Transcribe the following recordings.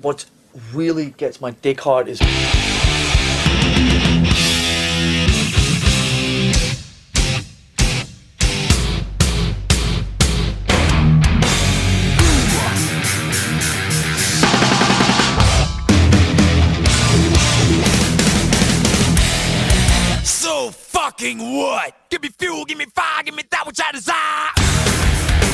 what really gets my dick hard is So fucking what? Give me fuel, give me fire, give me that which I desire.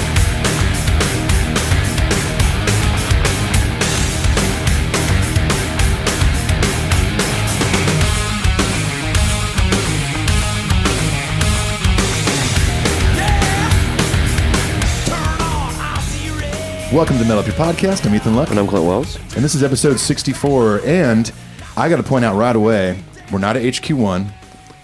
Turn on, I see red. Welcome to Metal Up Your Podcast. I'm Ethan Luck, And I'm Clint Wells. and this is episode 64. And I got to point out right away, we're not at HQ1,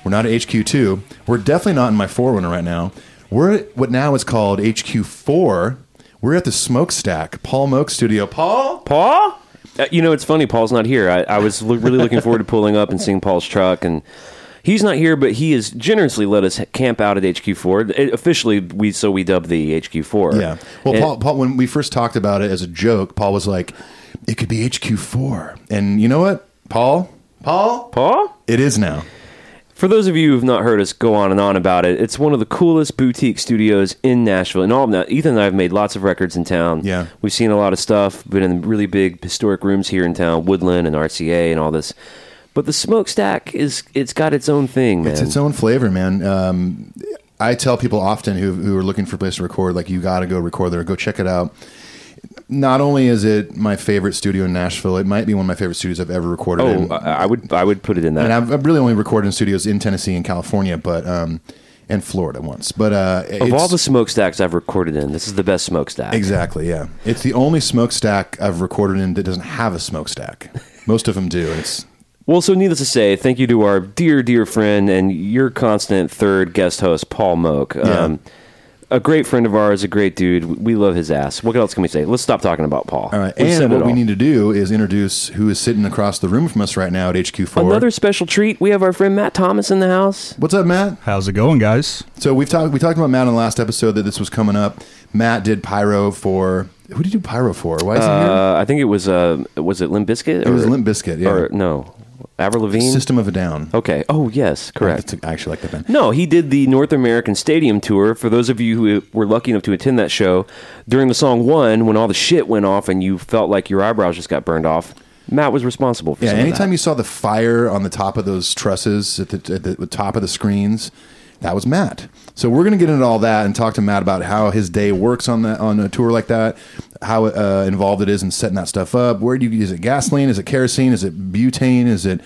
we're not at HQ2, we're definitely not in my forerunner right now. We're at what now is called HQ4. We're at the Smokestack, Paul Moak Studio. Paul, Paul? Uh, you know, it's funny. Paul's not here. I, I was loo- really looking forward to pulling up and seeing Paul's truck, and he's not here, but he has generously let us camp out at HQ4. It- Uh, officially, we so we dub the HQ4. Yeah. Well, And- Paul, Paul, when we first talked about it as a joke, Paul was like, "It could be HQ4," and you know what, Paul? Paul, Paul? it is now. For those of you who've not heard us go on and on about it, it's one of the coolest boutique studios in Nashville. And all of that, Ethan and I have made lots of records in town. Yeah. we've seen a lot of stuff. Been in really big historic rooms here in town, Woodland and RCA and all this. But the smokestack is it's got its own thing, man. It's its own flavor, man. Um, I tell people often who, who are looking for a place to record, like, you got to go record there, go check it out. Not only is it my favorite studio in Nashville, it might be one of my favorite studios I've ever recorded in. oh, I, I would I would put it in that. and I've, I've really only recorded in studios in Tennessee and California, but um, and Florida once. But uh, of all the smokestacks I've recorded in, this is the best smokestack. exactly, yeah, it's the only smokestack I've recorded in that doesn't have a smokestack. Most of them do. and It's Well, so needless to say, thank you to our dear, dear friend and your constant third guest host, Paul Moak. Um, a great friend of ours, a great dude. We love his ass. What else can we say? Let's stop talking about Paul. all right. We've said uh, And it what we all. need to do is introduce who is sitting across the room from us right now at HQ Four. Another special treat. We have our friend Matt Thomas in the house. What's up, Matt? How's it going, guys? So we've talked we talked about Matt in the last episode that this was coming up. Matt did pyro for who did he do pyro for? Why is he here? Uh, I think it was uh, was it Limp Bizkit? It was Limp Bizkit, yeah. Or no, Avril Lavigne. System of a Down. Okay. Oh yes, correct. That's- I actually like that band. No, he did the North American Stadium tour. For those of you who were lucky enough to attend that show, during the song "One," when all the shit went off and you felt like your eyebrows just got burned off, Matt was responsible for. Yeah, some anytime Of you saw the fire on the top of those trusses at the, at the top of the screens, that was Matt. So we're going to get into all that and talk to Matt about how his day works on that on a tour like that, how uh, involved it is in setting that stuff up. Where do you is it gasoline? Is it kerosene? Is it butane? Is it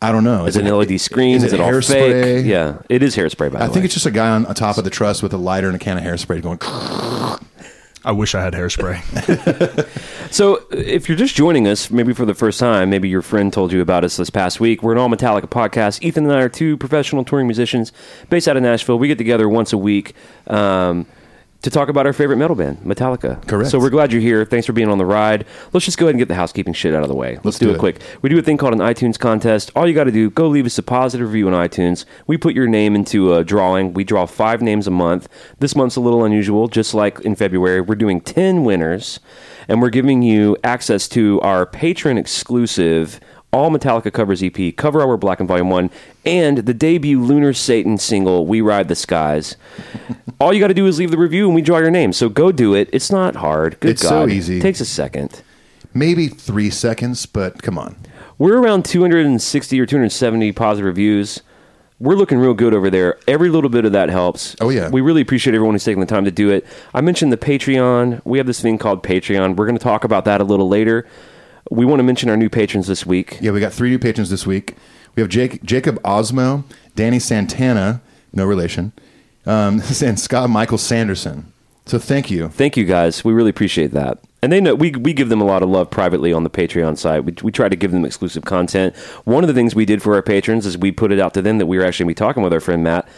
I don't know. that. Is it an LED screen? Is it, all hairspray? fake? Yeah, it is hairspray. By the I way, think it's just a guy on top of the truss with a lighter and a can of hairspray going. I wish I had hairspray. So, if you're just joining us, maybe for the first time, maybe your friend told you about us this past week. We're an All Metallica podcast. Ethan and I are two professional touring musicians based out of Nashville. We get together once a week um, to talk about our favorite metal band, Metallica. Correct. So, we're glad you're here. Thanks for being on the ride. Let's just go ahead and get the housekeeping shit out of the way. Let's, Let's do, do it it. quick. We do a thing called an iTunes contest. All you got to do, go leave us a positive review on iTunes. We put your name into a drawing. We draw five names a month. This month's a little unusual, just like in February. We're doing 10 winners, and we're giving you access to our patron exclusive All Metallica Covers EP, Cover Hour Black and Volume 1, and the debut Lunar Satan single, We Ride the Skies. All you got to do is leave the review, and we draw your name. So go do it. It's not hard. Good It's so God. easy. takes a second. Maybe three seconds, but come on. We're around 260 or 270 positive reviews. We're looking real good over there. Every little bit of that helps. Oh, yeah. We really appreciate everyone who's taking the time to do it. I mentioned the Patreon. We have this thing called Patreon. We're going to talk about that a little later. We want to mention our new patrons this week. Yeah, we got three new patrons this week. We have Jake, Jacob Osmo, Danny Santana, no relation, um, and Scott Michael Sanderson. So thank you. Thank you guys. We really appreciate that. And they know we, we give them a lot of love privately on the Patreon site. We, we try to give them exclusive content. One of the things we did for our patrons is we put it out to them that we were actually gonna be talking with our friend Matt.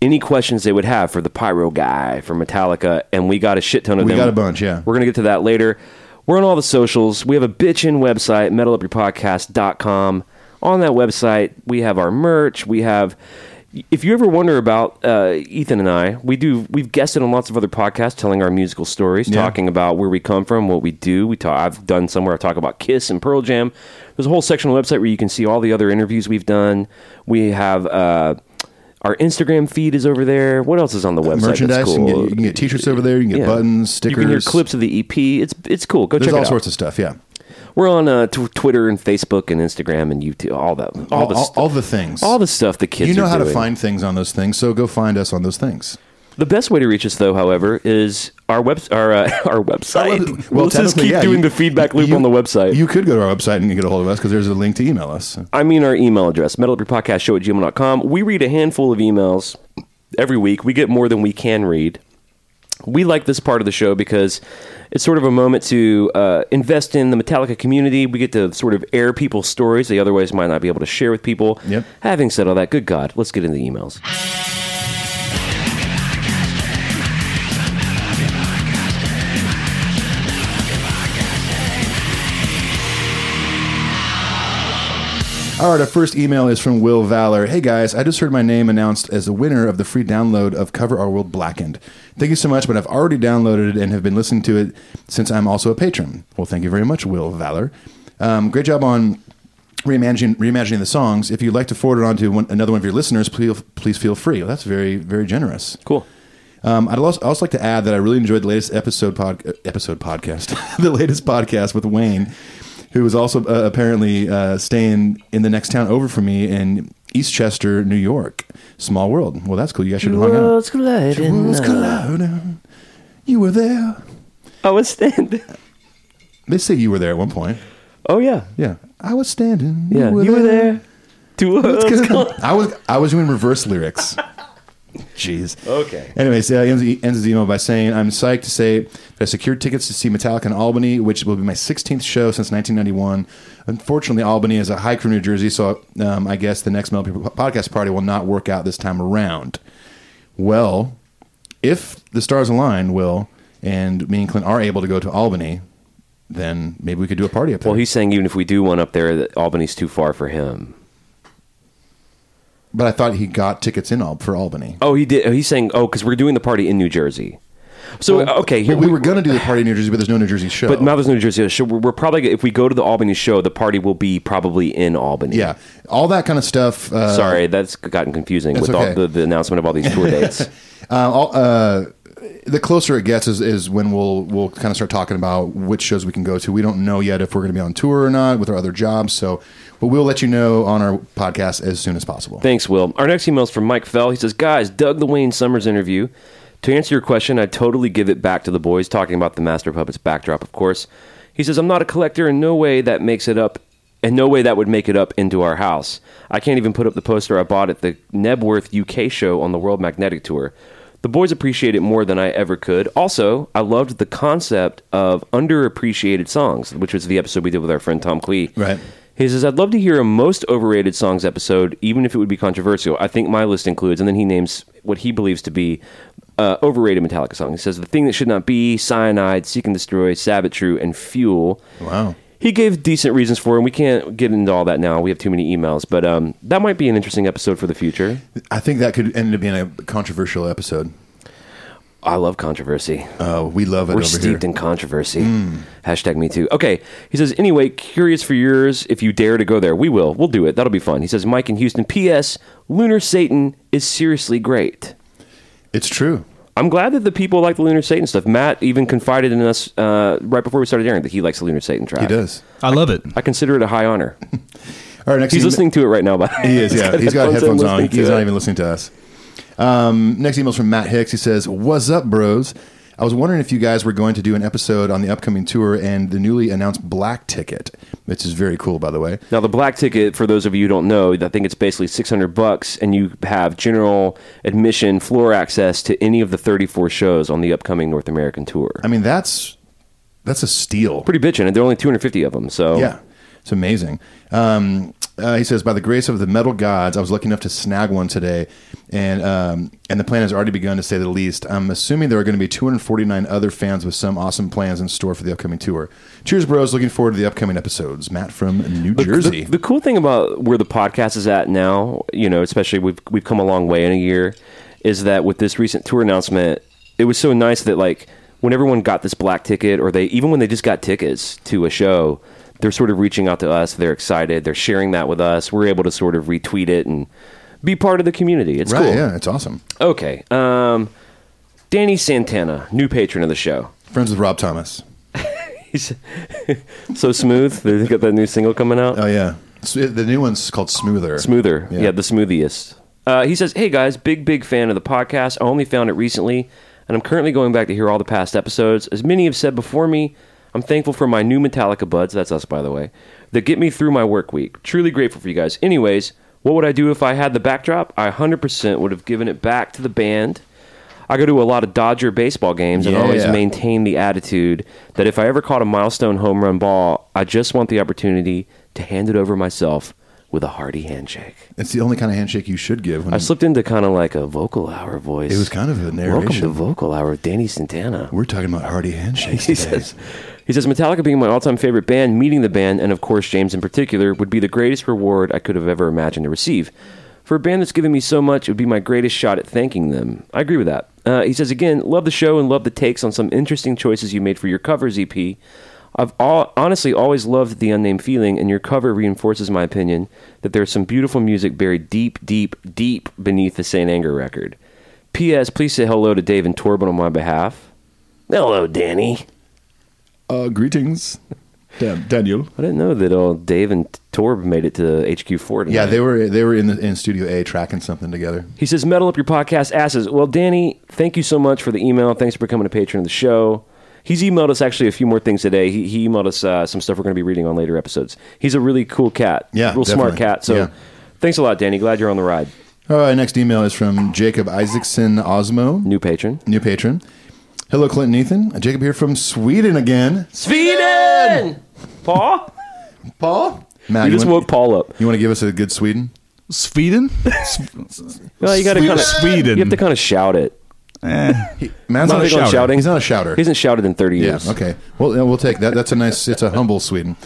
Any questions they would have for the pyro guy for Metallica, and we got a shit ton of We them. got a bunch, yeah. We're gonna get to that later. We're on all the socials. We have a bitchin' website, metalupyourpodcast.com. On that website, we have our merch. We have if you ever wonder about uh, Ethan and I, we do we've guested on lots of other podcasts, telling our musical stories, Yeah. talking about where we come from, what we do. We talk. I've done somewhere I talk about Kiss and Pearl Jam. There's a whole section on the website where you can see all the other interviews we've done. We have uh, our Instagram feed is over there. What else is on the website? merchandise. That's cool. You, can get, you can get T-shirts over there. You can get Yeah. buttons, stickers. You can hear clips of the EP. It's it's cool. Go There's check it all out. sorts of stuff. Yeah, We're on uh, tw- Twitter and Facebook and Instagram and YouTube. All that. All, all, the all- st- all the things. all the stuff the kids. you know are how to doing. find things on those things, so go find us on those things. The best way to reach us, though, however, is our web our uh, our website. Well, we'll just technically, keep yeah, doing you- the feedback loop you- on the website. You could go to our website and get a hold of us because there's a link to email us. I mean, our email address, metalupyourpodcastshow at gmail.com. We read a handful of emails every week. We get more than we can read. We like this part of the show because it's sort of a moment to uh, invest in the Metallica community. We get to sort of air people's stories they otherwise might not be able to share with people. Yep. Having said all that, good God, let's get into the emails. All right, our first email is from Will Valor. Hey guys, I just heard my name announced as the winner of the free download of Cover Our World Blackened. Thank you so much, but I've already downloaded it and have been listening to it since I'm also a patron. Well, thank you very much, Will Valor. Um, great job on reimagining, reimagining the songs. If you'd like to forward it on to one, another one of your listeners, please, please feel free. Well, that's very, very generous. Cool. Um, I'd also, also like to add that I really enjoyed the latest episode pod, uh, episode podcast, the latest podcast with Wayne, who is also uh, apparently uh, staying in the next town over from me in Eastchester, New York. Small world. Well, that's cool. You guys should have hung out. Worlds colliding. Worlds colliding. You were there. I was standing. They say you were there at one point. Oh, yeah. Yeah, I was standing. Yeah. You were, there. Two worlds It's colliding. good. I was I was doing reverse lyrics. Jeez. Okay. Anyways, uh, he ends, he ends his email by saying, "I'm psyched to say that I secured tickets to see Metallica in Albany, which will be my 16th show since 1991. Unfortunately, Albany is a hike from New Jersey, so um, I guess the next Metal People podcast party will not work out this time around. Well, if the stars align, Will and me and Clint are able to go to Albany, then maybe we could do a party up there. Well, he's saying even if we do one up there, that Albany's too far for him. but I thought he got tickets in Al- for Albany. Oh, he did. He's saying, oh, because we're doing the party in New Jersey. So okay, here Well, we, were going to do the party in New Jersey, but there's no New Jersey show. But now there's no New Jersey. So we're, we're probably if we go to the Albany show, the party will be probably in Albany. yeah, all that kind of stuff. Uh, Sorry, that's gotten confusing That's with okay. all the, the announcement of all these tour dates. Uh, all, uh, the closer it gets is, is when we'll we'll kind of start talking about which shows we can go to. We don't know yet if we're going to be on tour or not with our other jobs. So, but we'll let you know on our podcast as soon as possible. Thanks, Will. Our next email is from Mike Fell. He says, Guys, dug the Wayne Summers interview. To answer your question, I totally give it back to the boys, talking about the Master Puppets backdrop, of course. He says, I'm not a collector, and no way that makes it up, and no way that would make it up into our house. I can't even put up the poster I bought at the Nebworth UK show on the World Magnetic Tour. The boys appreciate it more than I ever could. Also, I loved the concept of underappreciated songs, which was the episode we did with our friend Tom Clee. Right. He says, I'd love to hear a most overrated songs episode, even if it would be controversial. I think my list includes, and then he names what he believes to be uh, overrated Metallica songs. He says, The Thing That Should Not Be, Cyanide, Seek and Destroy, Sabbath True, and Fuel. Wow. He gave decent reasons for, it, and we can't get into all that now. We have too many emails, but um, that might be an interesting episode for the future. I think that could end up being a controversial episode. I love controversy. Uh, we love it We're over steeped here. in controversy. Hmm. Hashtag me too. Okay. He says, anyway, curious for yours if you dare to go there. We will. We'll do it. That'll be fun. He says, Mike in Houston, P.S. Lunar Satan is seriously great. it's true. I'm glad that the people like the Lunar Satan stuff. Matt even confided in us uh, right before we started airing that he likes the Lunar Satan track. He does. I love it. I consider it a high honor. All right, next He's email- listening to it right now, but He is, yeah. He's got headphones on. He's not even. even listening to us. Um, next email's from Matt Hicks. He says, What's up, bros? I was wondering if you guys were going to do an episode on the upcoming tour and the newly announced Black Ticket, which is very cool, by the way. Now the black ticket, for those of you who don't know, I think it's basically six hundred bucks, and you have general admission, floor access to any of the thirty-four shows on the upcoming North American tour. I mean, that's that's a steal. Pretty bitchin', and there are only two hundred fifty of them. So yeah. It's amazing. Um, uh, he says, by the grace of the metal gods, I was lucky enough to snag one today, and um, and the plan has already begun to say the least. I'm assuming there are going to be 249 other fans with some awesome plans in store for the upcoming tour. Cheers, bros! Looking forward to the upcoming episodes. Matt from New The- Jersey. The, the cool thing about where the podcast is at now, you know, especially we've we've come a long way in a year, is that with this recent tour announcement, it was so nice that like when everyone got this black ticket, or they even when they just got tickets to a show, they're sort of reaching out to us. They're excited. They're sharing that with us. We're able to sort of retweet it and be part of the community. It's right? cool. Yeah, it's awesome. Okay. Um, Danny Santana, new patron of the show. Friends with Rob Thomas. He's so smooth. They got that new single coming out. Oh yeah, S- the new one's called Smoother. Smoother. Yeah. Yeah, the smoothiest. Uh, he says, Hey guys, big, big fan of the podcast. I only found it recently, and I'm currently going back to hear all the past episodes. As many have said before me, I'm thankful for my new Metallica buds, that's us by the way, that get me through my work week. Truly grateful for you guys. Anyways, what would I do if I had the backdrop? I 100% would have given it back to the band. I go to a lot of Dodger baseball games and always Yeah. maintain maintain the attitude that if I ever caught a milestone home run ball, I just want the opportunity to hand it over myself with a hearty handshake. It's the only kind of handshake you should give. When I slipped into kind of like a vocal hour voice. It was kind of a Welcome to narration. vocal hour with Danny Santana. we're talking about hearty handshakes. He today. says, he says Metallica being my all-time favorite band, meeting the band, and of course James in particular, would be the greatest reward I could have ever imagined to receive. For a band that's given me so much, it would be my greatest shot at thanking them. I agree with that. Uh, he says again, love the show and love the takes on some interesting choices you made for your covers EP. I've all, honestly always loved the unnamed feeling, and your cover reinforces my opinion that there's some beautiful music buried deep, deep, deep beneath the Saint Anger record. P.S. Please say hello to Dave and Torben on my behalf. Hello, Danny. uh, "Greetings, Dan- Daniel." I didn't know that all Dave and Torb made it to HQ4 tonight. Yeah, they were they were in the, in Studio A tracking something together. He says, "Metal up your podcast asses." Well, Danny, thank you so much for the email. Thanks for becoming a patron of the show. He's emailed us actually a few more things today. He, he emailed us uh, some stuff we're going to be reading on later episodes. He's a really cool cat. Yeah, real smart definitely. cat. So, Yeah. thanks a lot, Danny. Glad you're on the ride. All right, next email is from Jacob Isaacson Osmo, New patron. new patron. Hello, Clinton Ethan. Jacob here from Sweden again. Sweden, Paul. Paul, Matt, You just want, woke Paul up. you want to give us a good Sweden? Sweden? Well, you got to kind of Sweden. you have to kind of shout it. Matt's Not not a big on shouter. shouting. He's not a shouter. He hasn't shouted in 30 Yeah. years. Okay. Well, yeah, we'll take that. That's a nice. It's a humble Sweden.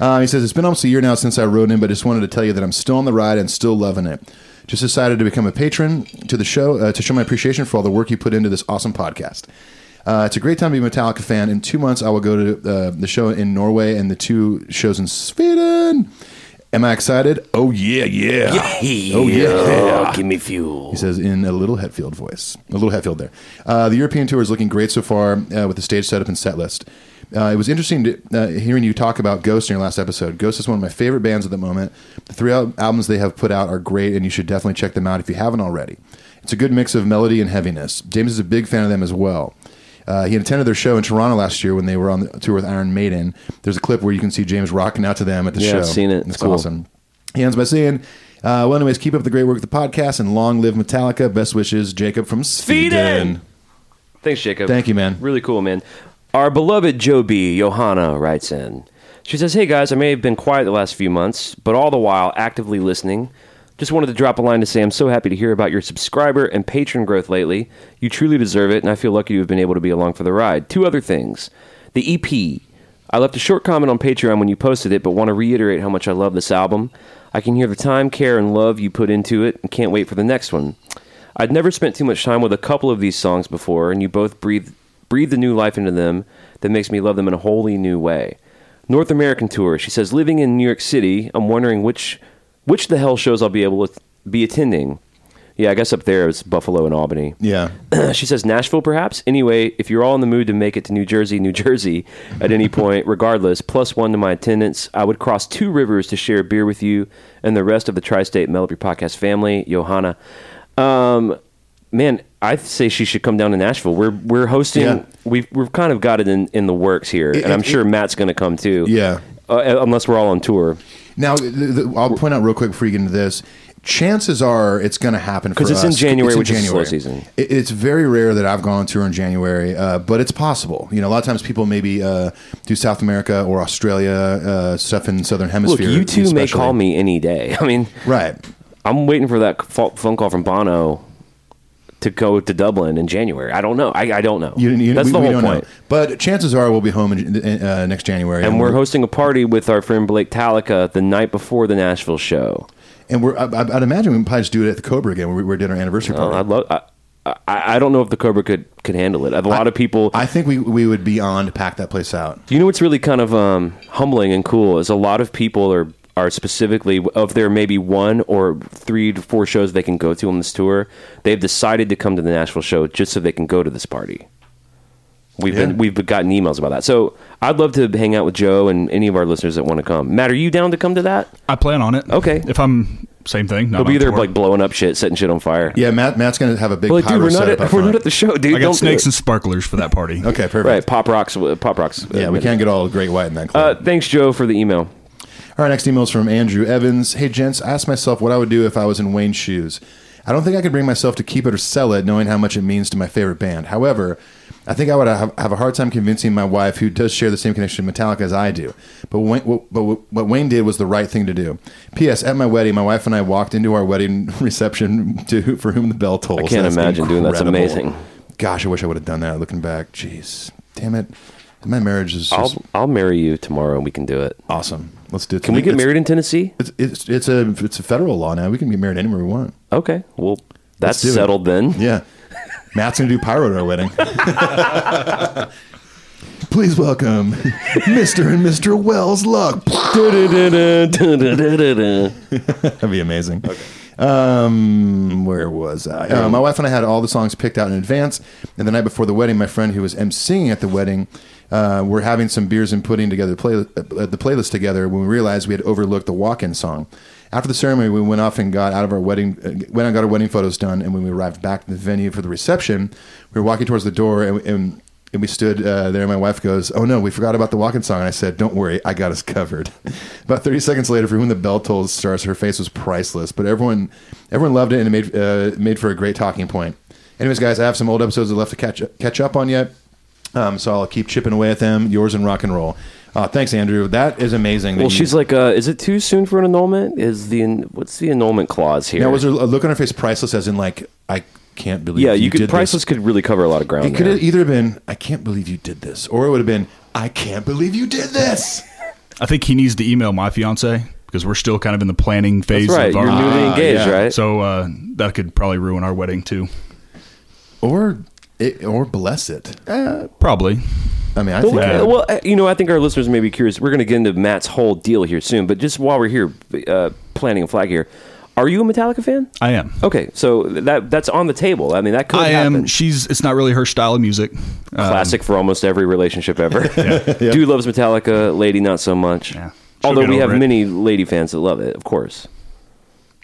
Uh, he says it's been almost a year now since I wrote in, but just wanted to tell you that I'm still on the ride and still loving it. Just decided to become a patron to the show uh, to show my appreciation for all the work you put into this awesome podcast. Uh, it's a great time to be a Metallica fan. In two months, I will go to uh, the show in Norway and the two shows in Sweden. Am I excited? Oh yeah, yeah, oh yeah. give me fuel. He says in a little Hetfield voice, a little Hetfield there. Uh, the European tour is looking great so far uh, with the stage setup and set list. Uh, it was interesting to, uh, hearing you talk about Ghost in your last episode. Ghost is one of my favorite bands at the moment. The three al- albums they have put out are great, and you should definitely check them out if you haven't already. It's a good mix of melody and heaviness. James is a big fan of them as well. Uh, he attended their show in Toronto last year when they were on the tour with Iron Maiden. There's a clip where you can see James rocking out to them at the Yeah, show. I've seen it. It's Cool. awesome. He ends by saying, uh, well, anyways, keep up the great work with the podcast and long live Metallica. Best wishes, Jacob from Sweden. Sweden. Thanks, Jacob. Thank you, man. Really cool, man. Our beloved Joe B, Johanna, writes in. She says, Hey guys, I may have been quiet the last few months, but all the while actively listening. Just wanted to drop a line to say I'm so happy to hear about your subscriber and patron growth lately. You truly deserve it, and I feel lucky to have been able to be along for the ride. Two other things. The EP. I left a short comment on Patreon when you posted it, but want to reiterate how much I love this album. I can hear the time, care, and love you put into it, and can't wait for the next one. I'd never spent too much time with a couple of these songs before, and you both breathe breathe the new life into them that makes me love them in a wholly new way. North American tour. She says, living in New York City, I'm wondering which which the hell shows I'll be able to be attending. Yeah, I guess up there it's Buffalo and Albany. Yeah. she says Nashville, perhaps. Anyway, if you're all in the mood to make it to New Jersey, New Jersey at any point, regardless, plus one to my attendance, I would cross two rivers to share a beer with you and the rest of the tri state Mel Up Your Podcast family, Johanna. Um, man, I say she should come down to Nashville. We're, we're hosting, Yeah. we've, we've kind of got it in, in the works here, and I'm sure Matt's going to come too. Yeah. Uh, unless we're all on tour. Now, th- th- I'll point out real quick before you get into this. chances are it's going to happen for 'Cause it's us. in January, which is a slow season. It, it's very rare that I've gone on tour in January, uh, but it's possible. You know, a lot of times people maybe uh, do South America or Australia, uh, stuff in Southern Look, Hemisphere. you two may especially. call me any day. I mean, Right. I'm waiting for that fa- phone call from Bono to go to Dublin in January. I don't know. I, I don't know. You, you, That's we- the we whole don't know. point. But chances are we'll be home in, in, uh, next January, And we're we'll- hosting a party with our friend Blake Talica the night before the Nashville show. and we're. I, I- I'd imagine we probably just do it at the Cobra again. Where we, we did our anniversary Oh, party. I'd love. I, I, I don't know if the Cobra could could handle it. A lot of people. I think we we would be on to pack that place out. you know what's really kind of um, humbling and cool is a lot of people are are specifically of their maybe one or three to four shows they can go to on this tour. They've decided to come to the Nashville show just so they can go to this party. We've Yeah. been we've gotten emails about that. So I'd love to hang out with Joe and any of our listeners that want to come. Matt, are you down to come to that? I plan on it. Okay. If I'm same thing, not He'll be on there tour. like blowing up shit, setting shit on fire. Yeah, Matt. Matt's gonna have a big But like, dude, pyro we're not setup at, up we're front. not at the show, dude. I got Don't do snakes it. and sparklers for that party. Okay, perfect. Right, pop rocks, uh, pop rocks. Yeah, we can't get all great white in that Uh, club. thanks, Joe, for the email. All right, next email is from Andrew Evans. Hey, gents, I asked myself what I would do if I was in Wayne's shoes. I don't think I could bring myself to keep it or sell it, knowing how much it means to my favorite band. However, I think I would have, have a hard time convincing my wife, who does share the same connection to Metallica as I do. But, Wayne, what- but what what Wayne did was the right thing to do. P.S. At my wedding, my wife and I walked into our wedding reception to for whom the bell tolls. I can't imagine doing that's amazing. Gosh, I wish I would have done that. Looking back, jeez, damn it, my marriage is just I'll I'll marry you tomorrow, and we can do it. awesome. Let's do it. Can we get It's- married in Tennessee? it's, it's it's a it's a federal law now. We can get married anywhere we want. Okay, well that's do it. settled then. Yeah, Matt's gonna do pyro at our wedding. Please welcome Mr. and Mr. Wells Luck. That'd be amazing. Um, where was I? Uh, my wife and I had all the songs picked out in advance, and the night before the wedding, my friend who was emceeing at the wedding, uh, we're having some beers and putting together play, uh, the playlist together when we realized we had overlooked the walk-in song. After the ceremony, we went off and got out of our wedding, uh, went and got our wedding photos done, and when we arrived back at the venue for the reception, we were walking towards the door and. and and we stood uh, there, and my wife goes, "Oh no, we forgot about the walking song." And I said, "Don't worry, I got us covered." about thirty seconds later, for whom the bell tolls starts, her face was priceless, but everyone, everyone loved it, and it made uh, made for a great talking point. Anyways, guys, I have some old episodes left to catch catch up on yet, um, so I'll keep chipping away at them. Yours and rock and roll. Uh, thanks, Andrew. That is amazing. that Well, you- she's like, uh, is it too soon for an annulment? Is the en- what's the annulment clause here? now was her a look on her face priceless, as in like I can't believe. yeah, you, did could this. priceless could really cover a lot of ground. It could there. have either been I can't believe you did this, or it would have been I can't believe you did this. I think he needs to email my fiance because we're still kind of in the planning phase. That's right. Of You're our, Ah. newly engaged, Ah, yeah. right? So uh, that could probably ruin our wedding too. or it, or bless it. Probably. I mean, I Well, think we- Yeah. well, uh, you know, I think our listeners may be curious. We're going to get into Matt's whole deal here soon, but just while we're here, uh, planting a flag here, are you a Metallica fan? I am. Okay, so that that's on the table. I mean, that could I happen. am. She's. It's not really her style of music. Uh, Classic for almost every relationship ever. Dude loves Metallica, lady not so much. Yeah. She'll Although get we have over it. many lady fans that love it, of course.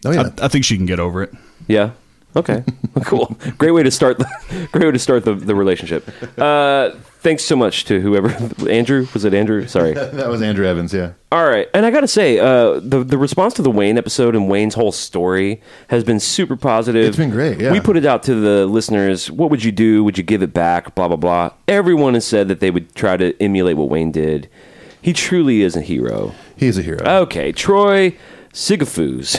oh yeah. I, I think she can get over it. Yeah. Okay. cool. Great way to start. The, great way to start the, the relationship. Uh, thanks so much to whoever Andrew was it Andrew? Sorry. that was Andrew Evans. Yeah. All right, and I gotta say, uh, the the response to the Wayne episode and Wayne's whole story has been super positive. It's been great, yeah. we put it out to the listeners. What would you do? Would you give it back? Blah blah blah. Everyone has said that they would try to emulate what Wayne did. He truly is a hero. He's a hero. Okay, Troy Sigafoos.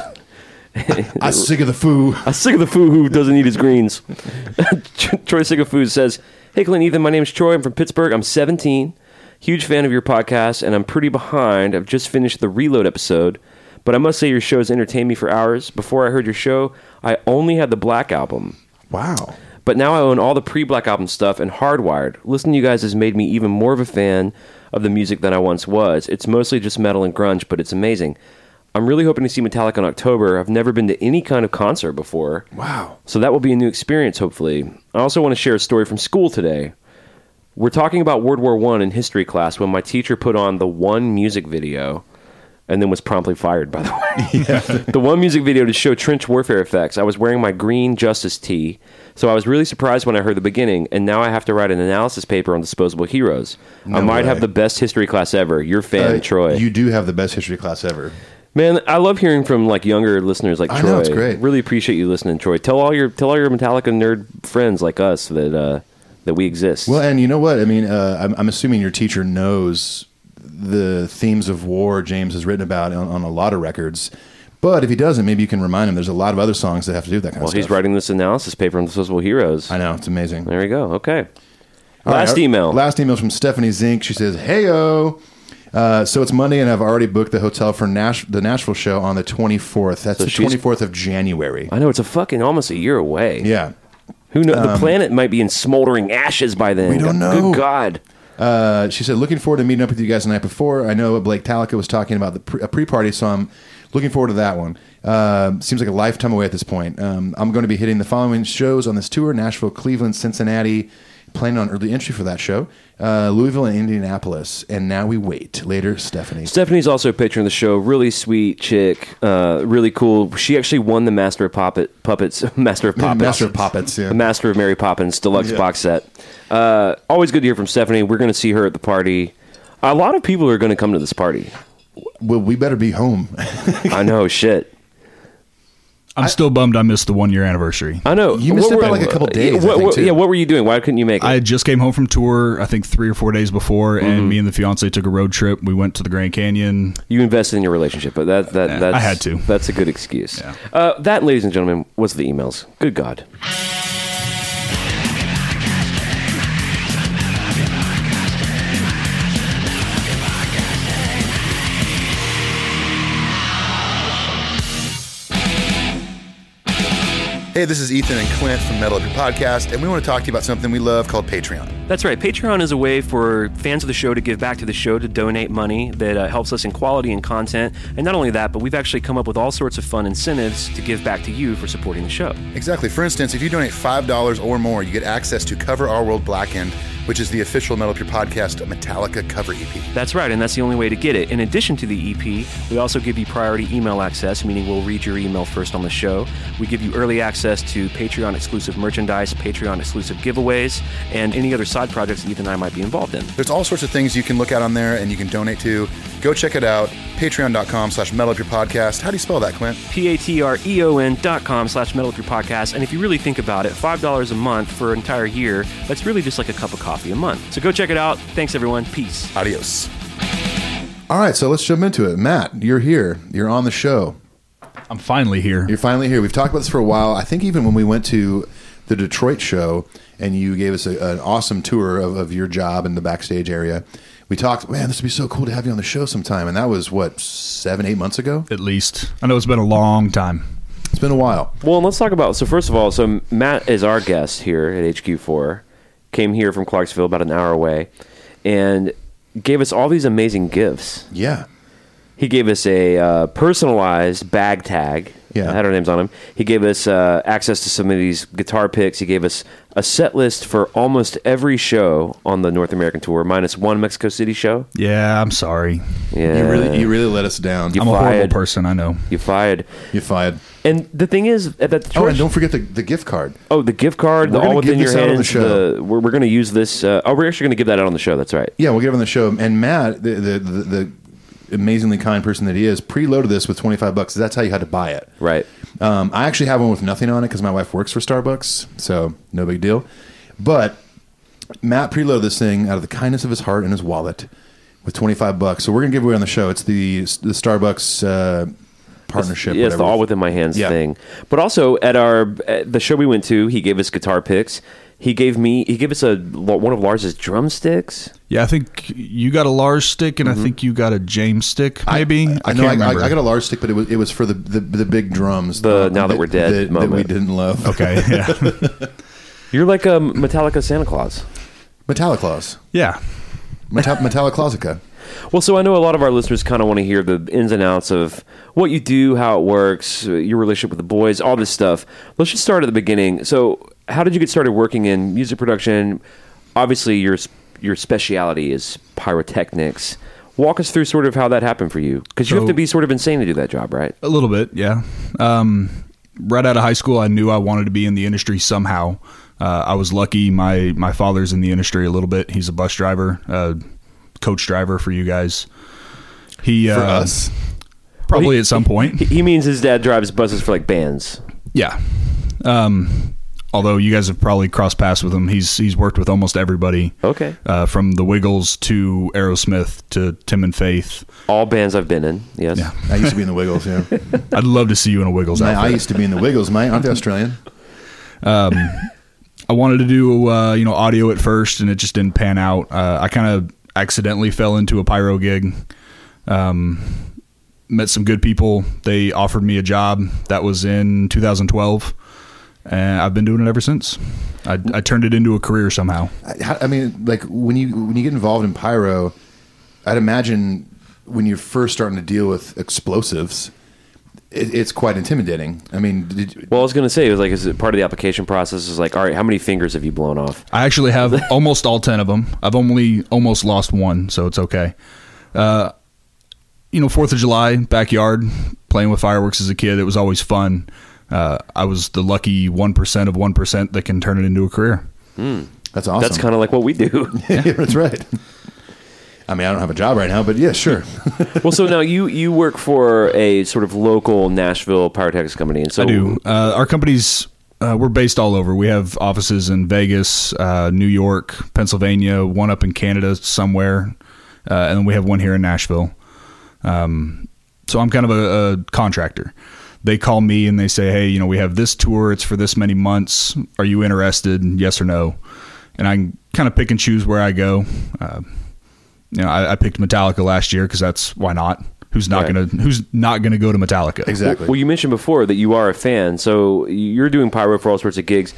I'm sick of the foo. I'm sick of the foo who doesn't eat his greens. Troy Sigafoos says, Hey, Clint Ethan, my name's Troy. I'm from Pittsburgh. I'm 17. Huge fan of your podcast, and I'm pretty behind. I've just finished the reload episode, but I must say your shows entertained me for hours. Before I heard your show, I only had the Black Album. Wow. But now I own all the pre Black Album stuff and Hardwired. Listening to you guys has made me even more of a fan of the music than I once was. It's mostly just metal and grunge, but it's amazing. I'm really hoping to see Metallica in October. I've never been to any kind of concert before. Wow. So that will be a new experience, hopefully. I also want to share a story from school today. We're talking about World War One in history class when my teacher put on the one music video and then was promptly fired, by the way. the one music video to show trench warfare effects. I was wearing my green Justice tee, so I was really surprised when I heard the beginning, and now I have to write an analysis paper on disposable heroes. I might way. have the best history class ever. Your fan, Uh, Troy. You do have the best history class ever. Man, I love hearing from like younger listeners like I Troy. know, it's great. Really appreciate you listening, Troy. Tell all your tell all your Metallica nerd friends like us that uh, that we exist. Well, and you know what? I mean, uh, I'm, I'm assuming your teacher knows the themes of war James has written about on, on a lot of records. But if he doesn't, maybe you can remind him. There's a lot of other songs that have to do with that kind Well, of stuff. he's writing this analysis paper on the Invisible Heroes. I know it's amazing. There we go. Okay. All right, Last our- email. Last email from Stephanie Zink. She says, "Heyo." Uh, so it's Monday, and I've already booked the hotel for Nash- the Nashville show on the 24th. That's the she's- 24th of January. I know it's a fucking almost a year away. Yeah. um, Who knows? the planet might be in smoldering ashes by then. We don't know. Good God. Uh, she said, "Looking forward to meeting up with you guys the night before. I know Blake Talica was talking about the pre- a pre-party, so I'm looking forward to that one. Uh, seems like a lifetime away at this point. Um, I'm going to be hitting the following shows on this tour: Nashville, Cleveland, Cincinnati. Planning on early entry for that show, uh, Louisville and Indianapolis. And now we wait. Later, Stephanie. Stephanie's also a patron of the show. Really sweet chick. Uh, really cool. She actually won the Master of Puppet, Puppets, Master of Puppets, Master of Puppets, yeah. the Master of Mary Poppins deluxe Yeah. box set. Uh, always good to hear from Stephanie. We're going to see her at the party. A lot of people are going to come to this party. Well, we better be home. I know. Shit. I'm still bummed I missed the one year anniversary. I know. You missed it by like a couple days, I What, think, what- too. yeah. What were you doing? Why couldn't you make it? I had just came home from tour, I think three or four days before, Mm-hmm. and me and the fiance took a road trip. We went to the Grand Canyon. you invested in your relationship, but that that Yeah, that's, I had to. That's a good excuse. Yeah. Uh, that, ladies and gentlemen, was the emails. Good God. Hey, this is Ethan and Clint from Metal Up Your Podcast, and we want to talk to you about something we love called Patreon. That's right. Patreon is a way for fans of the show to give back to the show to donate money that uh, helps us in quality and content. And not only that, but we've actually come up with all sorts of fun incentives to give back to you for supporting the show. Exactly. For instance, if you donate $5 or more, you get access to Cover Our World Blackened, which is the official Metal Up Your Podcast Metallica cover E EP. That's right, and that's the only way to get it. In addition to the EP, we also give you priority email access, meaning we'll read your email first on the show. We give you early access to Patreon exclusive merchandise, Patreon exclusive giveaways, and any other side projects that Ethan and I might be involved in. There's all sorts of things you can look at on there and you can donate to. Go check it out. Patreon.com slash Metal Up Your Podcast. How do you spell that, Clint? P-A-T-R-E-O-N E dot com slash metal up your podcast. And if you really think about it, $5 a month for an entire year, that's really just like a cup of coffee a month. So go check it out. Thanks, everyone. Peace. Adios. All right, so let's jump into it. Matt, you're here. You're on the show. I'm finally here. You're finally here. We've talked about this for a while. I think even when we went to the Detroit show and you gave us a, an awesome tour of, of your job in the backstage area, we talked, man, this would be so cool to have you on the show sometime. And that was, what, seven, eight months ago? At least I know it's been a long time. It's been a while. Well, and let's talk about. So, first of all, so Matt is our guest here at HQ4. Came here from Clarksville, about an hour away, and gave us all these amazing gifts. Yeah. He gave us a uh, personalized bag tag. Yeah. that had our names on him. He gave us uh, access to some of these guitar picks. He gave us a set list for almost every show on the North American tour, minus one Mexico City show. Yeah, I'm sorry. Yeah, You really you really let us down. You I'm a horrible Fired. person. I know. you fired. You fired. And the thing is, at that Oh, tour, and don't forget the, the gift card. Oh, the gift card, We're the gonna all give within your this out on hands. the the show. we're we're going to use this. Uh, oh, we're actually going to give that out on the show. That's right. Yeah, we'll get it on the show. And Matt, the, the, the, the amazingly kind person that he is, preloaded this with 25 bucks. That's how you had to buy it. Right. Um, I actually have one with nothing on it because my wife works for Starbucks, so no big deal. But Matt preloaded this thing out of the kindness of his heart and his wallet with 25 bucks. So we're gonna give away on the show. It's the the Starbucks uh, partnership. Yes, the whatever. all within my hands Yeah. thing. But also at our at the show we went to, he gave us guitar picks. He gave me. He gave us a one of Lars's drumsticks. Yeah, I think you got a Lars stick, and I think you got a James stick. Maybe Mm-hmm. I, know I, I, I got a large stick, but it was it was for the the, the big drums. The Now That We're Dead that, that we moment. didn't love. okay. Yeah, You're like a Metallica Santa Claus. Metalliclaws, yeah. Meta- Metalliclausica. Well, so I know a lot of our listeners kind of want to hear the ins and outs of what you do, how it works, uh, your relationship with the boys, all this stuff. Let's just start at the beginning. So, how did you get started working in music production? Obviously, your s- your speciality is pyrotechnics. Walk us through sort of how that happened for you, because you have So- to be sort of insane to do that job, right? A little bit, yeah. Um, right out of high school, I knew I wanted to be in the industry somehow. Uh, I was lucky. My my father's in the industry a little bit. He's a bus driver, uh, coach driver for you guys. He For uh, us. Probably he- at some point. He means his dad drives buses for like bands. Yeah. Um, although you guys have probably crossed paths with him, he's he's worked with almost everybody. Oh, Okay. Uh, from the Wiggles to Aerosmith to Tim and Faith. All bands I've been in. Yes. Yeah. I used to be in the Wiggles. Yeah, I'd love to see you in a Wiggles Man, I outfit. used to be in the Wiggles, mate. Aren't they Australian? I wanted to do uh, you know audio at first, and it just didn't pan out. Uh, I kind of accidentally fell into a pyro gig. Um, met some good people. They offered me a job. That was in 2012, and I've been doing it ever since. I, I turned it into a career somehow. I- how, I mean, like when you when you get involved in pyro, I'd imagine when you're first starting to deal with explosives, it, it's quite intimidating. I mean, did, Well, I was gonna say it was like is it part of the application process is like all right, how many fingers have you blown off? I actually have almost all ten of them. I've only almost lost one, so it's okay. Uh, you know, Fourth of July backyard playing with fireworks as a kid. It was always fun. Uh, I was the lucky one percent of one percent that can turn it into a career. that's awesome. That's kind of like what we do. yeah, that's right. I mean, I don't have a job right now, but yeah, sure. well, so now you you work for a sort of local Nashville pyrotechnics company, and so I do. Uh, our companies uh, we're based all over. We have offices in Vegas, uh, New York, Pennsylvania, one up in Canada somewhere, uh, and then we have one here in Nashville. Um, so I'm kind of a, a contractor. They call me and they say, "Hey, you know, we have this tour. It's for this many months. Are you interested? Yes or no?" And I can kind of pick and choose where I go. Uh, you know, I, I picked Metallica last year because that's why not. Who's not Right. gonna Who's not gonna go to Metallica? Exactly. Well, you mentioned before that you are a fan, so you're doing pyro for all sorts of gigs.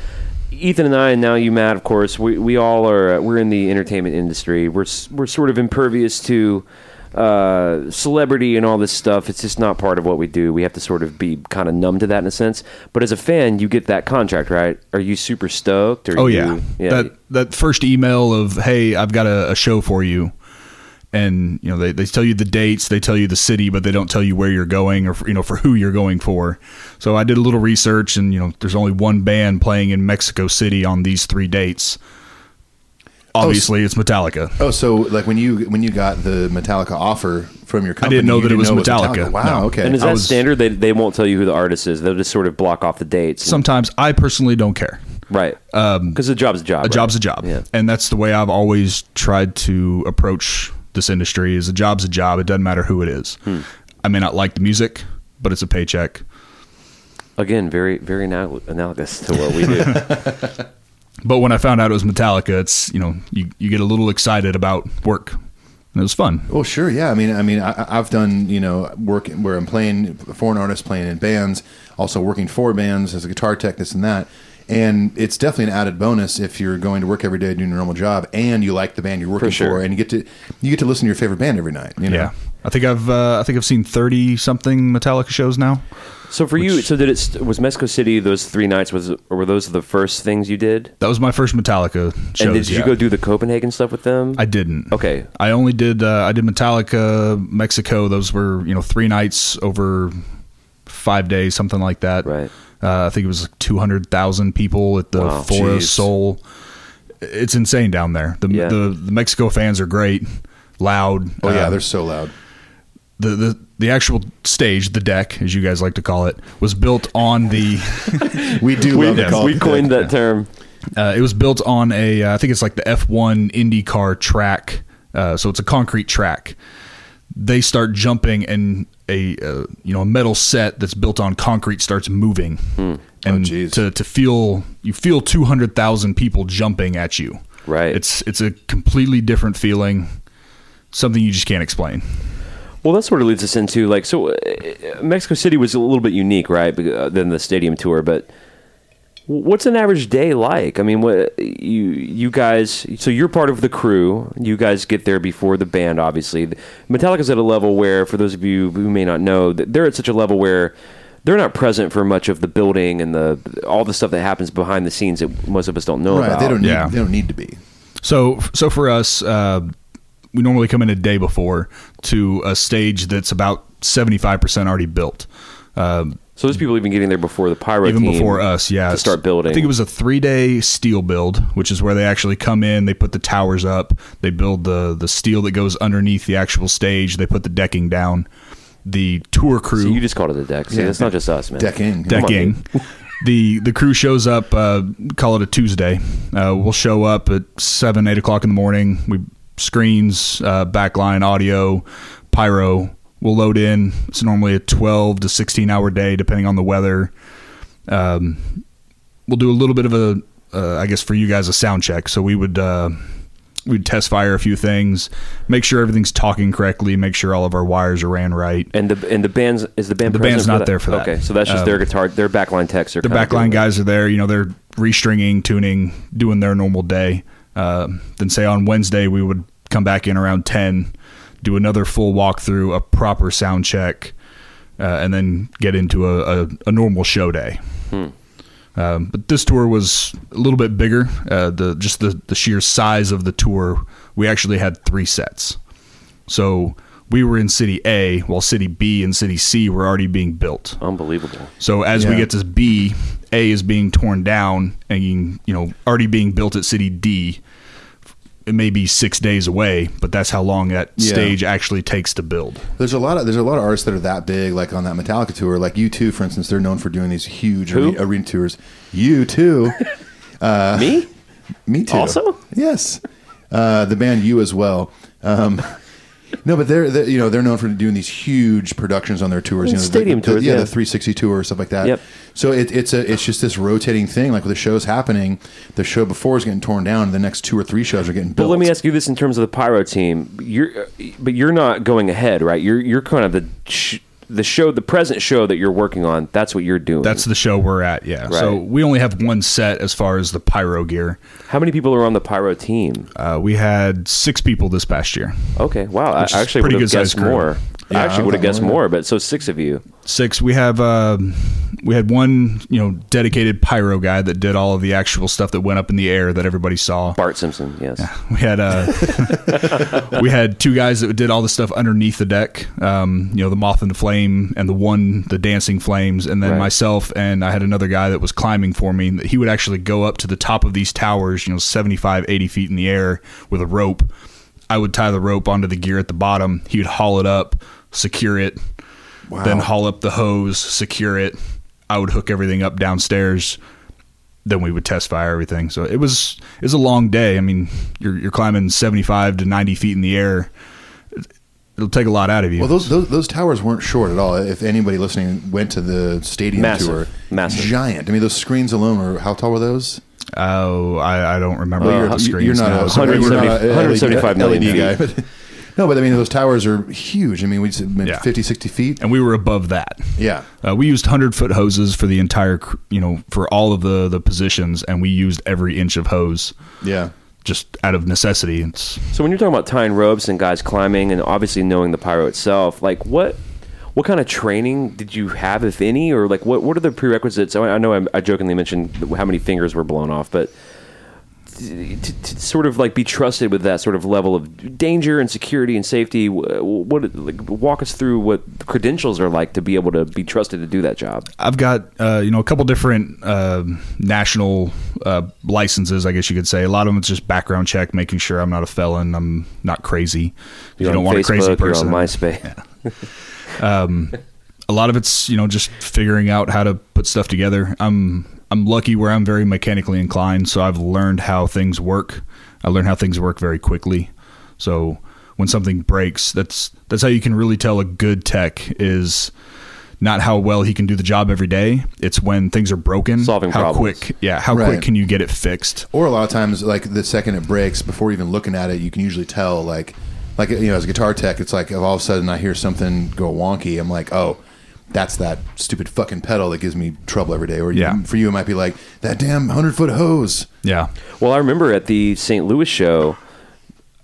Ethan and I, and now you, Matt, of course, we, we all are. We're in the entertainment industry. We're s- we're sort of impervious to uh, celebrity and all this stuff. It's just not part of what we do. We have to sort of be kind of numb to that in a sense. But as a fan, you get that contract, right? Are you super stoked? Or Oh you- yeah. yeah. That that first email of hey, I've got a, a show for you, and you know they, they tell you the dates, they tell you the city, but they don't tell you where you're going or you know for who you're going for. So I did a little research, and you know there's only one band playing in Mexico City on these three dates. Oh, Obviously, it's Metallica. oh, so like when you when you got the Metallica offer from your company, didn't know you that it was Metallica. Wow. No. Okay. and is I that was- standard? They, they won't tell you who the artist is. They'll just sort of block off the dates. Sometimes I personally don't care. right. Because the job's a job. um, a job's a job Yeah. and that's the way i've always tried to approach this industry is a job's a job it doesn't matter who it is Hmm. i may not like the music but it's a paycheck Again, very, very anal- analogous to what we do. but when i found out it was metallica it's you know you, you get a little excited about work and it was fun Well, sure, yeah. I mean, I mean, I, I've done you know work where I'm playing foreign artists, playing in bands, also working for bands as a guitar tech, this and that. And it's definitely an added bonus if you're going to work every day doing your normal job, and you like the band you're working for, sure. and you get to you get to listen to your favorite band every night. You know? yeah i think i've uh, i think i've seen 30 something metallica shows now So for you, so did it st- was Mexico City those three nights? Was or were those the first things you did? that was my first metallica shows and did you yeah. go do the Copenhagen stuff with them? I didn't. Okay. I only did uh, I did Metallica, Mexico. Those were you know three nights over five days, something like that. Right. Uh, I think it was two hundred thousand people at the Wow. Foro Jeez. Sol. It's insane down there. The, Yeah. the the Mexico fans are great, loud. Oh yeah, Uh, they're so loud. the, the the actual stage, the deck, as you guys like to call it, was built on the. We do. we, love to call we it- coined that term. Uh, it was built on a, uh, I think it's like the F1 IndyCar track. Uh, so it's a concrete track. They start jumping, and a uh, you know a metal set that's built on concrete starts moving, and Hmm. Oh, jeez. to to feel you feel two hundred thousand people jumping at you. Right. It's it's a completely different feeling, something you just can't explain. Well, that sort of leads us into like so. Uh, Mexico City was a little bit unique, right, bec- uh, than the stadium tour. But what's an average day like? I mean, what you you guys? So you're part of the crew. You guys get there before the band, obviously. Metallica's at a level where, for those of you who may not know, that they're at such a level where they're not present for much of the building and the all the stuff that happens behind the scenes that most of us don't know Right. about. They don't. Need, Yeah. They don't need to be. So, so for us, uh, we normally come in a day before to a stage that's about seventy five percent already built. so there's people even getting there before the pyro even team before us yeah to start building. i think it was a three day steel build which is where they actually come in they put the towers up they build the the steel that goes underneath the actual stage they put the decking down the tour crew. So you just called it a deck. See, Yeah. it's not just us, man. Decking. decking. The the crew shows up. Uh, call it a Tuesday. Uh, we'll show up at seven eight o'clock in the morning. We screens, uh, backline, audio, pyro. We'll load in. It's normally a twelve to sixteen hour day, depending on the weather. Um, we'll do a little bit of a, uh, I guess for you guys a sound check. So we would uh, we'd test fire a few things, make sure everything's talking correctly, make sure all of our wires are ran right. And the and the band's is the band The present band's not there for that. Okay, so that's just Um, their guitar, their backline techs. Are the kinda doing backline that. guys are there. You know, they're restringing, tuning, doing their normal day. Uh, then say on Wednesday we would come back in around ten, do another full walkthrough, a proper sound check, uh, and then get into a, a, a normal show day. Hmm. Um, but this tour was a little bit bigger. Uh, the just the, the sheer size of the tour, we actually had three sets. So we were in City A, while City B and City C were already being built. Oh. Unbelievable. So as we Yeah. get to B, A is being torn down and you know already being built at City D. It may be six days away, but that's how long that Yeah. stage actually takes to build. There's a lot of there's a lot of artists that are that big, like on that Metallica tour. Like you two, for instance, they're known for doing these huge Who? arena, arena tours. You too, Uh, Me? me too. Also? yes, uh, the band you as well. Um, no, but they're, they're you know they're known for doing these huge productions on their tours. You know, the- Stadium the- tours, yeah, yeah. the 360 tour or stuff like that. Yep. So it, it's a it's just this rotating thing. Like when the show's happening, the show before is getting torn down, and the next two or three shows are getting But built. let me ask you this in terms of the pyro team. You're, but you're not going ahead, right? You're you're kind of the sh- the show, the present show that you're working on. That's what you're doing. That's the show we're at, yeah. So Right. we only have one set as far as the pyro gear. how many people are on the pyro team? Uh, we had six people this past year, Okay, wow. I Which is I actually would pretty have good-sized guessed crew. more. Yeah, I I actually don't would have think guessed more. more, but so six of you. six. We have um we had one you know dedicated pyro guy that did all of the actual stuff that went up in the air that everybody saw. Bart Simpson, yes. We had uh, we had two guys that did all the stuff underneath the deck. Um, you know, the moth and the flame, and the one, the dancing flames, and then Right. myself, and I had another guy that was climbing for me. That he would actually go up to the top of these towers, you know, 75, 80 feet in the air with a rope. I would tie the rope onto the gear at the bottom. He would haul it up, secure it, then haul up the hose, secure it. I would hook everything up downstairs. Then we would test fire everything. So it was it was a long day. I mean, you're you're climbing seventy five to ninety feet in the air. It'll take a lot out of you. Well, those, those those towers weren't short at all. If anybody listening went to the stadium Massive. tour, Massive. giant. I mean, those screens alone are how tall were those? oh, I, I don't remember Well, Uh, the Uh, you're, screens you're not now. a E So hundred maybe we're not- 175 175 million guy. But, no, but I mean, those towers are huge. I mean, we said Yeah. 50, 60 feet. and we were above that. Yeah. Uh, we used hundred foot hoses for the entire, cr- you know, for all of the the positions, and we used every inch of hose, Yeah. just out of necessity. It's So when you're talking about tying ropes and guys climbing and obviously knowing the pyro itself, like what what kind of training did you have, if any, or like what what are the prerequisites? I, I know I, I jokingly mentioned how many fingers were blown off, but to, to, to sort of like be trusted with that sort of level of danger and security and safety, wh- what like walk us through what the credentials are like to be able to be trusted to do that job? I've got uh, you know a couple different uh, national uh, licenses, I guess you could say. A lot of them it's just background check, making sure I'm not a felon, I'm not crazy. you don't on want a crazy Facebook, person. You're on MySpace. a lot of it's you know just figuring out how to put stuff together. I'm I'm lucky where I'm very mechanically inclined, so I've learned how things work. I learn how things work very quickly. So when something breaks, that's that's how you can really tell a good tech is not how well he can do the job every day. It's when things are broken, Solving how problems. quick, yeah, how Right. quick can you get it fixed? Or a lot of times, like the second it breaks, before even looking at it, you can usually tell, like, like you know, as a guitar tech, it's like if all of a sudden I hear something go wonky, I'm like, oh, that's that stupid fucking pedal that gives me trouble every day. Or you- Yeah. for you, it might be like that damn hundred foot hose. Yeah. Well, I remember at the St. Louis show,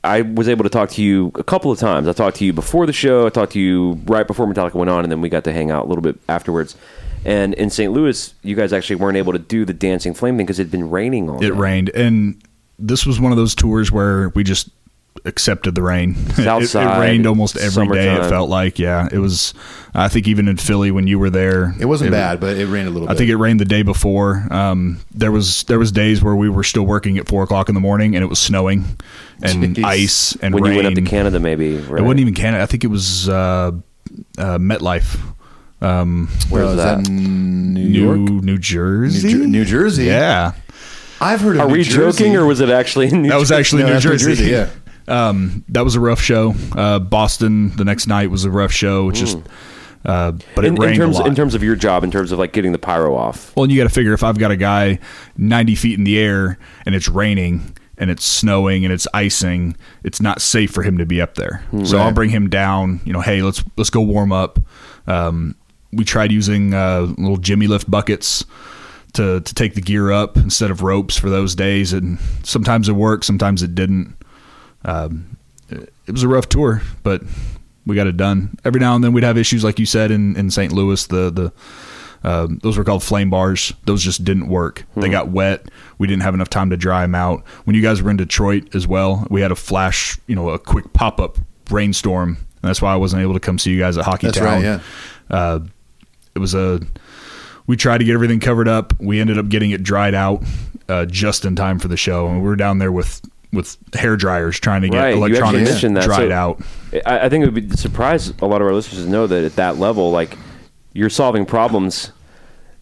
I was able to talk to you a couple of times. I talked to you before the show, I talked to you right before Metallica went on, and then we got to hang out a little bit afterwards. And in St. Louis, you guys actually weren't able to do the Dancing Flame thing because it had been raining all It night. rained, and this was one of those tours where we just accepted the rain. It- it, Southside, rained almost every day. summertime. It felt like, yeah, it was. I think even in Philly when you were there, It wasn't bad, but it rained a little. I bit. think it rained the day before. Um, there was there was days where we were still working at four o'clock in the morning, and it was snowing and Jeez. ice and When rain. you went up to Canada, maybe. Right? It wasn't even Canada. I think it was uh, uh, MetLife, um, Where's Uh, is that? that in New New York? New Jersey, Jer- New Jersey? Yeah, I've heard of Are New we Jersey. joking, or was it actually in New that was Jersey? actually No, New that's Jersey. Yeah. um, that was a rough show. Uh, Boston the next night was a rough show. It just, uh, but it Mm. in, in rained terms a lot. in terms of your job, in terms of like getting the pyro off. Well, and you got to figure if I've got a guy 90 feet in the air and it's raining and it's snowing and it's icing, it's not safe for him to be up there. So I'll bring him down. You know, hey, let's let's go warm up. Um, we tried using uh, little Jimmy lift buckets to to take the gear up instead of ropes for those days, and sometimes it worked, sometimes it didn't. Um, it- it was a rough tour, but we got it done. Every now and then we'd have issues, like you said, in, in St. Louis. The the um, those were called flame bars. Those just didn't work. Hmm. They got wet. We didn't have enough time to dry them out. When you guys were in Detroit as well, we had a flash, you know, a quick pop up rainstorm. And that's why I wasn't able to come see you guys at Hockey That's Town. right, yeah. Uh, it was a. We tried to get everything covered up. We ended up getting it dried out uh, just in time for the show, and we were down there with with hair dryers trying to get Right, you actually electronics mentioned that. dried So- out. I, I think it would be surprise a lot of our listeners to know that at that level, like you're solving problems.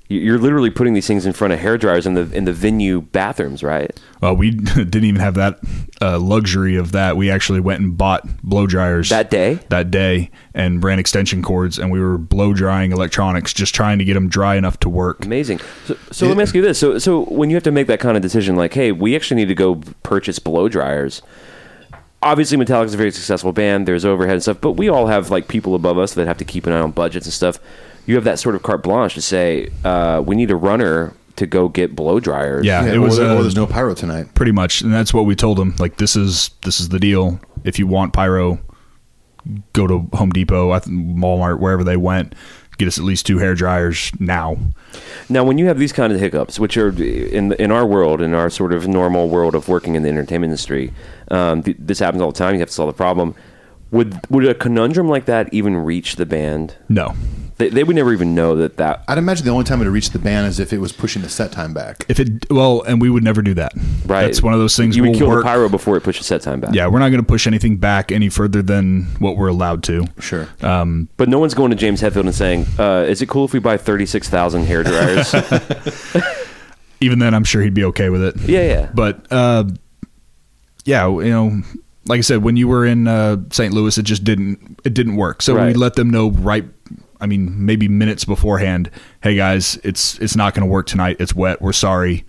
You- You're literally putting these things in front of hair dryers in the in the venue bathrooms, right? Well, we didn't even have that uh, luxury of that. We actually went and bought blow dryers That day? That day, and ran extension cords, and we were blow drying electronics, just trying to get them dry enough to work. Amazing. So, so let me ask you this: so, so when you have to make that kind of decision, like, hey, we actually need to go purchase blow dryers. Obviously, Metallica's a very successful band. There's overhead and stuff, but we all have like people above us that have to keep an eye on budgets and stuff. You have that sort of carte blanche to say uh, we need a runner to go get blow dryers. Yeah, Yeah, it was or, uh, or there's no pyro tonight. pretty much, and that's what we told them. Like this is this is the deal. If you want pyro, go to Home Depot, I th- Walmart, wherever they went. Get us at least two hair dryers now. Now, when you have these kind of hiccups, which are in in our world, in our sort of normal world of working in the entertainment industry, um, th- this happens all the time. You have to solve the problem. Would would a conundrum like that even reach the band? No, They, they would never even know that that. I'd imagine the only time it would reach the ban is if it was pushing the set time back. if it well, and we would never do that. Right. that's one of those things. You would we'll kill work, the pyro before it pushes set time back. Yeah, we're not going to push anything back any further than what we're allowed to. Sure. But no one's going to James Hetfield and saying, uh, is it cool if we buy 36,000 hair dryers? yeah, Even then, I'm sure he'd be okay with it. yeah. But uh, yeah, you know, like I said, when you were in uh, St. Louis, it just didn't it didn't work. So we Right. let them know right. I mean, maybe minutes beforehand. Hey guys, it's it's not going to work tonight. It's wet. We're sorry.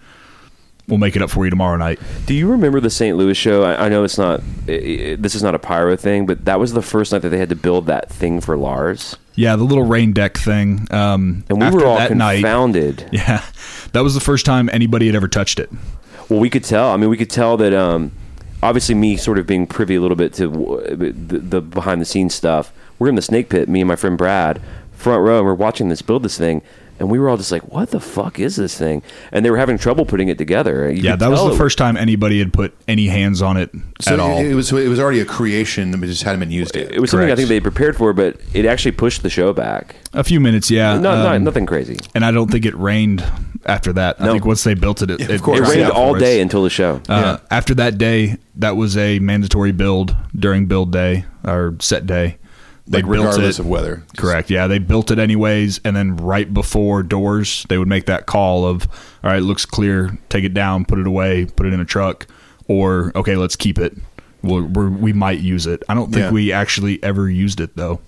We'll make it up for you tomorrow night. Do you remember the St. Louis show? I, I know it's not, i i this is not a pyro thing, but that was the first night that they had to build that thing for Lars. Yeah, the little rain deck thing. Um, And we after were all that night. confounded. Yeah, that was the first time anybody had ever touched it. Well, we could tell. I mean, we could tell that. Um, obviously, me sort of being privy a little bit to w- the, the behind the scenes stuff. We're in the snake pit. Me and my friend Brad, front row, and we're watching this build this thing, and we were all just like, "What the fuck is this thing?" And they were having trouble putting it together. You yeah, could that was tell the it- first time anybody had put any hands on it so at all. It, it was so it was already a creation that just hadn't been used yet. It was something I Correct. think they prepared for, but it actually pushed the show back. a few minutes, yeah. Not, not um, nothing crazy. And I don't think it rained after that. I No. think once they built it, it, it, course. It right rained all day And- until the show. uh, After that day, that was a mandatory build during build day or set day. They like built regardless it- of weather. Correct. Yeah, they built it anyways, and then right before doors, they would make that call of, "All right, looks clear. Take it down, put it away, put it in a truck, or okay, let's keep it. We'll, we're, we might use it." I don't think Yeah. Hmm. we actually ever used it though,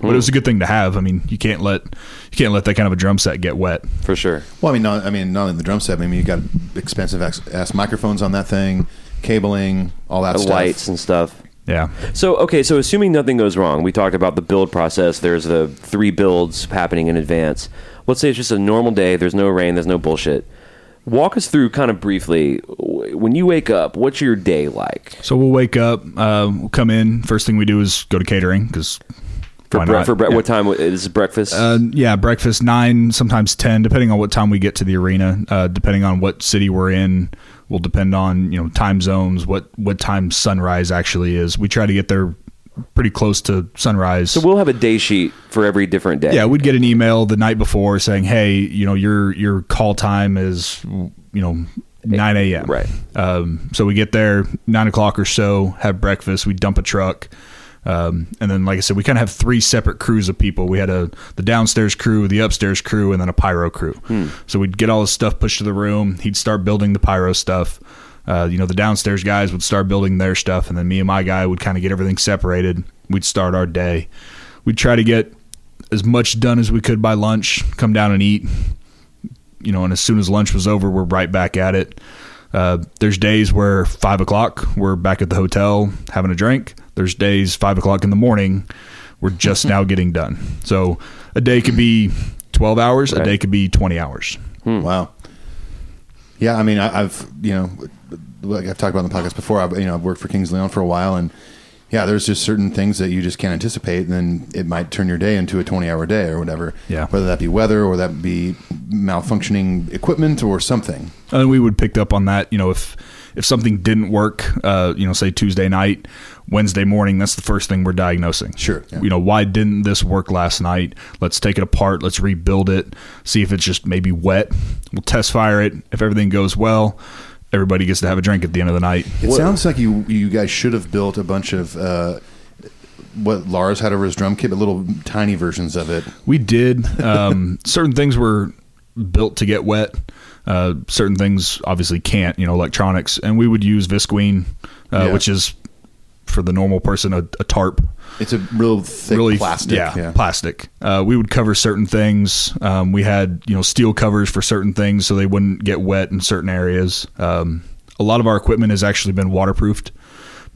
but it was a good thing to have. I mean, you can't let you can't let that kind of a drum set get wet. for sure. Well, I mean, not, I mean, not in the drum set. but I mean, you got expensive ass, ass microphones on that thing, cabling, all that The stuff. lights and stuff. Yeah, So okay, so assuming nothing goes wrong, we talked about the build process. There's the three builds happening in advance. Let's say it's just a normal day. There's no rain. There's no bullshit. Walk us through kind of briefly w- when you wake up. What's your day like so we'll wake up, uh, we'll come in. First thing we do is go to catering because for bre- for bre- what time w- is breakfast? Uh, yeah, breakfast nine, sometimes ten, depending on what time we get to the arena. Uh, depending on what city we're in, will depend on you know time zones, what what time sunrise actually is. We try to get there pretty close to sunrise. so we'll have a day sheet for every different day. yeah, we'd get an email the night before saying, "Hey, you know your your call time is you know." 9 a.m. Right. Um, so we get there nine o'clock or so, have breakfast. We dump a truck, Um, and then, like I said, we kind of have three separate crews of people. We had a the downstairs crew, the upstairs crew, and then a pyro crew. So we'd get all this stuff pushed to the room. He'd start building the pyro stuff. Uh, you know, the downstairs guys would start building their stuff, and then me and my guy would kind of get everything separated. We'd start our day. We'd try to get as much done as we could by lunch. Come down and eat you know, and as soon as lunch was over, we're right back at it. Uh, there's days where five o'clock we're back at the hotel having a drink. There's days five o'clock in the morning we're just now getting done. So a day could be twelve hours, a Right. day could be twenty hours. Wow. Yeah, I mean, I, I've you know, like I've talked about in the podcast before. I've you know, I've worked for Kings Leon for a while, and yeah, there's just certain things that you just can't anticipate, and then it might turn your day into a 20 hour day or whatever. Yeah. Whether that be weather or that be malfunctioning equipment or something. And we would pick up on that, you know, if if something didn't work, uh, you know, say Tuesday night, Wednesday morning, that's the first thing we're diagnosing. Sure, yeah. You know, why didn't this work last night? Let's take it apart, let's rebuild it, see if it's just maybe wet. We'll test fire it. If everything goes well, everybody gets to have a drink at the end of the night. It sounds like you you guys should have built a bunch of uh, what Lars had over his drum kit, but little tiny versions of it. We did. Um, certain things were built to get wet. Uh, certain things obviously can't, you know, electronics. And we would use Visqueen, uh, Yeah. which is for the normal person a, a tarp. It's a real thick plastic. Yeah, plastic. Uh, we would cover certain things. Um, we had you know steel covers for certain things so they wouldn't get wet in certain areas. Um, a lot of our equipment has actually been waterproofed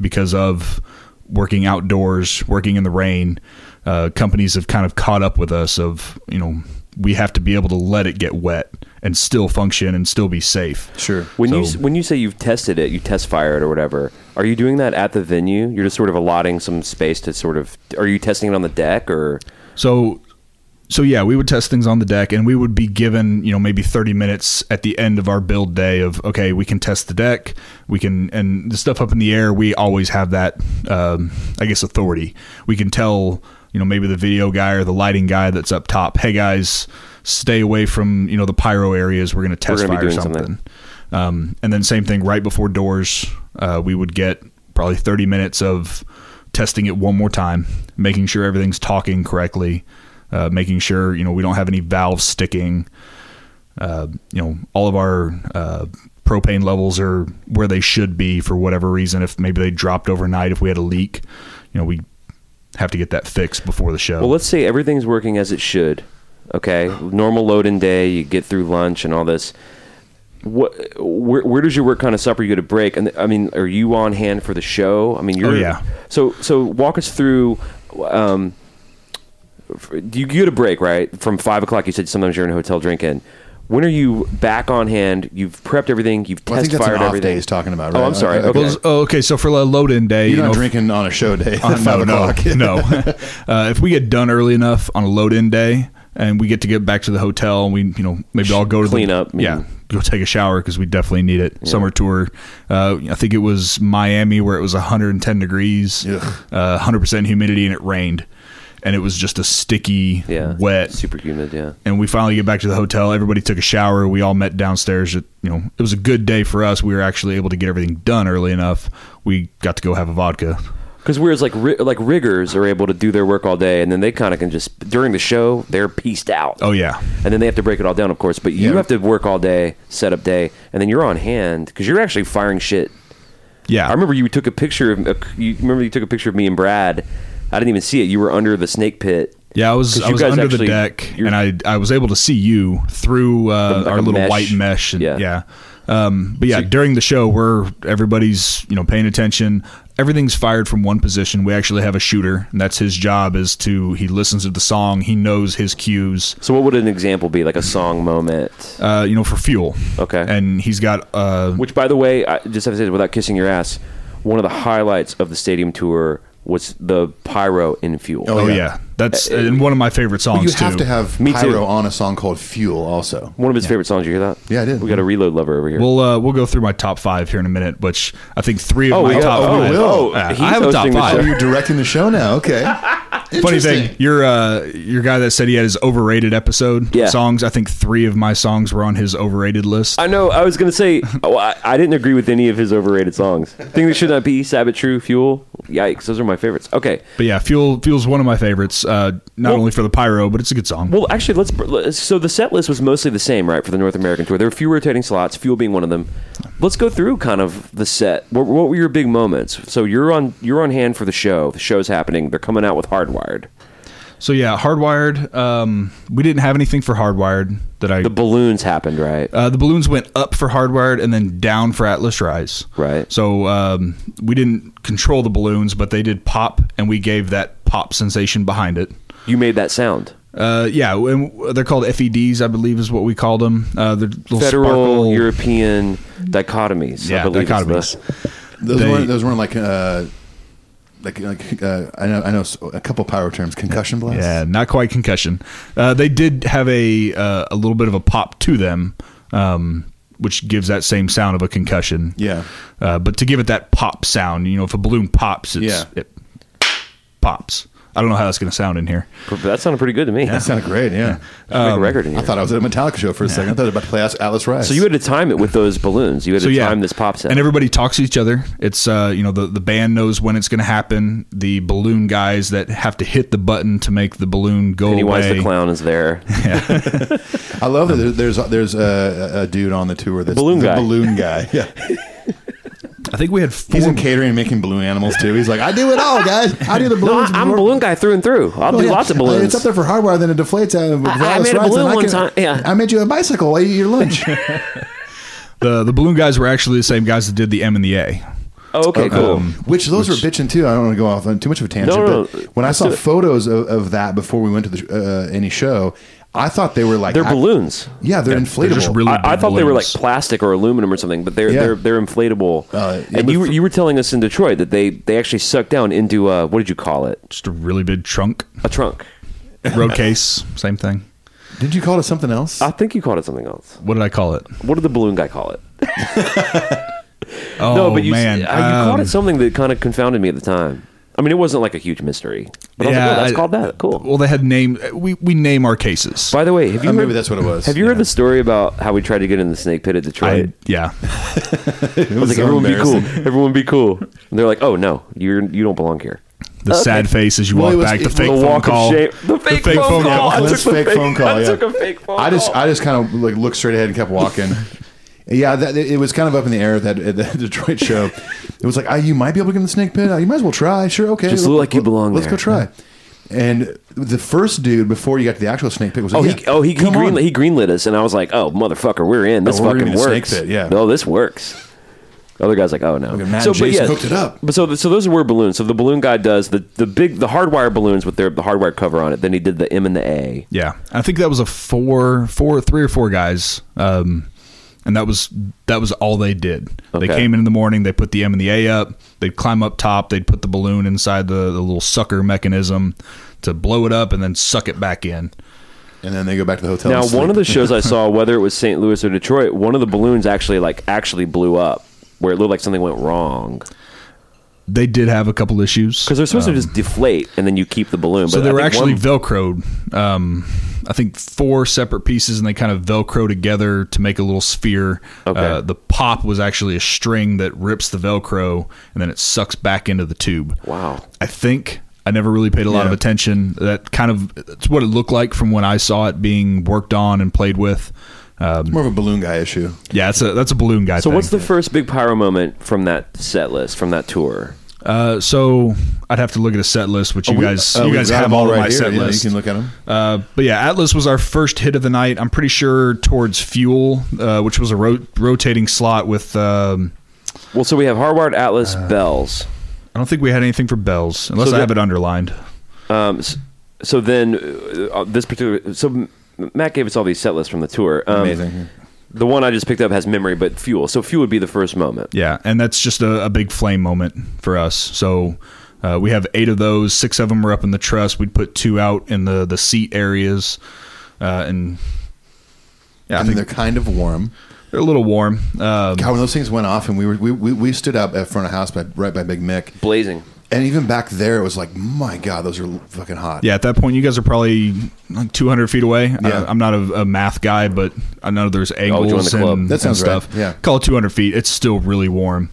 because of working outdoors, working in the rain. Uh, companies have kind of caught up with us. Of you know we have to be able to let it get wet and still function and still be safe. Sure. When So- you when you say you've tested it, you test fire it or whatever. Are you doing that at the venue? You're just sort of allotting some space to sort of. Are you testing it on the deck or? So, so yeah, we would test things on the deck, and we would be given you know maybe thirty minutes at the end of our build day of okay, we can test the deck, we can, and the stuff up in the air, we always have that, um, I guess, authority. We can tell you know maybe the video guy or the lighting guy that's up top, hey guys, stay away from you know the pyro areas. We're gonna test gonna be fire doing something. something. Um, and then same thing right before doors, uh, we would get probably 30 minutes of testing it one more time, making sure everything's talking correctly, uh, making sure you know we don't have any valves sticking. Uh, you know, all of our uh, propane levels are where they should be for whatever reason. If maybe they dropped overnight, if we had a leak, you know, we have to get that fixed before the show. Well, let's say everything's working as it should. Okay, normal load in day. You get through lunch and all this. What? Where, where does your work kind of suffer? You get a break, and I mean, are you on hand for the show? I mean, you're. Oh, yeah. So so walk us through. Um, f- do you get a break right from five o'clock? You said sometimes you're in a hotel drinking. When are you back on hand? You've prepped everything. You've Well, I test think that's an fired off everything. day he's talking about, Oh, right? I'm sorry. Okay. Okay. Well, oh, okay, so for a load in day, You're you not know, drinking on a show day. At Uh, five no, o'clock. no, no. uh, if we get done early enough on a load in day, and we get to get back to the hotel, and we you know maybe I'll go to Clean the, up, Yeah, yeah. go take a shower because we definitely need it. Summer tour. Uh, I think it was Miami where it was 110 degrees, Ugh. uh, 100% humidity, and it rained, and it was just a sticky, yeah. wet, Super humid. Yeah. and we finally get back to the hotel. Everybody took a shower. We all met downstairs. At, you know, it was a good day for us. We were actually able to get everything done early enough. We got to go have a vodka. Because whereas like ri- like riggers are able to do their work all day, and then they kind of can just during the show they're pieced out. Oh yeah, and then they have to break it all down, of course. But you Yeah. have to work all day, setup day, and then you're on hand because you're actually firing shit. yeah. I remember you took a picture of uh, you remember you took a picture of me and Brad. I didn't even see it. You were under the snake pit. Yeah, I was 'Cause I you was guys under the actually- deck, you're- and I I was able to see you through uh, Like our a little mesh. white mesh. And, Yeah. yeah. Um, but yeah, during the show, we're everybody's you know paying attention. Everything's fired from one position. We actually have a shooter, and that's his job. Is to he listens to the song, he knows his cues. So what would an example be? Like a song moment. Uh, you know, for fuel. Okay. And he's got uh, Which, by the way, I just have to say, this without kissing your ass, one of the highlights of the stadium tour was the pyro in fuel. oh, yeah. yeah. that's Uh, and one of my favorite songs You too. have to have Me pyro too. on a song called Fuel also. One of his favorite songs. You hear that? Yeah, I did. We got a reload lover over here. We'll uh, we'll go through my top five here in a minute, which I think three of Oh, my we- top oh, five. we will. Yeah, He's I have a top hosting the five. show. You're directing the show now. Okay. Funny Interesting. thing, your uh, your guy that said he had his overrated episode Yeah. songs. I think three of my songs were on his overrated list. I know. I was gonna say oh, I, I didn't agree with any of his overrated songs. Think they should not be Sabbath True Fuel. Yikes, those are my favorites. Okay, but yeah, Fuel Fuel's one of my favorites. Uh, not Well- only for the pyro, but it's a good song. Well, actually, let's. let's- So the set list was mostly the same, right, for the North American tour. There were a few rotating slots, Fuel being one of them. Let's go through kind of the set. What, what were your big moments? So you're on you're on hand for the show. The show's happening. They're coming out with Hardwired, so yeah, Hardwired. Um, we didn't have anything for Hardwired that I the balloons happened, right? Uh, the balloons went up for Hardwired and then down for Atlas Rise. Right. So um, we didn't control the balloons, but they did pop, and we gave that pop sensation behind it. you made that sound. Uh, yeah, and they're called FEDs, I believe, is what we called them. Uh, they're little Federal sparkle. European dichotomies. I Yeah, believe is dichotomies. the- Those They- weren't. Those weren't like. Uh, like, like uh, I know, I know s- a couple power terms. Concussion blast. Yeah, not quite concussion. Uh, they did have a uh, a little bit of a pop to them, um, which gives that same sound of a concussion. Yeah. Uh, but to give it that pop sound, you know, if a balloon pops, it's, Yeah. it pops. I don't know how that's going to sound in here. That sounded pretty good to me. That sounded great. Yeah. Let's Um, make a record in I here. thought I was at a Metallica show for a second. I thought I was about to play Alice- Alice Rice. so you had to time it with those balloons. You had So to yeah, time this pop sound. and everybody talks to each other. It's uh, you know the the band knows when it's going to happen. The balloon guys that have to hit the button to make the balloon go Pennywise away. the clown is there. I love that. There's there's, there's a, a- a dude on the tour that's Balloon the guy. balloon guy. Yeah. I think we had four. He's in catering and making balloon animals too. He's like, I do it all, guys. I do the No, balloons. I- I'm a balloon guy through and through. I'll Oh, do yeah. lots of Uh, balloons. It's up there for hardwire, then it deflates out of I- I Alice made a Rice, and balloon I one time, yeah. I made you a bicycle while you eat your lunch. the the balloon guys were actually the same guys that did the M and the A. oh, okay, cool. Which those were bitching too. I don't want to go off on too much of a tangent. No, no, but no. when I Let's saw do it. photos of, of that before we went to the, uh, any show, I thought they were like They're I- balloons. Yeah, they're They're inflatable. just really I, I big thought they were like balloons. plastic or aluminum or something, but they're Yeah. they're they're inflatable. Uh, yeah, and but you were, for- you were telling us in Detroit that they they actually suck down into uh, what did you call it? just a really big trunk A trunk. road case. Same thing. Did you call it something else? I think you called it something else. What did I call it? What did the balloon guy call it? Oh no, but you s- man, uh, you called it Um, something that kind of confounded me at the time. I mean, it wasn't like a huge mystery. But I was like, oh, that's I- called that. Cool. Well, they had name. We we name our cases. By the way, have you Uh, heard, maybe that's what it was. Have you heard the story about how we tried to get in the snake pit at Detroit? I, yeah, I was like, so everyone be cool. embarrassing. Everyone be cool. And they're like, oh no, you're you don't belong here. the sad face as you Well, walk it was- back. The it- fake the phone walk of call. shame. The fake phone call. I Clint's took the fake fake- phone call. I yeah. took a fake phone I just, call. I just kind of like looked straight ahead and kept walking. yeah, that, it was kind of up in the air that at the Detroit show. It was like, ah, you might be able to get in the snake pit. Ah, You might as well try. Sure, okay. Just look like you belong Let's there. go try. And the first dude before you got to the actual snake pit was Oh, like, he, "Yeah, oh, he, he, come on." greenlit, he greenlit us, and I was like, "Oh, motherfucker, we're in. This Oh, we're gonna fucking be the snake works. pit, yeah. No, this works." The other guy's like, "Oh no." Matt and Jason hooked it up. But so, so those were balloons. So the balloon guy does the the big the hardwire balloons with their the hardwire cover on it. Then he did the M and the A. Yeah, I think that was a four, four, three or four guys, um, and that was that was all they did. Okay. They came in in the morning, they put the M and the A up, they'd climb up top, they'd put the balloon inside the, the little sucker mechanism to blow it up and then suck it back in. And then they go back to the hotel. Now, and sleep. one of the shows I saw, whether it was St. Louis or Detroit, one of the balloons actually like actually blew up, where it looked like something went wrong They did have a couple issues because they're supposed to just deflate and then you keep the balloon. Oh. so but they I were think actually one- velcroed. Um, I think four separate pieces, and they kind of velcro together to make a little sphere. Okay. Uh, the pop was actually a string that rips the velcro, and then it sucks back into the tube. Wow. I think I never really paid a lot of Yeah. attention. That kind of it's what it looked like from when I saw it being worked on and played with. It's more of a balloon guy issue. Yeah, that's a that's a balloon guy. So thing. what's the first big pyro moment from that set list from that tour? uh, so? I'd have to look at a set list, which you We- guys uh, you we've guys got have them all of right my here. set Yeah, list. You can look at them. Uh, but yeah, Atlas was our first hit of the night. I'm pretty sure towards Fuel, uh, which was a ro- rotating slot with. Um, Well, so we have Hardwired Atlas Uh. Bells. I don't think we had anything for bells, unless So I the- have it underlined. Um, s- so then uh, uh, this particular so M- Matt gave us all these set lists from the tour. Um, Amazing. The one I just picked up has memory, but fuel. So fuel would be the first moment. Yeah, and that's just a, a big flame moment for us. So uh, we have eight of those. Six of them were up in the truss. We'd put two out in the the seat areas, uh, and yeah, I and think they're kind of warm. they're a little warm. Um, God, when those things went off, and we were we, we, we stood up at front of house by right by Big Mick, Blazing. And even back there, it was like, my God, those are fucking hot. Yeah, at that point, you guys are probably like 200 feet away. Yeah. I, am not a, a math guy, but I know there's Oh, join angles the club. and, That and sounds right. stuff. Yeah. Call it 200 feet. It's still really warm.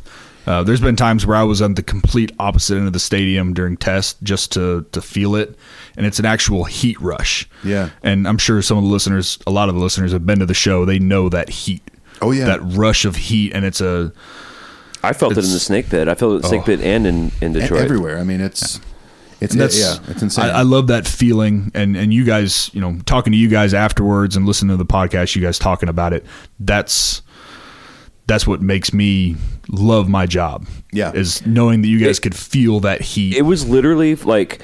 Uh, there's been times where I was on the complete opposite end of the stadium during tests just to, to feel it. And it's an actual heat rush. Yeah. And I'm sure some of the listeners, a lot of the listeners have been to the show. They know that heat. Oh, yeah. That rush of heat. And it's a, I felt it in the It's- snake pit. I felt it in the snake pit and in, in Oh. And Detroit. E-, everywhere. I mean, it's, it's, And that's yeah, it's insane. I, I love that feeling, and and you guys, you know, talking to you guys afterwards and listening to the podcast, you guys talking about it. That's that's what makes me love my job. Yeah. is knowing that you guys It- could feel that heat. It was literally like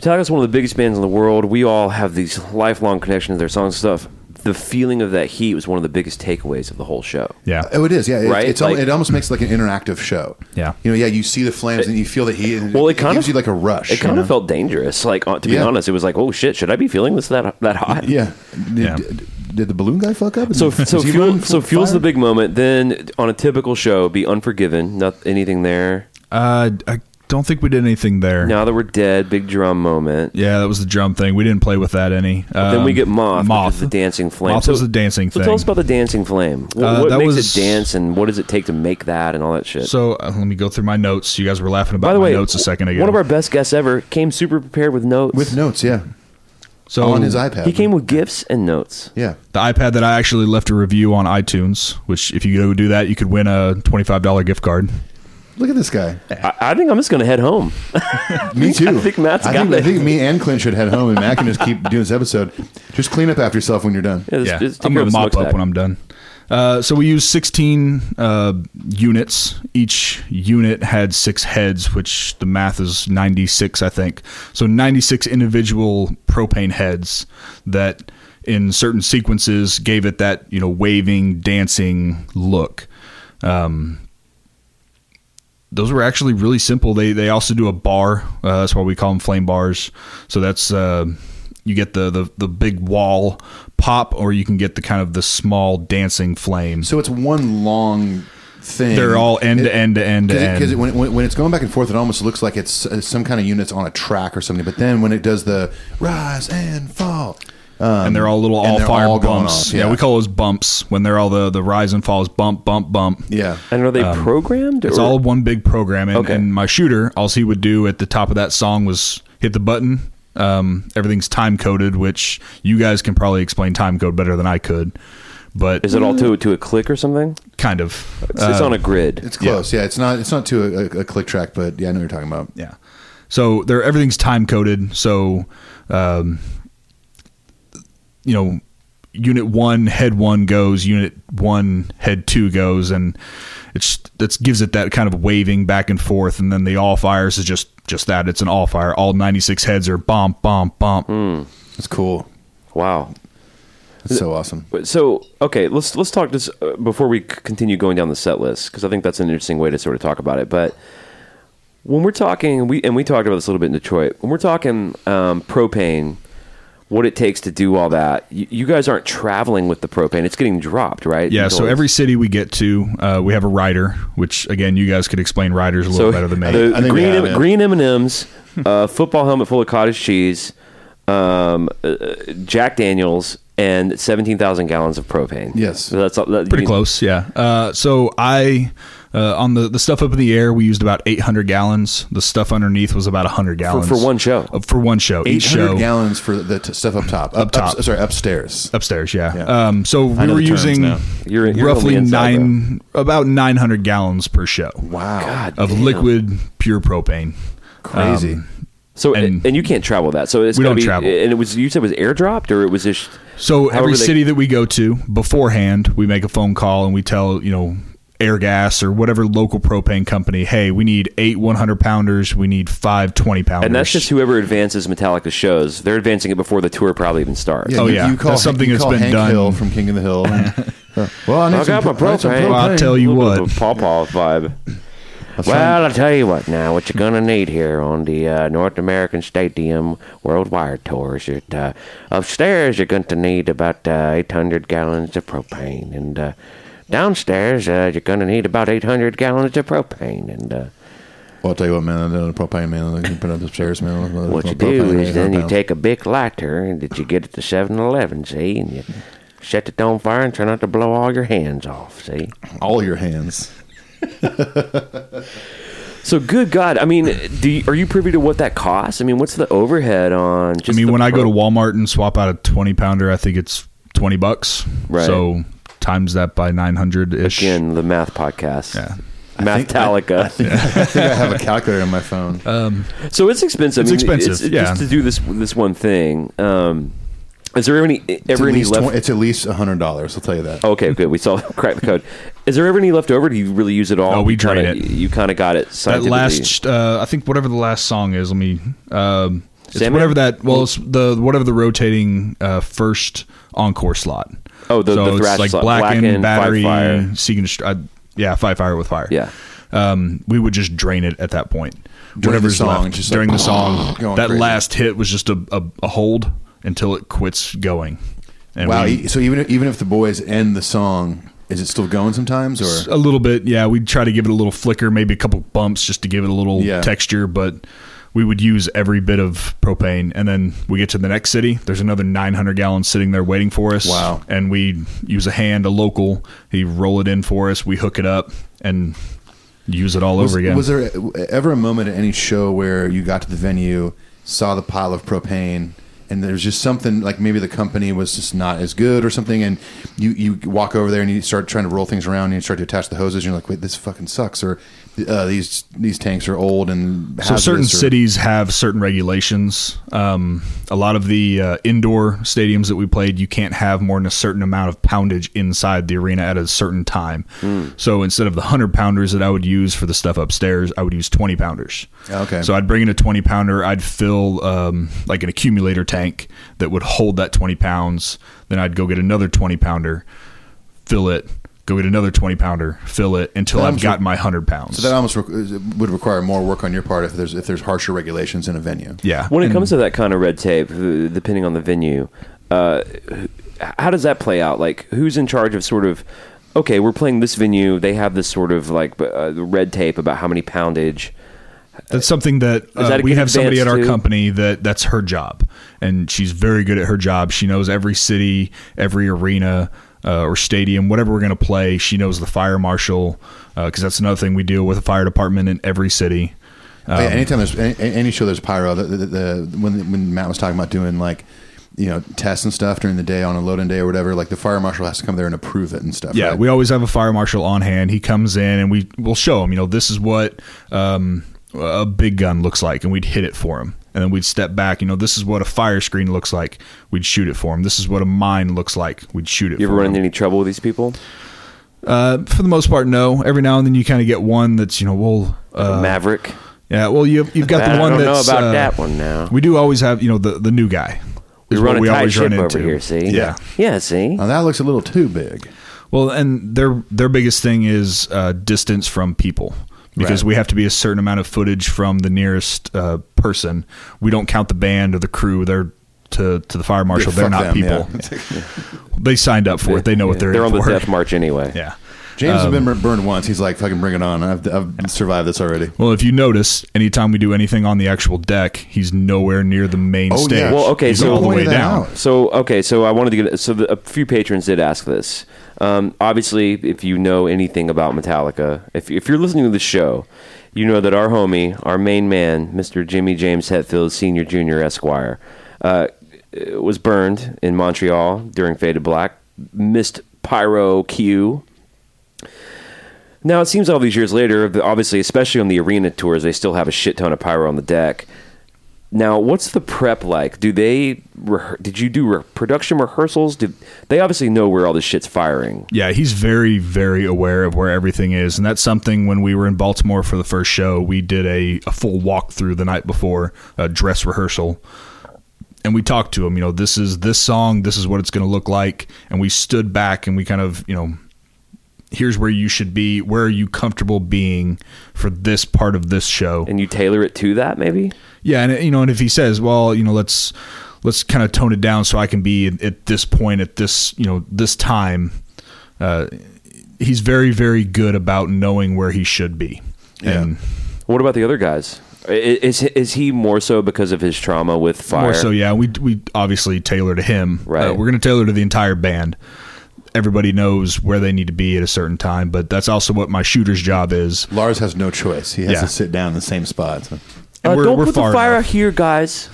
Metallica's one of the biggest bands in the world. We all have these lifelong connections to their songs and stuff. The feeling of that heat was one of the biggest takeaways of the whole show. yeah, Oh, it is. Yeah, it, Right? It's al Like- it almost makes like an interactive show. Yeah. you know, yeah, you see the flames and you feel the heat. And Well, it kind gives of- you like a rush. It you kind know? of felt dangerous. Like uh, to be Yeah. honest, it was like, oh shit, should I be feeling this that that hot? Yeah. Did, Yeah. Did, did the balloon guy fuck up? So Was so he fuel running so from fuel's the fire? big moment. Then on a typical show, be unforgiven. Not anything there. uh, I don't think we did anything there. Now that we're dead, big drum moment. Yeah, that was the drum thing. We didn't play with that any. then we Um, get moth, Moth, moth, the dancing flame. Moth was the dancing so thing. tell us about the dancing flame. What, Uh, what that makes was- it dance, and what does it take to make that, and all that shit. So uh, let me go through my notes. You guys were laughing about By the my way, notes a second ago. One of our best guests ever came super prepared with notes. with notes. Yeah, so on his iPad. he came with gifts and notes. Yeah, The iPad that I actually left a review on iTunes, which if you go do that, you could win a twenty-five dollar gift card. look at this guy. I, I think I'm just gonna head home. Me too. I think Matt's I got think, it. I think me and Clint should head home, and Matt can just keep doing this episode. Just clean up after yourself when you're done. Yeah, this- yeah, this- take I'm care gonna of the mop up smokestack. when I'm done. Uh, so we used 16 uh, units. Each unit had six heads, which the math is 96, I think. So 96 individual propane heads that, in certain sequences, gave it that you know waving, dancing look. those were actually really simple. They they also do a bar. Uh, that's why we call them flame bars. So that's uh, you get the, the the big wall pop, or you can get the kind of the small dancing flame. So it's one long thing. They're all end to end to end to end. Because when, when, when it's going back and forth, it almost looks like it's uh, some kind of units on a track or something. But then when it does the rise and fall, and they're all little and all they're fire all going bumps. off, yeah. yeah. we call those bumps when they're all the the rise and falls bump bump bump. yeah, And are they programmed? um, It's or- all one big program. And, Okay. and my shooter, all he would do at the top of that song was hit the button. Um, everything's time coded, which you guys can probably explain time code better than I could. But Is it all to to a click or something? kind of It's, it's on a grid. it's close. Yeah. it's not it's not to a, a, a click track, but yeah, I know what you're talking about. yeah so they're everything's time coded so um you know unit one head one goes unit one head two goes and it's that gives it that kind of waving back and forth and then the all fires is just just that it's an all fire all 96 heads are bomb bomb bomb Mm, It's cool. Wow. That's so awesome. But so okay, let's let's talk this uh, before we c- continue going down the set list because I think that's an interesting way to sort of talk about it. But when we're talking, we and we talked about this a little bit in Detroit. When we're talking um, propane, what it takes to do all that, you, you guys aren't traveling with the propane; it's getting dropped, right? yeah so Until- every city we get to uh, we have a rider which again you guys could explain riders a little so better than me the I think we green have, M- yeah. green M and M's, uh, football helmet full of cottage cheese, um, uh, Jack Daniels, and seventeen thousand gallons of propane. Yes. so that's all, that, pretty you- close yeah uh, so i uh, on the, the stuff up in the air we used about 800 gallons the stuff underneath was about 100 gallons for one show. Uh, for one show each Eight show hundred gallons for the t- stuff up top. Up, top. ups- sorry, upstairs. upstairs yeah, Yeah. Um, so we know were the terms using now. You're- you're on roughly the inside, nine about 900 gallons per show Wow, God of damn. liquid pure propane crazy. So and, And- and you can't travel that. So it's We gotta don't be, travel. And it was you said it was airdropped or it was just So however every they- city that we go to beforehand, we make a phone call and we tell you know air gas or whatever local propane company, hey, we need eight 100 pounders, we need five 20 pounders, and that's just whoever advances Metallica shows. They're advancing it before the tour probably even starts. Oh, yeah. That's something you that's call been Hank done. Hill from King of the Hill. Uh, well, I, need I some got my pro- I need some propane. Well, I'll tell you A little what. bit of a pawpaw vibe. was Well, trying- I'll tell you what now, what you're going to need here on the uh, North American Stadium Worldwide Tour is that uh, upstairs you're going to need about uh, 800 gallons of propane. And uh, downstairs uh, you're going to need about 800 gallons of propane. And uh, Well, I'll tell you what, man. I did a propane man. I can put it upstairs, man. What you do is then you take a big lighter that you get at the 7 Eleven, see, and you set it on fire and try not to blow all your hands off, see? all your hands. So good God, I mean, do you, are you privy to what that costs? I mean, what's the overhead on? Just I mean, the when I go to pro- Walmart and swap out a 20 pounder, I think it's 20 bucks. Right. So times that by 900 ish. again the math podcast, Yeah. Mathalica. I think I have a calculator on my phone. Uh, So it's expensive. It's I mean, expensive, yeah. Just to do this this one thing. Um, is there any it's, at ever any least left? twen- it's at least hundred dollars. I'll tell you that. okay, good. We saw crack the code. Is there ever any left over? Do you really use it all? No, we You kinda- drain it. You kind of got it. That Scientifically. last, uh, I think whatever the last song is, let me. Um, it's Sandman? whatever that. Well, it's the whatever the rotating uh, first encore slot. Oh, the- so the it's thrash like slot. Blackened, Blackened, Five battery, Fire. seeking, dest- uh, yeah, five fire with fire. Yeah. um, we would just drain it at that point. During Whatever's the song, left. just during like the song, going that crazy. last hit was just a, a, a hold until it quits going. And wow. we- e- So even if, even if the boys end the song, is it still going sometimes? Or a little bit. Yeah, we'd try to give it a little flicker, maybe a couple bumps just to give it a little Yeah. texture, but we would use every bit of propane. And then we get to the next city. There's another 900 gallons sitting there waiting for us. Wow. And we use a hand, a local. He roll it in for us. We hook it up and use it all was, over again. was there ever a moment at any show where you got to the venue, saw the pile of propane, and there's just something like maybe the company was just not as good or something, and you you walk over there and you start trying to roll things around and you start to attach the hoses, and you're like, wait, this fucking sucks, or uh, these these tanks are old and so hazardous certain or- cities have certain regulations. Um, a lot of the uh, indoor stadiums that we played, you can't have more than a certain amount of poundage inside the arena at a certain time. Hmm. So instead of the hundred pounders that I would use for the stuff upstairs, I would use twenty pounders. Oh, Okay. So I'd bring in a twenty pounder. I'd fill um, like an accumulator tank that would hold that twenty pounds. Then I'd go get another twenty pounder, fill it. Go get another twenty pounder, fill it until That I've was- got my hundred pounds. So that almost re- would require more work on your part if there's if there's harsher regulations in a venue. yeah. When it And- comes to that kind of red tape, uh, depending on the venue, uh, h- how does that play out? Like, who's in charge of sort of? Okay, we're playing this venue. They have this sort of like uh, red tape about how many poundage. That's something that, uh, that a we good have somebody at advance our too? company that that's her job, and she's very good at her job. She knows every city, every arena uh, or stadium, whatever we're going to play. She knows the fire marshal because that's another thing we deal with a fire department in every city. Oh, Um, yeah, anytime there's any, any show there's pyro, the, the, the when when Matt was talking about doing like you know tests and stuff during the day on a loading day or whatever, like the fire marshal has to come there and approve it and stuff. Yeah, right? we always have a fire marshal on hand. He comes in and we will show him, you know, this is what um, a big gun looks like, and we'd hit it for him. And then we'd step back, you know, this is what a fire screen looks like. We'd shoot it for him. This is what a mine looks like. We'd shoot it You for ever run him. into any trouble with these people? for the most part, no. Every now and then you kind of get one that's you know well, uh, Maverick. yeah. Well, you you've got I the one don't know that's about uh, that one now. We do always have you know the the new guy. We is run what a we tight always run ship over into. here. See. yeah. Uh, Yeah. See. Now that looks a little too big. Well, and their their biggest thing is uh, distance from people because Right. we have to be a certain amount of footage from the nearest uh, person. We don't count the band or the crew. They're to, to the fire marshal. Yeah, they're fuck not them, people. they signed up for it. They know what they're They're in on the for. death march anyway. Yeah. James has Um, been bur- burned once. He's like, "Fucking bring it on! I've, I've survived this already." Well, if you notice, anytime we do anything on the actual deck, he's nowhere near the main Oh, yeah. stage. Well, okay, he's so- all the way Pointed that down. out. So okay, so I wanted to get so the, a few patrons did ask this. Um, obviously, if you know anything about Metallica, if if you're listening to the show, you know that our homie, our main man, Mr. Jimmy James Hetfield Senior Junior Esquire, uh, was burned in Montreal during Faded Black. Missed pyro cue. Now it seems all these years later, obviously, especially on the arena tours, they still have a shit ton of pyro on the deck. Now, what's the prep like? Do they? Re- did you do re- production rehearsals? Did they obviously know where all this shit's firing? Yeah, he's very, very aware of where everything is. And that's something when we were in Baltimore for the first show, we did a, a full walkthrough the night before, a dress rehearsal. And we talked to him, you know, this is this song, this is what it's going to look like. And we stood back and we kind of, you know, here's where you should be. Where are you comfortable being for this part of this show? And you tailor it to that, maybe. Yeah, and you know, and if he says, "Well, you know, let's let's kind of tone it down so I can be at, at this point at this you know this time," uh, he's very very good about knowing where he should be. Yeah. And What about the other guys? I- Is is he more so because of his trauma with fire? More so, yeah. We we obviously tailor to him. Right. Uh, we're going to tailor to the entire band. Everybody knows where they need to be at a certain time, but that's also what my shooter's job is. Lars has no choice. He has Yeah. to sit down in the same spot. So. And Uh, we're, don't we're put the far fire enough. out here, guys.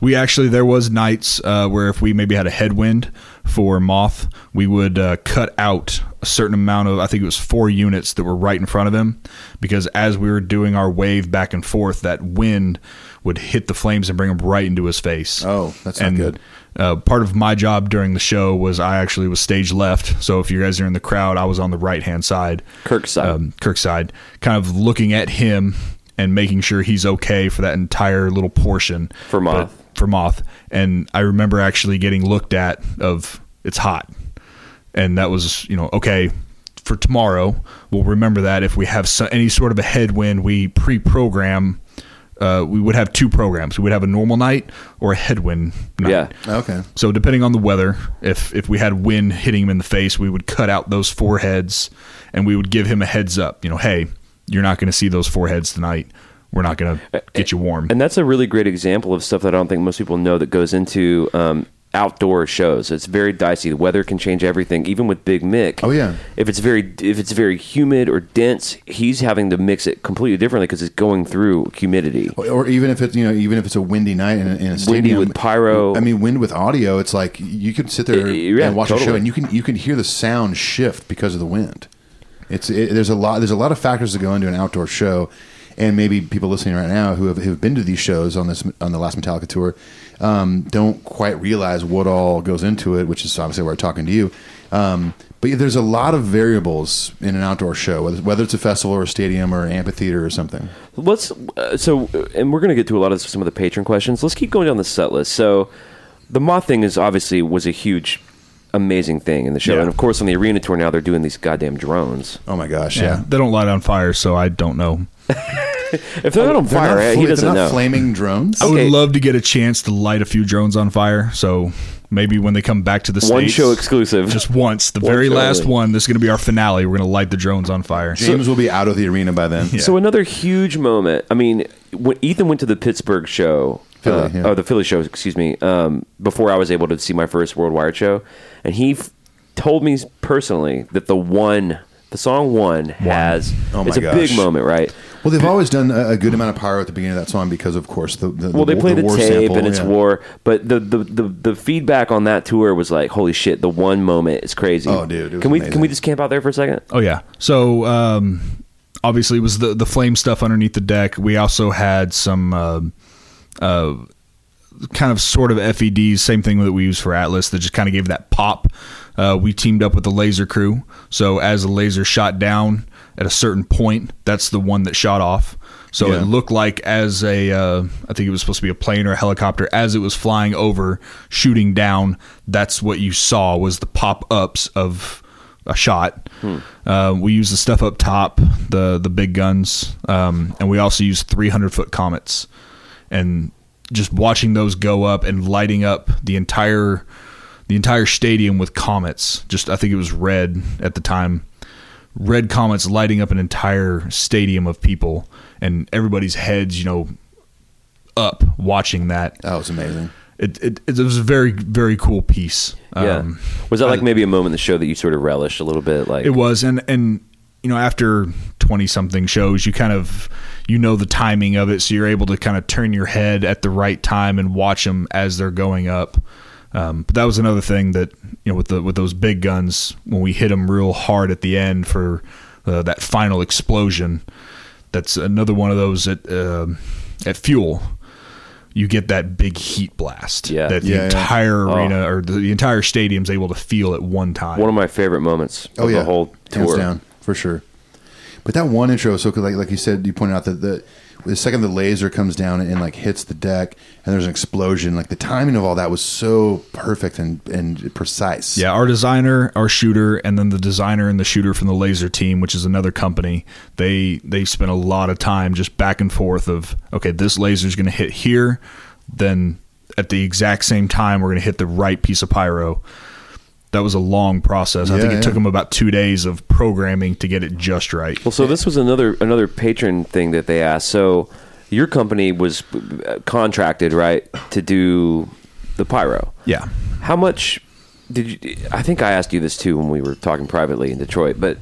We actually there was nights uh, where if we maybe had a headwind for moth, we would uh, cut out a certain amount of I think it was four units that were right in front of him because as we were doing our wave back and forth, that wind would hit the flames and bring them right into his face. Oh, that's not and, good. Uh, part of my job during the show was I actually was stage left, so if you guys are in the crowd, I was on the right hand side, Kirk's side. um, Kirk's side, kind of looking at him and making sure he's okay for that entire little portion For Moth. But- for moth, and I remember actually getting looked at of it's hot, and that was you know okay for tomorrow. We'll remember that if we have so, any sort of a headwind, we pre-program. Uh, we would have two programs. We would have a normal night or a headwind night. Yeah. Okay. So depending on the weather, if if we had wind hitting him in the face, we would cut out those foreheads and we would give him a heads up. You know, hey, you're not going to see those foreheads tonight. We're not going to get you warm. Uh, And that's a really great example of stuff that I don't think most people know that goes into um, outdoor shows. It's very dicey. The weather can change everything, even with Big Mick. Oh, yeah. If it's very if it's very humid or dense, he's having to mix it completely differently because it's going through humidity. Or- Or even if it's you know even if it's a windy night in a, in a stadium, with pyro. I mean, wind with audio. It's like you could sit there Y- y- yeah, and watch a show, totally. and you can you can hear the sound shift because of the wind. It's it, there's a lot there's a lot of factors that go into an outdoor show, and maybe people listening right now who have, who have been to these shows on this on the last Metallica tour um, don't quite realize what all goes into it, which is obviously where I'm talking to you. Um, but yeah, there's a lot of variables in an outdoor show, whether, whether it's a festival or a stadium or an amphitheater or something. Let's uh, so, uh, and we're going to get to a lot of some of the patron questions. Let's keep going down the set list. So, the moth thing is obviously was a huge, amazing thing in the show, Yeah. and of course on the arena tour now they're doing these goddamn drones. Oh my gosh, yeah. yeah. they don't light on fire, so I don't know. If they're not on They're fire, not eh, fl- he they're doesn't not know. Oh, Flaming drones. I Okay. would love to get a chance to light a few drones on fire. So maybe when they come back to the One States- show exclusive. just once, the One very show last only. one. This is going to be our finale. We're going to light the drones on fire. James will be out of the arena by then. Yeah. So another huge moment. I mean, when Ethan went to the Pittsburgh show, Philly, uh, yeah. oh, the Philly show, excuse me, um, before I was able to see my first Worldwide show, and he f- told me personally that the one, the song one, has Oh my it's a gosh. big moment, right? Well, they've always done a, a good amount of pyro at the beginning of that song because, of course, the, the Well, they play the, war tape sample, and it's yeah. war, but the, the the the feedback on that tour was like, holy shit, the one moment is crazy. Oh, dude, it was can we can amazing. we just camp out there for a second? Oh yeah. So um, obviously it was the the flame stuff underneath the deck. We also had some uh, uh, kind of sort of FEDs, same thing that we use for Atlas that just kind of gave that pop. Uh, we teamed up with the laser crew. So as the laser shot down at a certain point, that's the one that shot off. So Yeah. it looked like as a, uh, I think it was supposed to be a plane or a helicopter, as it was flying over, shooting down. That's what you saw was the pop ups of a shot. Uh, we use the stuff up top, the the big guns, um, and we also use 300 foot comets. And just watching those go up and lighting up the entire the entire stadium with comets. Just I think it was red at the time. Red comets lighting up an entire stadium of people and everybody's heads, you know, up watching that. That was amazing. It, it, it was a very very cool piece. Um, yeah. Was that like maybe a moment in the show that you sort of relished a little bit? Like it was, and and you know, after twenty something shows, you kind of you know the timing of it, so you're able to kind of turn your head at the right time and watch them as they're going up. Um, but that was another thing that you know with the with those big guns when we hit them real hard at the end for uh, that final explosion. That's another one of those at um at fuel. You get that big heat blast Yeah. Oh. that the Yeah, yeah. entire arena or the, the entire stadium's able to feel at one time. one of my favorite moments Oh of yeah, the whole tour. hands down for sure. But that one intro, so 'cause like like you said, you pointed out that the the second the laser comes down and, like hits the deck, and there's an explosion. Like the timing of all that was so perfect and and precise. Yeah, our designer, our shooter, and then the designer and the shooter from the laser team, which is another company. They they spent a lot of time just back and forth of okay, this laser's going to hit here, then at the exact same time we're going to hit the right piece of pyro. that was a long process. I Yeah, think it yeah. took them about two days of programming to get it just right. Well, so this was another another patron thing that they asked. So your company was uh, contracted, right, to do the pyro. Yeah. How much did you? I think I asked you this too when we were talking privately in Detroit, but.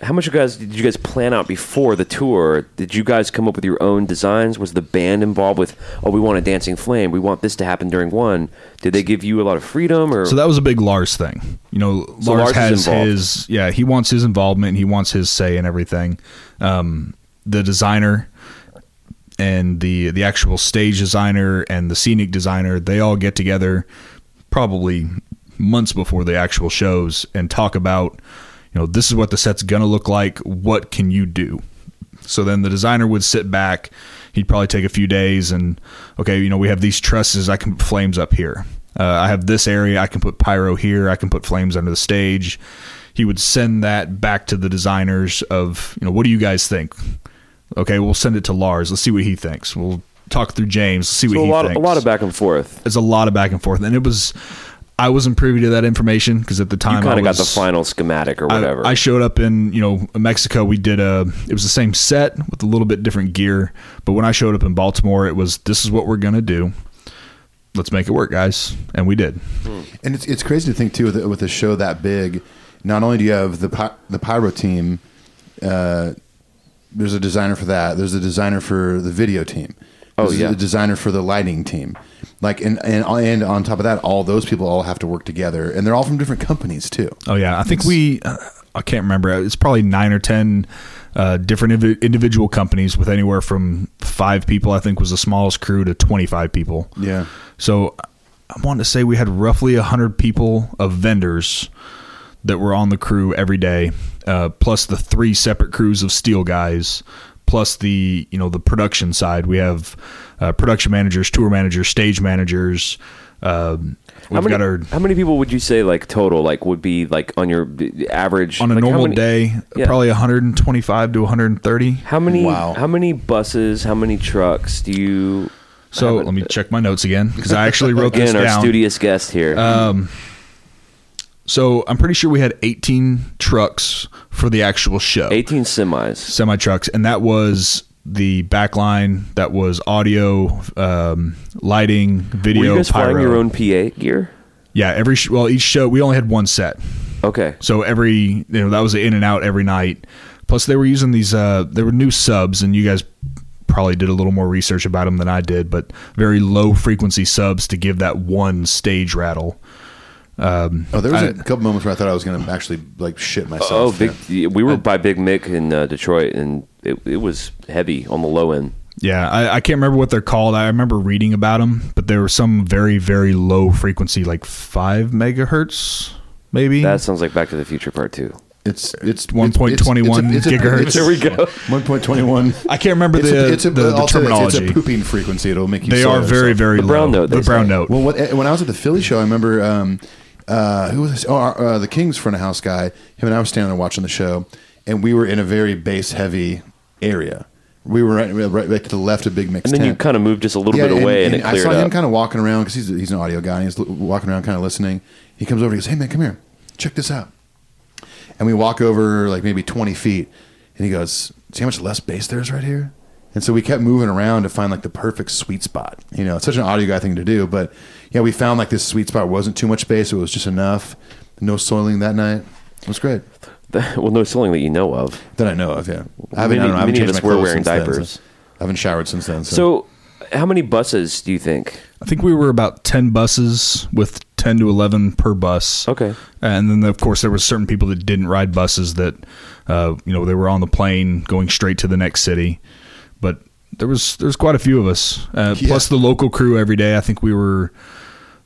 How much you guys did you guys plan out before the tour? Did you guys come up with your own designs? Was the band involved with? Oh, we want a dancing flame. We want this to happen during one. Did they give you a lot of freedom? Or So that was a big Lars thing. You know, So Lars, Lars is has involved. his yeah, he wants his involvement, he wants his say in everything. Um, the designer and the the actual stage designer and the scenic designer, they all get together probably months before the actual shows and talk about, you know, this is what the set's going to look like, what can you do? So then the designer would sit back. He'd probably take a few days and okay, you know, we have these trusses. I can put flames up here. Uh, I have this area. I can put pyro here. I can put flames under the stage. He would send that back to the designers of you know what do you guys think? Okay, we'll send it to Lars. Let's see what he thinks. We'll talk through James. Let's see So what a he lot thinks a lot of back and forth. it's a lot of back and forth, and it was. I wasn't privy to that information because at the You time kind I of got the was- final schematic or I- whatever. I, showed up in you know Mexico. We did a. It was the same set with a little bit different gear, but when I showed up in Baltimore, it was this is what we're gonna do. Let's make it work, guys, and we did. And it's, it's crazy to think too with a, with a show that big. Not only do you have the py- the pyro team, uh, there's a designer for that. There's a designer for the video team. Oh, There's yeah. a designer for the lighting team. Like and, and and on top of that, all those people all have to work together, and they're all from different companies too. Oh yeah, I think we. Uh, I can't remember. It's probably nine or ten uh, different invi- individual companies with anywhere from five people. I think was the smallest crew to twenty five people. Yeah. So I want to say we had roughly 100 people of vendors that were on the crew every day, uh, plus the three separate crews of steel guys, plus the you know the production side. We have uh, production managers, tour managers, stage managers. Um, we've how many, got our how many people would you say like total like would be like on your d- average on a like, how normal many- day yeah. probably 125 to 130. How many? Wow. How many buses? How many trucks do you? So have a- let me check my notes again because I actually wrote this Again, our down. Uh, studious guest here. So I'm pretty sure we had 18 trucks for the actual show. Eighteen semis. semi trucks, and that was the back line. That was audio, um, lighting, video. Were you guys pyro. flying your own PA gear? Yeah, every sh- well, each show we only had one set, Okay. so every you know that was in and out every night. Plus, they were using these. Uh, there were new subs, and you guys probably did a little more research about them than I did, but very low frequency subs to give that one stage rattle. Oh, there was I- a couple moments where I thought I was going to actually like shit myself. Oh, big. We were by Big Mick in uh, Detroit, and it, it was heavy on the low end. Yeah, I, I can't remember what they're called. I remember reading about them, but there were some very, very low frequency, like five megahertz, maybe. That sounds like Back to the Future Part Two. It's it's it's- 1.21 it's a- it's a- gigahertz. it's a- There we go. 1.21. I can't remember It's the, a, it's a, the, the I'll tell you, it's- terminology. It's a pooping frequency. It'll make you. they soil are very, yourself. very The brown low. note, they The brown say. note. Well, what, eh, when I was at the Philly show, I remember um, uh, who was oh, uh, the Kings front of house guy. Him and I were standing there watching the show, and we were in a very bass heavy area. We were right, right, right to the left of Big Mix. And then you tent. kind of moved just a little bit away, and, it I cleared saw up. him kind of walking around because he's he's an audio guy. And he's l- walking around, kind of listening. He comes over. He goes, "Hey man, come here, check this out." And we walk over like maybe twenty feet, and he goes, "See how much less bass there is right here." And so we kept moving around to find like the perfect sweet spot. You know, it's such an audio guy thing to do, but yeah, we found like this sweet spot wasn't too much bass; it was just enough. No soiling that night. It was great. well, no, it's something that you know of. That I know of. Yeah, I haven't. I Many- don't know, I haven't many of changed us my were clothes wearing since then, so- diapers. I haven't showered since then. So, So, how many buses do you think? I think we were about 10 buses with 10 to 11 per bus. Okay. And then, of course, there were certain people that didn't ride buses that, uh, you know, they were on the plane going straight to the next city. But there was there's quite a few of us, uh, Yeah. plus the local crew every day. I think we were,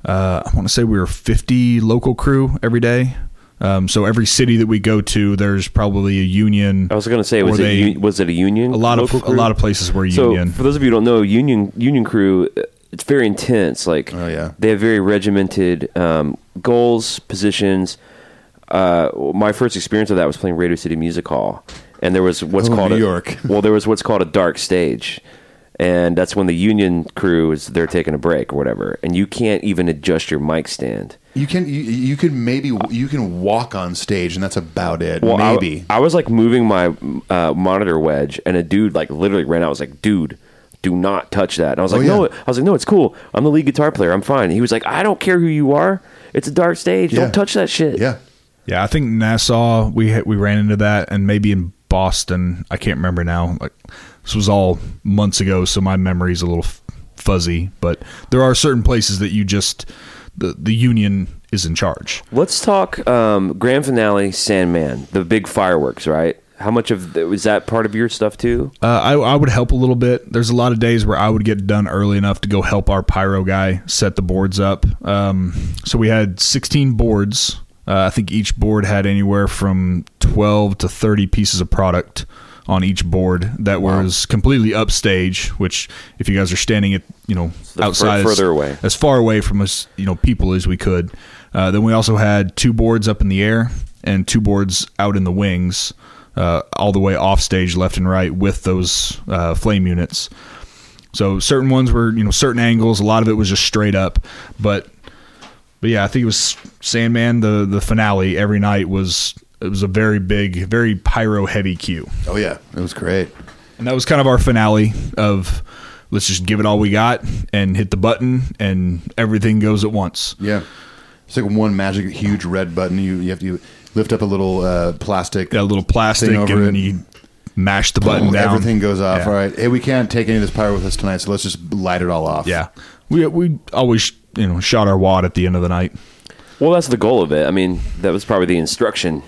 uh, I want to say we were 50 local crew every day. Um, so every city that we go to, there's probably a union. I was going to say, was or it they- u- was it a union? a lot of local a crew? lot of places were So union. for those of you who don't know, union union crew, uh, it's very intense. Like, Oh, yeah. they have very regimented um, goals, positions. Uh, my first experience of that was playing Radio City Music Hall, and there was what's Oh, called New a, York. well, there was what's called a dark stage, and that's when the union crew is they're taking a break or whatever, and you can't even adjust your mic stand. You can you, you can maybe you can walk on stage and that's about it. Well, I- maybe I, was like moving my uh, monitor wedge, and a dude like literally ran out. I was like, dude. Do not touch that. And I was like, Oh, yeah. no. I was like, no. It's cool. I'm the lead guitar player. I'm fine. He was like, I don't care who you are. It's a dark stage. Yeah. Don't touch that shit. yeah. Yeah, I think Nassau we ha- we ran into that, and maybe in Boston, I can't remember now. Like this was all months ago, so my memory's a little f- fuzzy. But there are certain places that you just the the union is in charge. Let's talk um, grand finale, Sandman, the big fireworks, right? How much of the, was that part of your stuff too? Uh, I I would help a little bit. There's a lot of days where I would get done early enough to go help our pyro guy set the boards up. Um, so we had 16 boards. Uh, I think each board had anywhere from 12 to 30 pieces of product on each board that was completely upstage. Which, if you guys are standing at you know the outside fur- as- further away. as far away from us, you know, people as we could. Uh, then we also had two boards up in the air and two boards out in the wings, uh, all the way off stage, left and right, with those uh, flame units. So certain ones were, you know, certain angles. A lot of it was just straight up, but but yeah, I think it was Sandman. The the finale every night was it was a very big, very pyro heavy cue. Oh yeah, it was great. And that was kind of our finale of let's just give it all we got and hit the button and everything goes at once. Yeah, it's like one magic huge red button. You you have to lift up a little uh, plastic. That little plastic Thing and over it. Oh, you mash the button down. Everything goes off. Yeah. All right. Hey, we can't take any of this power with us tonight, so let's just light it all off. Yeah. We we always you know shot our wad at the end of the night. Well, that's the goal of it. I mean, that was probably the instruction.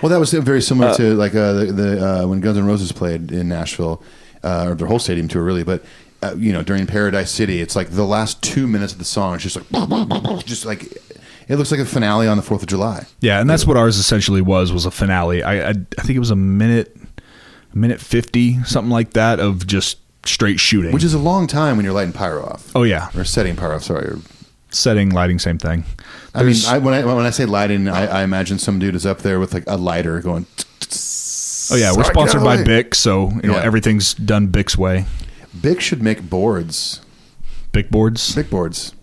Well, that was very similar to like uh, the, the uh, when Guns N' Roses played in Nashville, uh, or their whole stadium tour, really. But uh, you know, during Paradise City, it's like the last two minutes of the song is just like, just like it looks like a finale on the Fourth of July. Yeah, and that's what ours essentially was was a finale. I I, I think it was a minute a minute 50 something like that of just straight shooting. Which is a long time when you're lighting pyro off. Oh yeah. Or setting pyro off, sorry. Or, Setting, lighting, same thing. I mean, There's- I, when, I, when I say lighting, I, I imagine some dude is up there with like a lighter going. Oh yeah, Sorry, we're get sponsored out by of the way. Bic, so you know Yeah. everything's done Bic's way. Bic should make boards. Bic boards. Bic boards.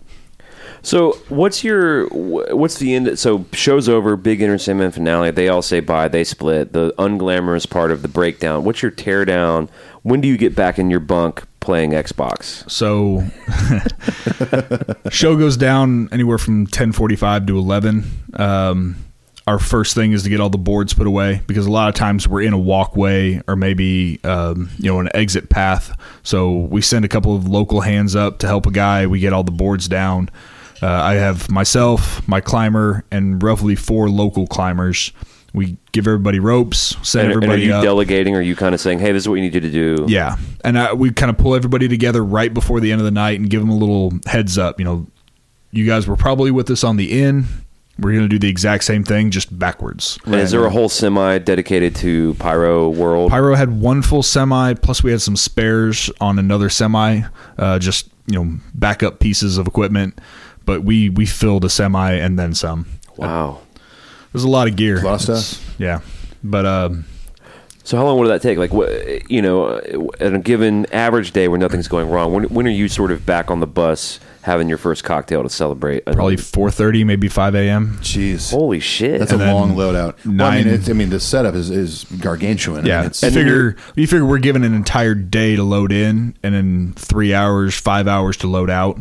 So, what's your wh- what's the end? So, show's over. Big Inner Sandman finale. They all say bye. They split. The unglamorous part of the breakdown. What's your teardown? When do you get back in your bunk playing Xbox? So show goes down anywhere from 10:45 to 11. Um, our first thing is to get all the boards put away because a lot of times we're in a walkway or maybe um, you know an exit path. So we send a couple of local hands up to help a guy. We get all the boards down. Uh, I have myself, my climber, and roughly four local climbers. We give everybody ropes, send And, and are everybody you up. delegating? Or are you kind of saying, "Hey, this is what you need you to do"? Yeah, and I, we kind of pull everybody together right before the end of the night and give them a little heads up. You know, you guys were probably with us on the inn. We're going to do the exact same thing, just backwards. And is there a whole semi dedicated to Pyro World? Pyro had one full semi, plus we had some spares on another semi, uh, just you know backup pieces of equipment. But we we filled a semi and then some. wow. There's a lot of gear. lot of stuff. It's- Yeah, but um, So how long would that take? Like, what you know, uh, at a given average day where nothing's going wrong, when when are you sort of back on the bus having your first cocktail to celebrate? a- probably 4:30, maybe 5 a.m. Jeez. holy shit! That's And a then long loadout. Well, I nine- mean, it's, I mean, the setup is, is gargantuan. I Yeah, mean, you it's, figure you figure we're given an entire day to load in, and then three hours, five hours to load out,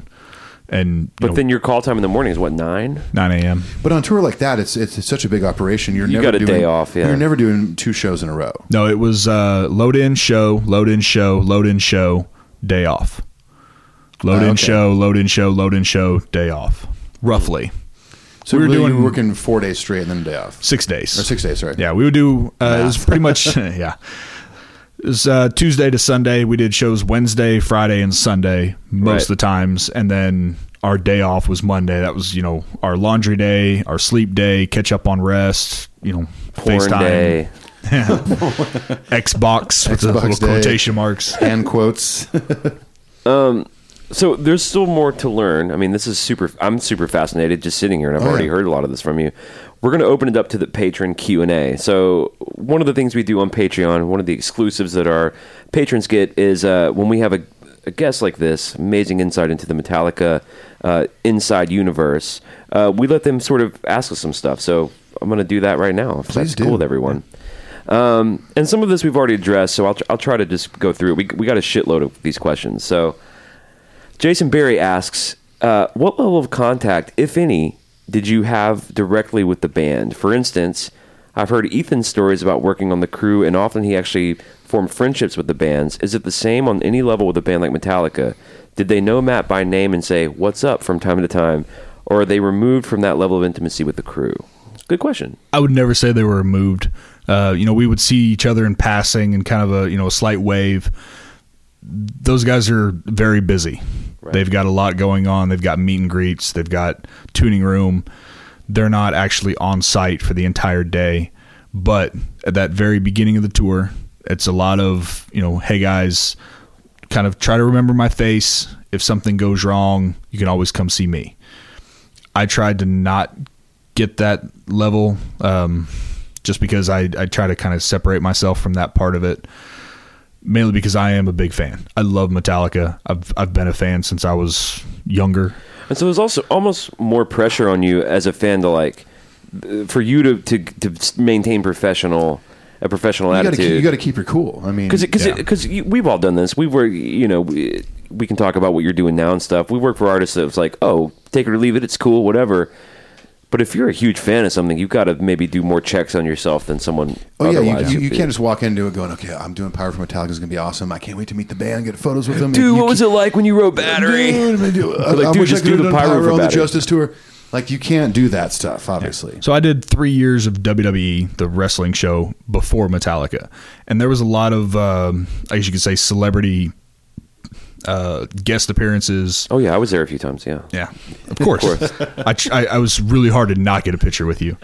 and you but know, then your call time in the morning is what nine? nine a.m. but on tour like that, it's it's, it's such a big operation. You're You never got a doing, day off, yeah. You're never doing two shows in a row. No, it was uh, load in, show, load in, show, load in, show, day off. Load Ah, in, okay. show, load in, show, load in, show, day off. Roughly So We were really, you're doing- working four days straight and then a day off six days or six days. Sorry. Yeah, we would do. Uh, It was pretty much yeah. It was uh, Tuesday to Sunday. We did shows Wednesday, Friday, and Sunday most Right. of the times, and then our day off was Monday. That was you know our laundry day, our sleep day, catch up on rest. You know, Porn FaceTime, day. Xbox with the Xbox little day. quotation marks. Hand quotes. So there's still more to learn. I mean, this is super. I'm super fascinated just sitting here, and I've Oh, already yeah. heard a lot of this from you. We're going to open it up to the patron Q and A. So one of the things we do on Patreon, one of the exclusives that our patrons get is uh, when we have a a guest like this, amazing insight into the Metallica uh, inside universe, uh, we let them sort of ask us some stuff. So I'm going to do that right now. If that's do. cool with everyone. Um, and some of this we've already addressed, so I'll, tr- I'll try to just go through it. We, we got a shitload of these questions. So Jason Berry asks, uh, what level of contact, if any, did you have directly with the band? For instance, I've heard Ethan's stories about working on the crew, and often he actually formed friendships with the bands. Is it the same on any level with a band like Metallica? Did they know Matt by name and say, What's up from time to time? Or are they removed from that level of intimacy with the crew? Good question. I would never say they were removed. Uh, you know, we would see each other in passing and kind of a you know a slight wave. Those guys are very busy. They've got a lot going on. They've got meet and greets. They've got tuning room. They're not actually on site for the entire day. But at that very beginning of the tour, it's a lot of you know, hey guys, kind of try to remember my face. If something goes wrong, you can always come see me. I tried to not get that level um, just because I, I try to kind of separate myself from that part of it mainly because I am a big fan. I love Metallica. I've, I've been a fan since I was younger. And so there's also almost more pressure on you as a fan to like, uh, for you to to, to maintain professional a professional You gotta, attitude. keep, you gotta keep your cool. I mean, because because Yeah. because we've all done this. We were you know we, we can talk about what you're doing now and stuff. We work for artists that was like oh take it or leave it. It's cool, whatever. But if you're a huge fan of something, you've got to maybe do more checks on yourself than someone. Oh yeah, you, otherwise you, would you be. can't just walk into it going, "Okay, I'm doing Power from Metallica. It's gonna be awesome. I can't wait to meet the band, get photos with them." Dude, You what was can't- it like when you wrote Battery? Dude, I, do- I- Like, I dude, wish I just could do have the done Pyro Pyro, for on the Battery. Justice Tour. Like, you can't do that stuff, obviously. So I did three years of WWE, the wrestling show, before Metallica, and there was a lot of, um, I guess you could say, celebrity uh, guest appearances. Oh yeah, I was there a few times. Yeah, Yeah, of course. I, tr- I I was really hard to not get a picture with you.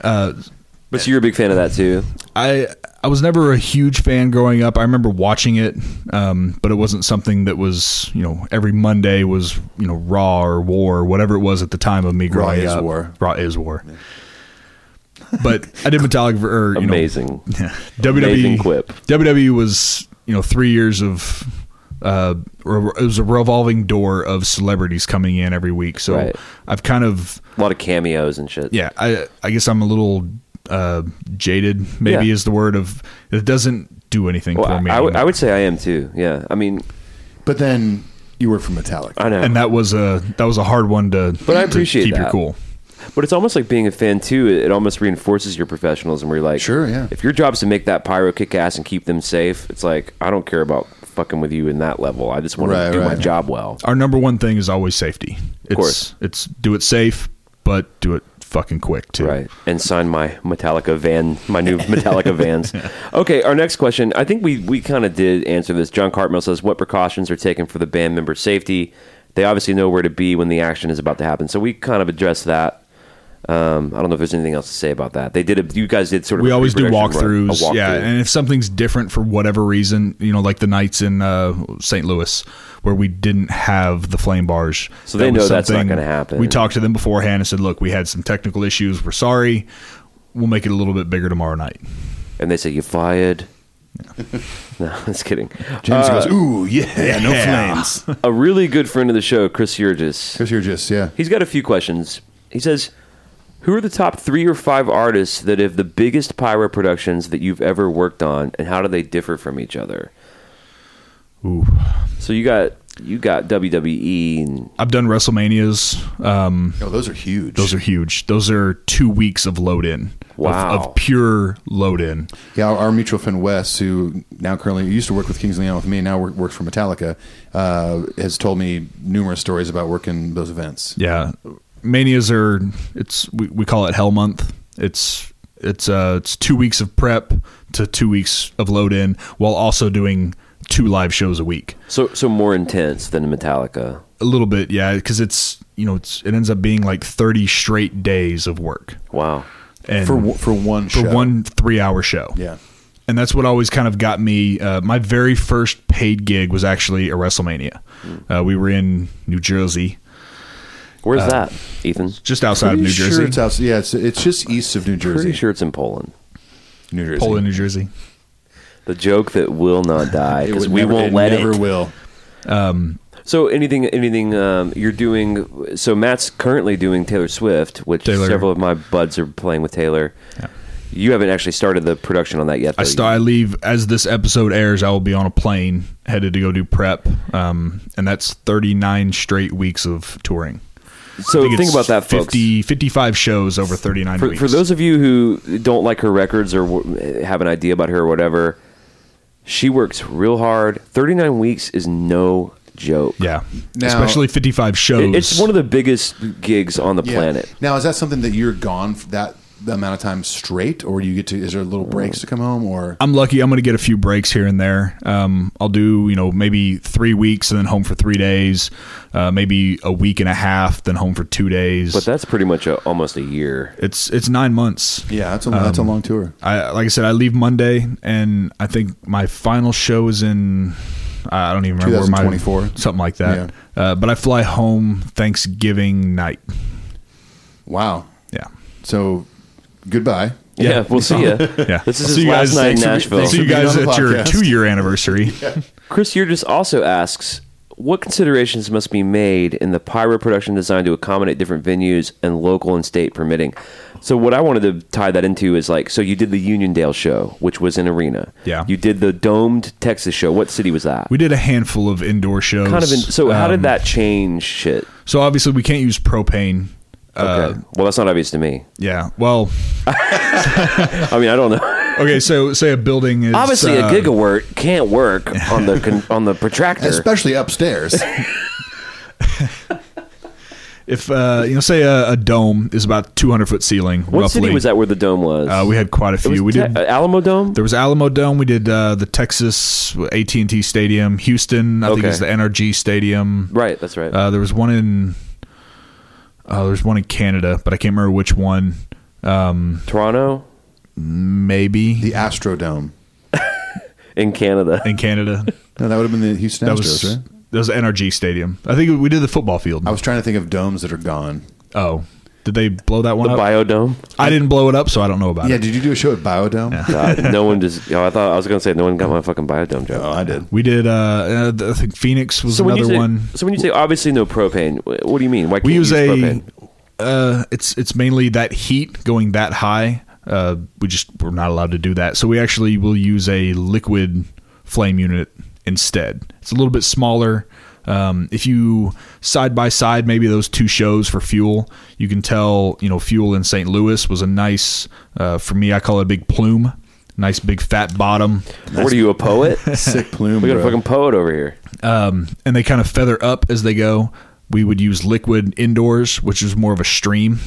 but so you're a big fan of that too. I I was never a huge fan growing up. I remember watching it, um, but it wasn't something that was you know every Monday was you know Raw or War or whatever it was at the time of me Raw growing is up. War. Raw is War. But I did Metallica for or, you know, Amazing. WWE Amazing quip. WWE E was you know three years of uh, re- it was a revolving door of celebrities coming in every week. So Right. I've kind of A lot of cameos and shit. yeah i i guess i'm a little uh jaded maybe Yeah. is the word of it doesn't do anything Well, for me I, I would- I would say I am too. Yeah, I mean, But then you work for Metallica. I know, and that was a that was a hard one to But I to appreciate keep your that. cool but it's almost like being a fan too. It, it almost reinforces your professionalism. Where you're like, Sure, yeah. If your job is to make that pyro kick ass and keep them safe, it's like I don't care about fucking with you in that level. I just want Right, to do my right. job well. our number one thing is always safety it's course. it's do it safe but do it fucking quick too Right. And sign my Metallica van, my new Metallica vans. Okay, our next question. I think we, we kind of did answer this. John Cartmel says, What precautions are taken for the band member safety? They obviously know where to be when the action is about to happen. So we kind of addressed that. Um, I don't know if there's anything else to say about that. They did. A, you guys did sort of. we a always do pre-production run- a walkthroughs yeah walkthrough. and if something's different for whatever reason you know like the nights in uh st louis where we didn't have the flame bars So they That was know that's not something- gonna happen. we talked to them beforehand and said look we had some technical issues we're sorry we'll make it a little bit bigger tomorrow night and they say you fired. No, I'm just kidding. Uh, James goes, "Ooh, yeah, no Uh, yeah." flames." A really good friend of the show, Chris Yurgis. Because you're just yeah. He's got a few questions. He says, "Who are the top three or five artists that have the biggest pyro productions that you've ever worked on, and how do they differ from each other?" Ooh. So you got you got WWE. And, i've done wrestlemanias um Oh, those are huge. those are huge those are two weeks of load in Wow. of, of pure load in Yeah, our, our mutual friend Wes, who now currently used to work with Kings of Leon with me, now work, works for Metallica, uh, has told me numerous stories about working those events. Yeah, manias are it's we, we call it hell month. It's it's uh it's two weeks of prep to two weeks of load in while also doing two live shows a week. so so more intense than Metallica. A little bit, yeah, because it's you know it's it ends up being like thirty straight days of work Wow. and For one- for one for show. one three hour show. Yeah. and that's what always kind of got me. Uh, my very first paid gig was actually a WrestleMania. Mm. Uh, we were in New Jersey, Where's Uh, that, Ethan? just outside of Pretty New sure Jersey, It's outs- yeah, it's, it's just east of New Jersey. Pretty sure it's in Poland. New Jersey. Poland, New Jersey. The joke that will not die because would we never- won't let never it. will. So anything, anything um, you're doing. So Matt's currently doing Taylor Swift, which Taylor. several of my buds are playing with Taylor. You haven't actually started the production on that yet. I though. start. I leave as this episode airs. I will be on a plane headed to go do prep, um, and that's 39 straight weeks of touring. So I think, it's about that, folks. 50, 55 shows over 39 for, weeks. for those of you who don't like her records or w- have an idea about her or whatever, she works real hard. 39 weeks is no joke. yeah, Now- especially 55 shows. It- It's one of the biggest gigs on the Yeah. planet. Now, is that something that you're gone for that amount of time straight, or you get to? Is there little breaks to come home, or I'm lucky. I'm going to get a few breaks here and there. Um, I'll do you know maybe three weeks and then home for three days, uh, maybe a week and a half, then home for two days. But that's pretty much a, almost a year. it's it's nine months. yeah, that's a that's a long tour. I like I said, I leave Monday, and I think my final show is in. I don't even remember where my 2024. something like that. Uh, but I fly home Thanksgiving night. Wow. Yeah, So, goodbye. Yeah, Yeah. we'll see ya. yeah. This is his See you last guys. night in Thanks for- Nashville. See you Thanks guys for being at on the your podcast. two-year anniversary. Chris Yurgis also asks, what considerations must be made in the pyro production design to accommodate different venues and local and state permitting? So what I wanted to tie that into is like, so you did the Uniondale show, which was an arena. Yeah. You did the domed Texas show. What city was that? We did a handful of indoor shows. kind of. In, so how Um, did that change shit? So obviously we can't use propane. Uh, Okay. well, that's not obvious to me. Yeah. Well. I mean, I don't know. Okay. So say a building is Obviously, uh, a gigawort can't work on the con- on the protractor. Especially upstairs. If uh, you know, say a, a dome is about 200 foot ceiling. what roughly. city was that where the dome was? Uh, we had quite a It few. was we Te- did. uh, Alamo Dome. There was Alamo Dome. We did uh, the Texas AT and T Stadium, Houston. I think Okay. it was the NRG Stadium. right. That's right. Uh, there was one in. Uh, there was one in Canada, but I can't remember which one. Toronto Maybe the Astrodome. in Canada. in Canada. No, that would have been the Houston That Astros, was right? that was NRG Stadium. I think we did the football field. I was trying to think of domes that are gone. oh, did they blow that one The up? biodome. I didn't blow it up, so I don't know about Yeah, it. did you do a show at Biodome? God, no one just. You know, I thought I was gonna say no one got my fucking biodome joke. Oh, I did. We did. Uh, uh, I think Phoenix was when another you say, one. So when you say obviously no propane, wh- what do you mean? Why can't We you use a. propane? Uh, it's it's mainly that heat going that high. Uh, we just we're not allowed to do that, so we actually will use a liquid flame unit instead. It's a little bit smaller. Um, if you side by side, maybe those two shows for fuel, you can tell you know fuel in St. Louis was a nice uh, for me. I call it a big plume, nice big fat bottom. What are you a poet? Sick plume. we got a bro. fucking poet over here. and they kind of feather up as they go. We would use liquid indoors, which is more of a stream,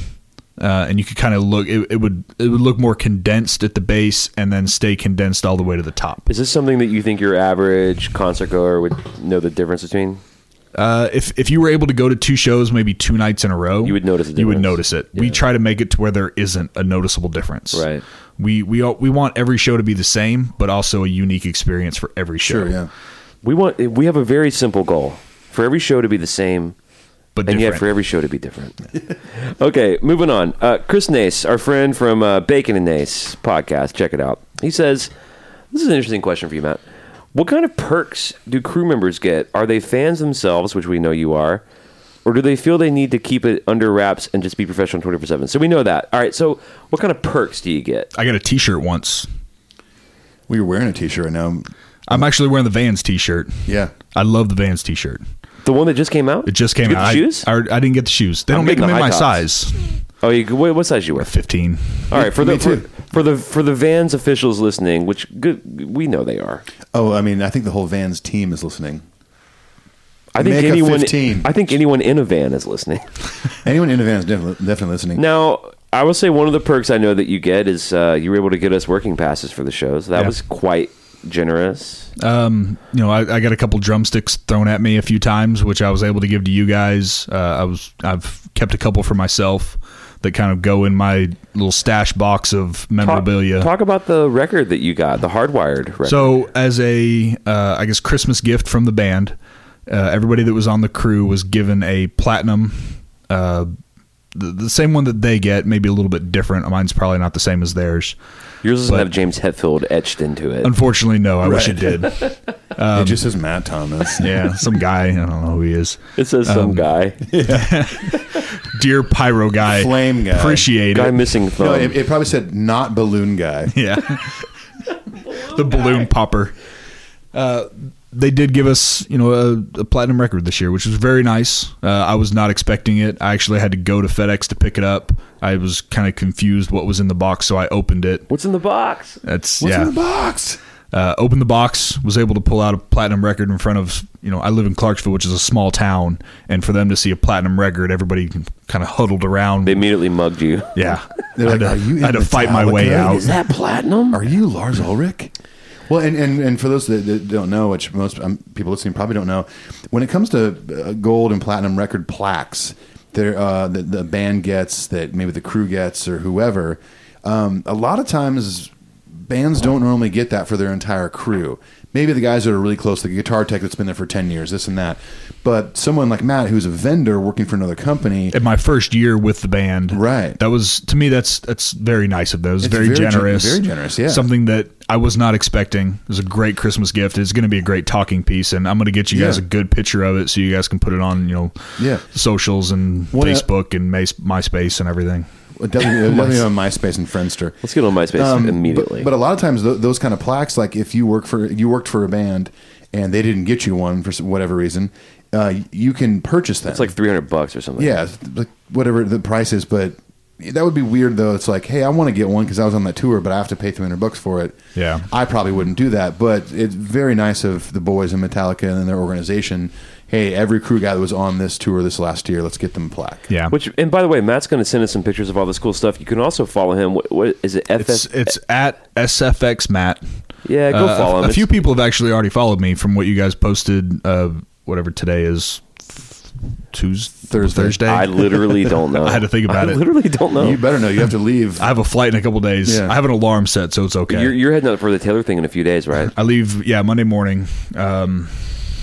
uh, and you could kind of look. It, it would it would look more condensed at the base, and then stay condensed all the way to the top. Is this something that you think your average concert goer would know the difference between? Uh, if if you were able to go to two shows, maybe two nights in a row, You would notice a You would difference. notice it. We try to make it to where there isn't a noticeable difference. Right. We we all, we want every show to be the same, but also a unique experience for every show. Sure, yeah. We want. We have a very simple goal for every show to be the same. But and different. yet for every show to be different. okay, moving on. Uh, Chris Nace, our friend from uh, Bacon and Nace podcast, check it out. He says, "This is an interesting question for you, Matt. What kind of perks do crew members get? Are they fans themselves, which we know you are, or do they feel they need to keep it under wraps and just be professional twenty four seven? So we know that. All right. So what kind of perks do you get? I got a T-shirt once. We were wearing a T-shirt right now. I'm actually wearing the Vans T-shirt. Yeah. I love the Vans T-shirt. The one that just came out. It just came Did you out. Get the I- shoes. I, I didn't get the shoes. They I'm don't make getting them in the my high tops. size. oh, you, what, what size you wear? Fifteen. All right, for Me the for, too. for the for the Vans officials listening, which good we know they are. Oh, I mean, I think the whole Vans team is listening. I think Make a anyone 15. I think anyone in a van is listening. Anyone in a van is definitely, definitely listening. now, I will say one of the perks I know that you get is uh, you were able to get us working passes for the shows. That Yeah. was quite generous. You know, I, I got a couple drumsticks thrown at me a few times, which I was able to give to you guys. Uh, I was I've kept a couple for myself that kind of go in my little stash box of Talk, memorabilia. talk about the record that you got, the hardwired record. So, as a, uh, I guess, Christmas gift from the band, uh, everybody that was on the crew was given a platinum uh, the, the same one that they get, maybe a little bit different. Mine's probably not the same as theirs. Yours doesn't But- have James Hetfield etched into it. Unfortunately, no. I wish it did. it just says Matt Thomas. yeah, some guy. I don't know who he is. It says um, some guy, Dear Pyro guy. Flame guy. Appreciate guy it. missing No, thumb. it, it probably said not balloon guy. Yeah. the balloon popper. Uh, they did give us, you know, a, a platinum record this year, which was very nice. Uh, I was not expecting it. I actually had to go to FedEx to pick it up. I was kind of confused what was in the box, so I opened it. What's in the box? That's What's yeah. in the box? uh, opened the box, was able to pull out a platinum record in front of, you know, I live in Clarksville, which is a small town, and for them to see a platinum record, everybody kind of huddled around. They immediately mugged you. yeah. They're like, I had to, "Are you I had in to fight my way Metallica? out. Is that platinum? Are you Lars Ulrich? Well, and, and, and for those that, that don't know, which most um, people listening probably don't know, when it comes to uh, gold and platinum record plaques, there uh, the, the band gets that maybe the crew gets or whoever. Um, a lot of times, bands don't normally get that for their entire crew. Maybe the guys that are really close, the guitar tech that's been there for ten years, this and that. But someone like Matt, who's a vendor working for another company, in my first year with the band. Right. That was to me that's that's very nice of those. It's Very, very gen- generous. very generous, yeah. Something that I was not expecting. It was a great Christmas gift. It's gonna be a great talking piece and I'm gonna get you guys Yeah. a good picture of it so you guys can put it on, you know, Yeah. socials and Well, uh, Facebook and Mace, MySpace and everything. definitely, definitely on MySpace and Friendster. Let's get on MySpace Um, immediately. But, but a lot of times, th- those kind of plaques, like if you work for you worked for a band and they didn't get you one for s- whatever reason, uh, you can purchase them. it's like 300 bucks or something. yeah, it's like whatever the price is. But that would be weird though. It's like, hey, I want to get one because I was on that tour, but I have to pay three hundred bucks for it. Yeah. I probably wouldn't do that. But it's very nice of the boys in Metallica and their organization. Hey, every crew guy that was on this tour this last year, let's get them a plaque. Yeah. Which, and by the way, Matt's going to send us some pictures of all this cool stuff. You can also follow him. What, what is it? FS? it's it's at SFX Matt. yeah, go Uh, a- follow him. A, It's- few people have actually already followed me from what you guys posted uh whatever today is Tuesday Thursday. Thursday. I literally don't know. I had to think about I it. literally don't know. You better know. You have to leave. I have a flight in a couple days. Yeah. I have an alarm set, so it's okay. You're, you're heading out for the Taylor thing in a few days, right? I leave, yeah, Monday morning. Um,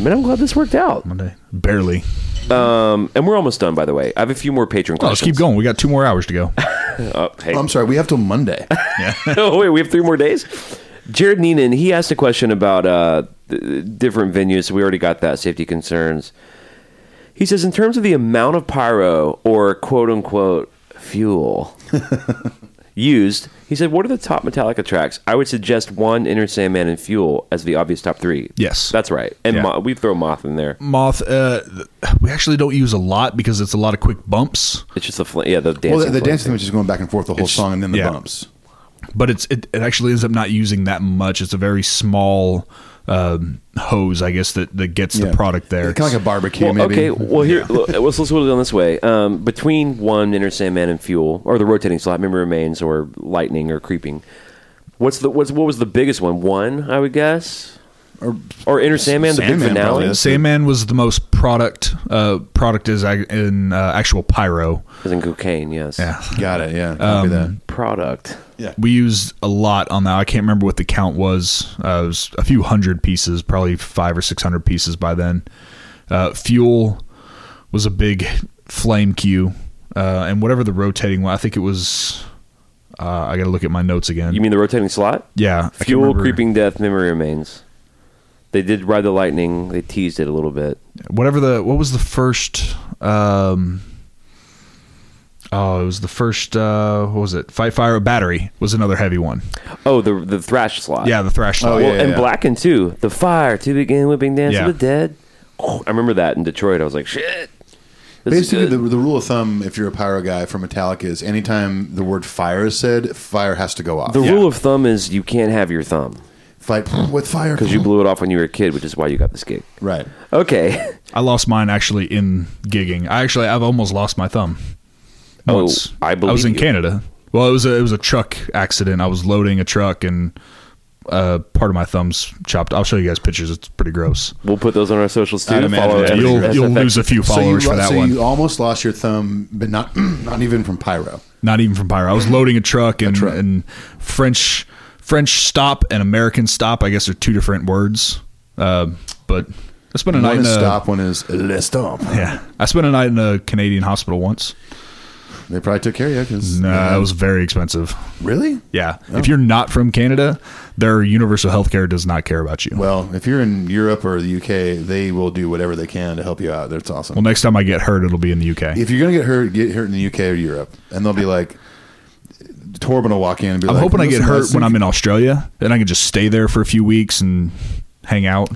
Man, I'm glad this worked out. Monday, barely. And we're almost done, by the way. I have a few more patron Well, Oh, let's questions. keep going. We got two more hours to go. Oh, hey. I'm sorry. We have till Monday. oh wait, we have three more days. Jared Neenan, he asked a question about uh, th- different venues. We already got that safety concerns. He says, in terms of the amount of pyro or quote unquote fuel used, he said, what are the top Metallica tracks? I would suggest one Inner Sandman and Fuel as the obvious top three. Yes. that's right. And Yeah. Mo- we throw Moth in there. Moth, uh, we actually don't use a lot because it's a lot of quick bumps, It's just the fl- yeah the dancing. well, the, the flame. dancing thing was just going back and forth the whole It's- song, and then the yeah. bumps. but it's it, it actually ends up not using that much. It's a very small um, hose, I guess, that, that gets Yeah. the product there. Kind of like a barbecue, Well, maybe. Okay, well here look, let's let's put it on this way. Um, between one Inner Sandman and Fuel, or the rotating slot, memory remains, or lightning, or creeping. What's the what's what was the biggest one? One, I would guess, or or Inner Sandman, the big Sandman probably finale. is. Sandman was the most product. Uh, product is ac- in uh, actual pyro. As in cocaine, yes. Yeah. Got it. Yeah. Um, Copy that. Product. we used a lot on that. I can't remember what the count was. Uh, it was a few hundred pieces, probably five or six hundred pieces by then. Uh, fuel was a big flame cue, uh, and whatever the rotating one, I think it was. Uh, I got to look at my notes again. You mean the rotating slot? yeah, I can't Fuel, remember. creeping death, memory remains. They did ride the lightning. They teased it a little bit. Whatever the what was the first? Um, oh, it was the first. Uh, what was it? Fight fire battery was another heavy one. Oh, the the thrash slot. Yeah, the thrash. Oh, slot. yeah, well, and yeah. Blacken too. The fire to begin whipping dance Yeah. of the dead. I remember that in Detroit. I was like, shit. This is Basically, good. the, the rule of thumb, if you're a pyro guy from Metallica, is anytime the word fire is said, fire has to go off. The rule of thumb is you can't have your thumb Fight with fire. because you blew it off when you were a kid, which is why you got this gig. Right. Okay. I lost mine actually in gigging. I actually I've almost lost my thumb. Oh, Once. I I believe was in you. Canada. Well, it was a it was a truck accident. I was loading a truck and uh, part of my thumb's chopped. I'll show you guys pictures. It's pretty gross. We'll put those on our socials too. I'd imagine Follow it's at you'll SFX. you'll lose a few followers so you, for lo- that so one. you almost lost your thumb, but not not even from pyro. Not even from Pyro. I was loading a truck and truck. and French French stop and American stop. I guess are two different words. Uh, but I spent a night One in is a stop. One is le stop. yeah. I spent a night in a Canadian hospital once. They probably took care of you because No, it was very expensive. really. Yeah. If you're not from Canada, their universal health care does not care about you. Well, Well, if you're in Europe or the UK, they will do whatever they can to help you out. That's awesome. next time I get hurt, it'll be in the UK. if you're gonna get hurt, get hurt in the UK or Europe, and they'll be like, Torben will walk in and be I'm like, hoping I get "Listen, hurt think when I'm in Australia and I can just stay there for a few weeks and hang out.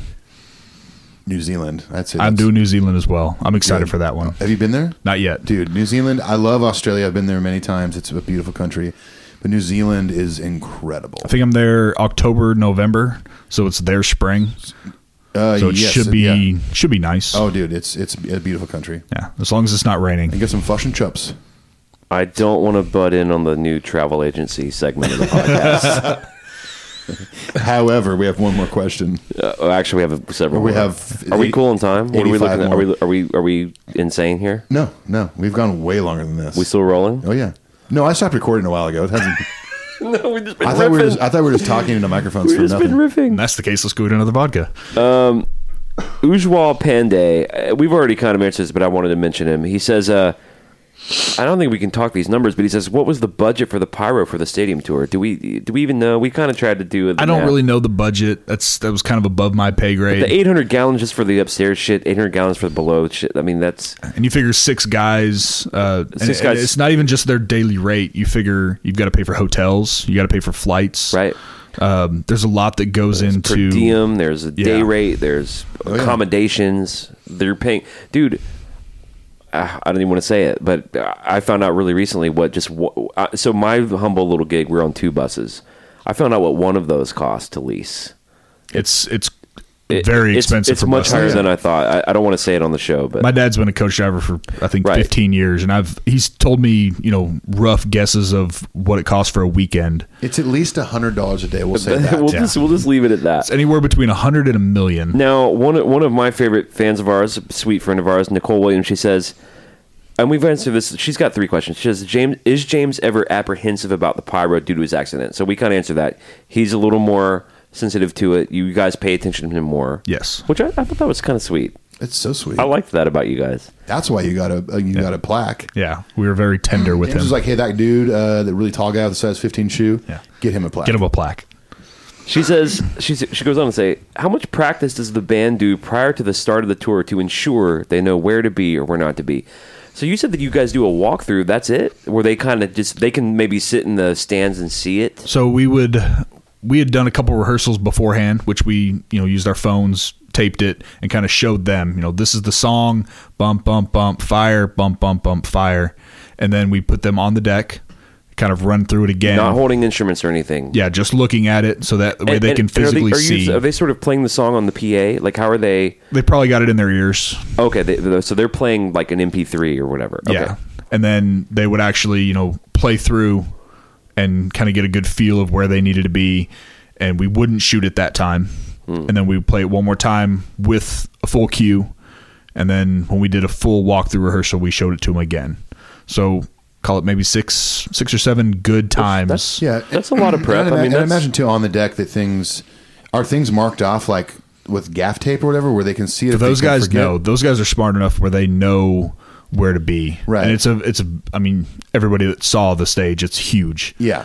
New Zealand. I'd say I'm that's- doing New Zealand as well. I'm excited for that one. Have you been there? Not yet. dude. New Zealand. I love Australia. I've been there many times. It's a beautiful country, but New Zealand is incredible. I think I'm there October, November, so it's their spring. Uh, So it yes, should be yeah. should be nice. Oh, dude, it's it's a beautiful country. Yeah, as long as it's not raining. And get some flush and chups. I don't want to butt in on the new travel agency segment of the podcast. However, we have one more question. uh, actually, we have several. We more. have Are we eight- cool on time? What are we 85 looking at? Are more. we are we are we insane here? No, no, we've gone way longer than this. We still rolling? Oh yeah. No, I stopped recording a while ago. It hasn't. no, we just been I thought we were just, I thought we were just talking into microphones for nothing. And that's the case. Let's go get another vodka. Ujwal Pandey, uh, we've already kind of mentioned this, but I wanted to mention him. He says, uh, I don't think we can talk these numbers, but he says, what was the budget for the pyro for the stadium tour? Do we do we even know? We kind of tried to do. the I don't math. really know the budget. That's that was kind of above my pay grade. The 800 gallons just for the upstairs shit, 800 gallons for the below shit. I mean, that's and you figure six guys. Uh, and Six it- guys. It's not even just their daily rate. You figure you've got to pay for hotels. You got to pay for flights. right. Um, there's a lot that goes per into. diem. There's a day Yeah. Oh, rate. There's yeah. accommodations. They're paying, dude. I I don't even want to say it, but I found out really recently what just wha- I- so my humble little gig. We're on two buses. I found out what one of those cost to lease. It's it's It- very it's- expensive. It's for much buses. higher than I thought. I, I don't want to say it on the show, but My dad's been a coach driver for I think Right. 15 years, and I've he's told me you know rough guesses of what it costs for a weekend. It's at least hundred dollars a day. We'll say that. we'll just we'll just leave it at that. It's anywhere between a hundred and a million. Now, one of- one of my favorite fans of ours, a sweet friend of ours, Nicole Williams, she says, and we've answered this. She's got three questions. She says, "James, is James ever apprehensive about the pyro due to his accident?" So we can't answer that. He's a little more sensitive to it. You guys pay attention to him more. Yes. which I, I thought that was kind of sweet. It's so sweet. I liked that about you guys. That's why you got a uh, you got a plaque. Yeah, we were very tender with James him. was like, hey, that dude, uh, that really tall guy with the size fifteen shoe. Yeah. Get him a plaque. Get him a plaque. She says she's, she goes on to say, "How much practice does the band do prior to the start of the tour to ensure they know where to be or where not to be?" So you said that you guys do a walkthrough. That's it, where they kind of just they can maybe sit in the stands and see it. So we would we had done a couple rehearsals beforehand, which we you know used our phones, taped it, and kind of showed them. You know, this is the song, bump bump bump, fire, bump bump bump, fire, and then we put them on the deck, kind of run through it again. Not holding instruments or anything. yeah, just looking at it so that way And- they and- can and are they- physically are you- see. Are they sort of playing the song on the PA? Like, how are they? they probably got it in their ears. Okay, they, so they're playing like an MP3 or whatever. Okay. Yeah. And then they would actually, you know, play through and kind of get a good feel of where they needed to be. And we wouldn't shoot at that time. Hmm. And then we would play it one more time with a full cue. And then when we did a full walkthrough rehearsal, we showed it to them again. So call it maybe six, six or seven good times. Yeah, That's a lot of prep. And, I mean, and that's- imagine too on the deck that things are things marked off like with gaff tape or whatever, where they can see it. if they those can guys forget. know. Those guys are smart enough where they know where to be. Right. And it's a, it's a, I mean, everybody that saw the stage, it's huge. Yeah,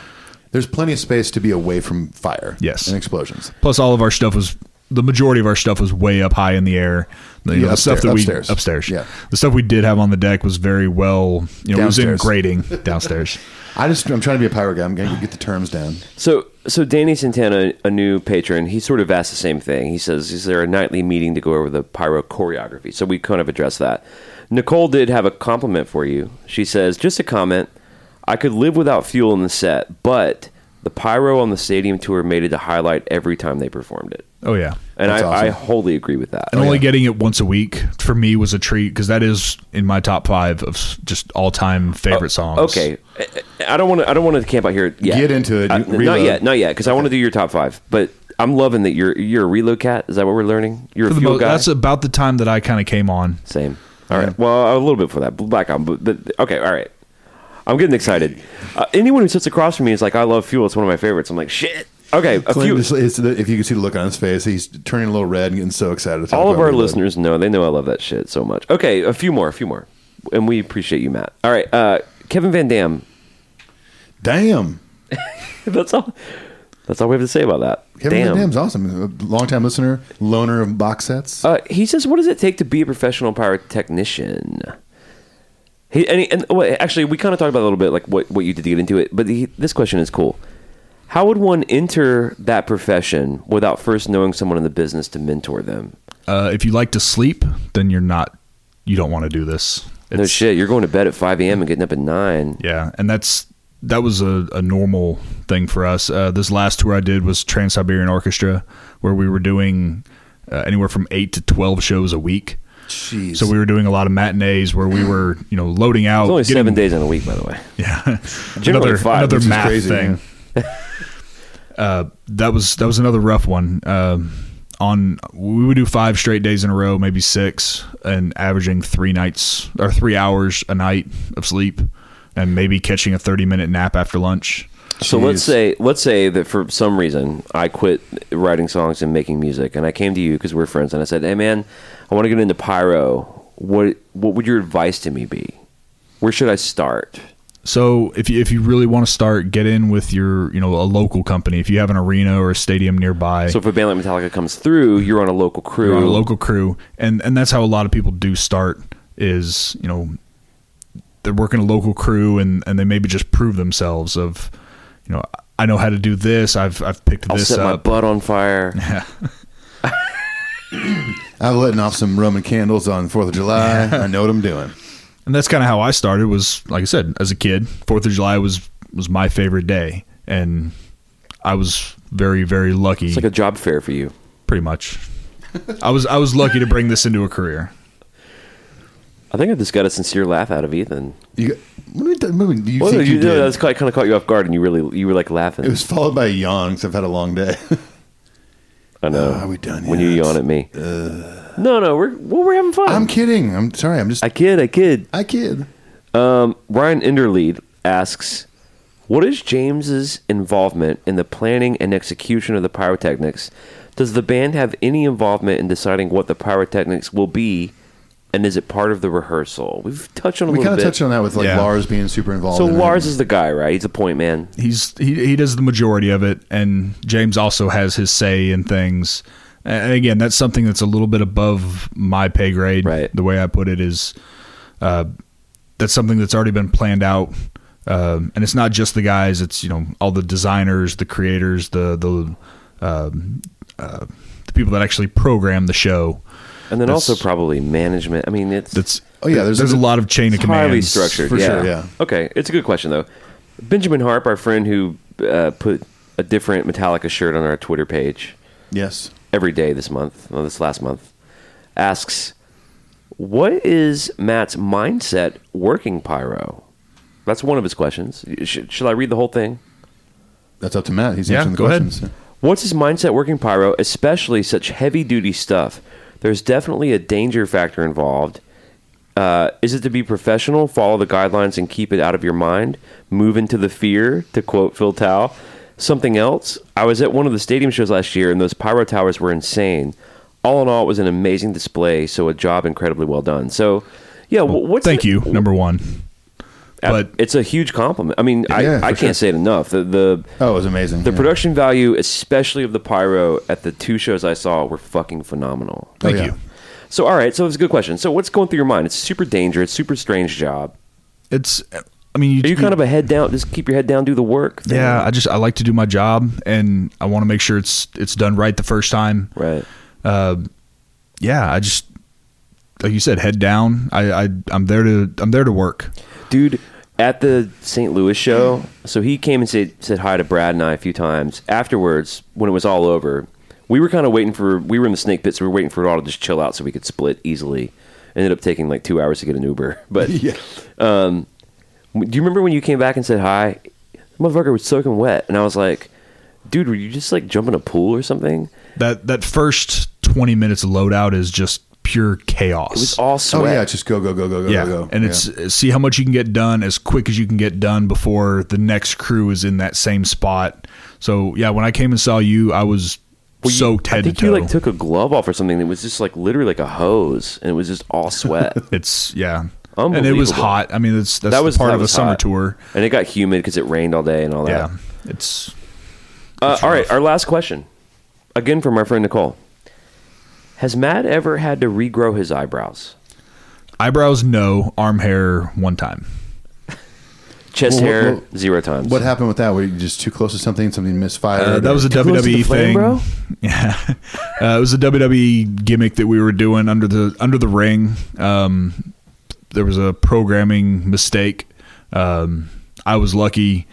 there's plenty of space to be away from fire. Yes. and explosions. Plus, all of our stuff was the majority of our stuff was way up high in the air. You know, Yeah, the stuff upstairs- that we upstairs. upstairs, Yeah. the stuff we did have on the deck was very well. You know, it Downstairs. was in grading downstairs. I just I'm trying to be a pirate guy. I'm gonna get the terms down. So, so Danny Santana, a new patron, he sort of asked the same thing. He says, "Is there a nightly meeting to go over the pyro choreography?" So we kind of address that. Nicole did have a compliment for you. She says, "Just a comment. I could live without fuel in the set, but the pyro on the stadium tour made it a highlight every time they performed it." Oh yeah, And I, That's I awesome. wholly agree with that. Oh, and only getting it once a week for me was a treat because that is in my top five of s- just all time Oh, favorite songs. Oh, Okay, I- I don't want to. I don't want to camp out here yet. Get into it. I- You- not reload. yet. Not yet. Because I want to do your top five. But I'm loving that you're you're a reload cat. Is that what we're learning? You're For a the fuel mo- guy. that's about the time that I kind of came on. Same. All right. Well, a little bit for that black album, but, but okay. All right. I'm getting excited. Uh, anyone who sits across from me is like, "I love Fuel. It's one of my favorites." I'm like, "Shit." Okay. A Clint, few. just- it's the- if you can see the look on his face, he's turning a little red and getting so excited. to talk All of about our Reload. listeners know. They know I love that shit so much. Okay. A few more. A few more. And we appreciate you, Matt. All right. Uh, Kevin Van Dam. Damn. That's all. That's all we have to say about that. Kevin Van Damn. Dam's awesome. A longtime listener, loner of box sets. Uh, he says, "What does it take to be a professional pyrotechnician?" He and, he, and wait, actually, we kind of talked about it a little bit, like what what you did to get into it. But he, this question is cool. How would one enter that profession without first knowing someone in the business to mentor them? Uh, if you like to sleep, then you're not. You don't want to do this. no It's- shit, you're going to bed at five a.m. and getting up at nine. Yeah, and that's that was a, a normal thing for us. Uh, this last tour I did was Trans Siberian Orchestra, where we were doing uh, anywhere from eight to twelve shows a week. Jeez. So we were doing a lot of matinees where we were, you know, loading out. It's only getting- seven days in a week, by the way. Yeah, Generally another five, another which is math crazy, thing. uh, that was that was another rough one. Um, on we would do five straight days in a row, maybe six, and averaging three nights or three hours a night of sleep, and maybe catching a thirty minute nap after lunch. So let's say let's say that for some reason I quit writing songs and making music, and I came to you because we're friends, and I said, "Hey man, I want to get into pyro. What what would your advice to me be? Where should I start?" So if you, if you really want to start, get in with your you know a local company. If you have an arena or a stadium nearby, So if a band like Metallica comes through, you're on a local crew. You're on a local crew, and and that's how a lot of people do start. Is you know they're working a local crew, and and they maybe just prove themselves of you know I know how to do this. I've I've picked I'll this set uh, my up. butt on fire. I'm letting off some Roman candles on Fourth of July. I know what I'm doing. and that's kind of how I started. Was like I said, as a kid, Fourth of July was was my favorite day, and I was very very lucky. It's like a job fair for you. pretty much, I was I was lucky to bring this into a career. I think I just got a sincere laugh out of Ethan. You got, what did that movie? Do you Well, think you, you, know, did? that's kind of, kind of caught you off guard, and you really you were like laughing. it was followed by a yawn because I've had a long day. I know. are Ah, we done When you yet? yawn at me. no, no, we're well, we're having fun. I'm kidding. I'm sorry. I'm just. I I, kid, I kid. kid. Um, Ryan Enderlead asks, "What is James's involvement in the planning and execution of the pyrotechnics? Does the band have any involvement in deciding what the pyrotechnics will be, and is it part of the rehearsal?" We've touched on a We little kind of bit. touched on that with like Yeah. Lars being super involved. so in it. Lars is the guy, right? He's a point man. he's he, he does the majority of it and james also has his say in things and again that's something that's a little bit above my pay grade Right. the way i put it is uh, that's something that's already been planned out um, and it's not just the guys it's you know all the designers the creators the the um, uh, the people that actually program the show And then That's- also probably management. I mean, it's that's Oh, yeah, there's- there's, a lot of chain of it's highly commands structured. for yeah. sure, yeah. Okay, it's a good question though. Benjamin Harp, our friend who uh, put a different Metallica shirt on our Twitter page, Yes. every day this month, well, this last month, asks, "What is Matt's mindset working pyro?" That's one of his questions. Should, should I read the whole thing? That's up to Matt. He's Yeah, answering the go ahead. questions. What's his mindset working pyro, especially such heavy duty stuff? There's definitely a danger factor involved. Uh, is it to be professional, follow the guidelines, and keep it out of your mind? Move into the fear, to quote Phil Tao. Something else? I was at one of the stadium shows last year, and those pyro towers were insane. All in all, it was an amazing display, so a job incredibly well done. So, yeah, wh- what's thank the- you number one uh, but it's a huge compliment. I mean, I, Yeah, I for can't sure. say it enough. The, the Oh, it was amazing. the yeah. production value, especially of the pyro, at the two shows I saw, were fucking phenomenal. thank yeah. you So, all right, so it's a good question. So, what's going through your mind? It's super dangerous, super strange job. it's i mean you, Are you kind of a head down? Just keep your head down, do the work. thing? Yeah, I just I like to do my job, and I want to make sure it's it's done right the first time. right. Yeah, I just like you said, head down. I, I I'm there to I'm there to work. dude at the st louis show so he came and said, said hi to brad and i a few times afterwards when it was all over we were kind of waiting for we were in the snake pit so we were waiting for it all to just chill out so we could split easily ended up taking like two hours to get an uber but yeah. um, do you remember when you came back and said hi motherfucker was soaking wet and i was like dude were you just like jumping a pool or something That that first twenty minutes of loadout is just pure chaos. it was all sweat Oh yeah, just go go go go go yeah, go. go. and it's see how much you can get done as quick as you can get done before the next crew is in that same spot. So yeah, when I came and saw you, I was Well, you- soaked head I think to toe. you like took a glove off or something that was just like literally like a hose and it was just all sweat it's yeah. and it was Unbelievable. hot. I mean, it's that's that was part that of a was summer hot. tour. and it got humid because it rained all day and all that. Yeah, it's Uh, all right, rough. our last question, again from our friend Nicole. Has Matt ever had to regrow his eyebrows? eyebrows no, arm hair one time. Chest Well, what- hair what- zero times. What happened with that? Were you just too close to something? Something misfired? Uh, that was a close to the WWE flame, thing. bro? Yeah, uh, it was a WWE gimmick that we were doing under the under the ring. Um, there was a programming mistake. Um, I was lucky.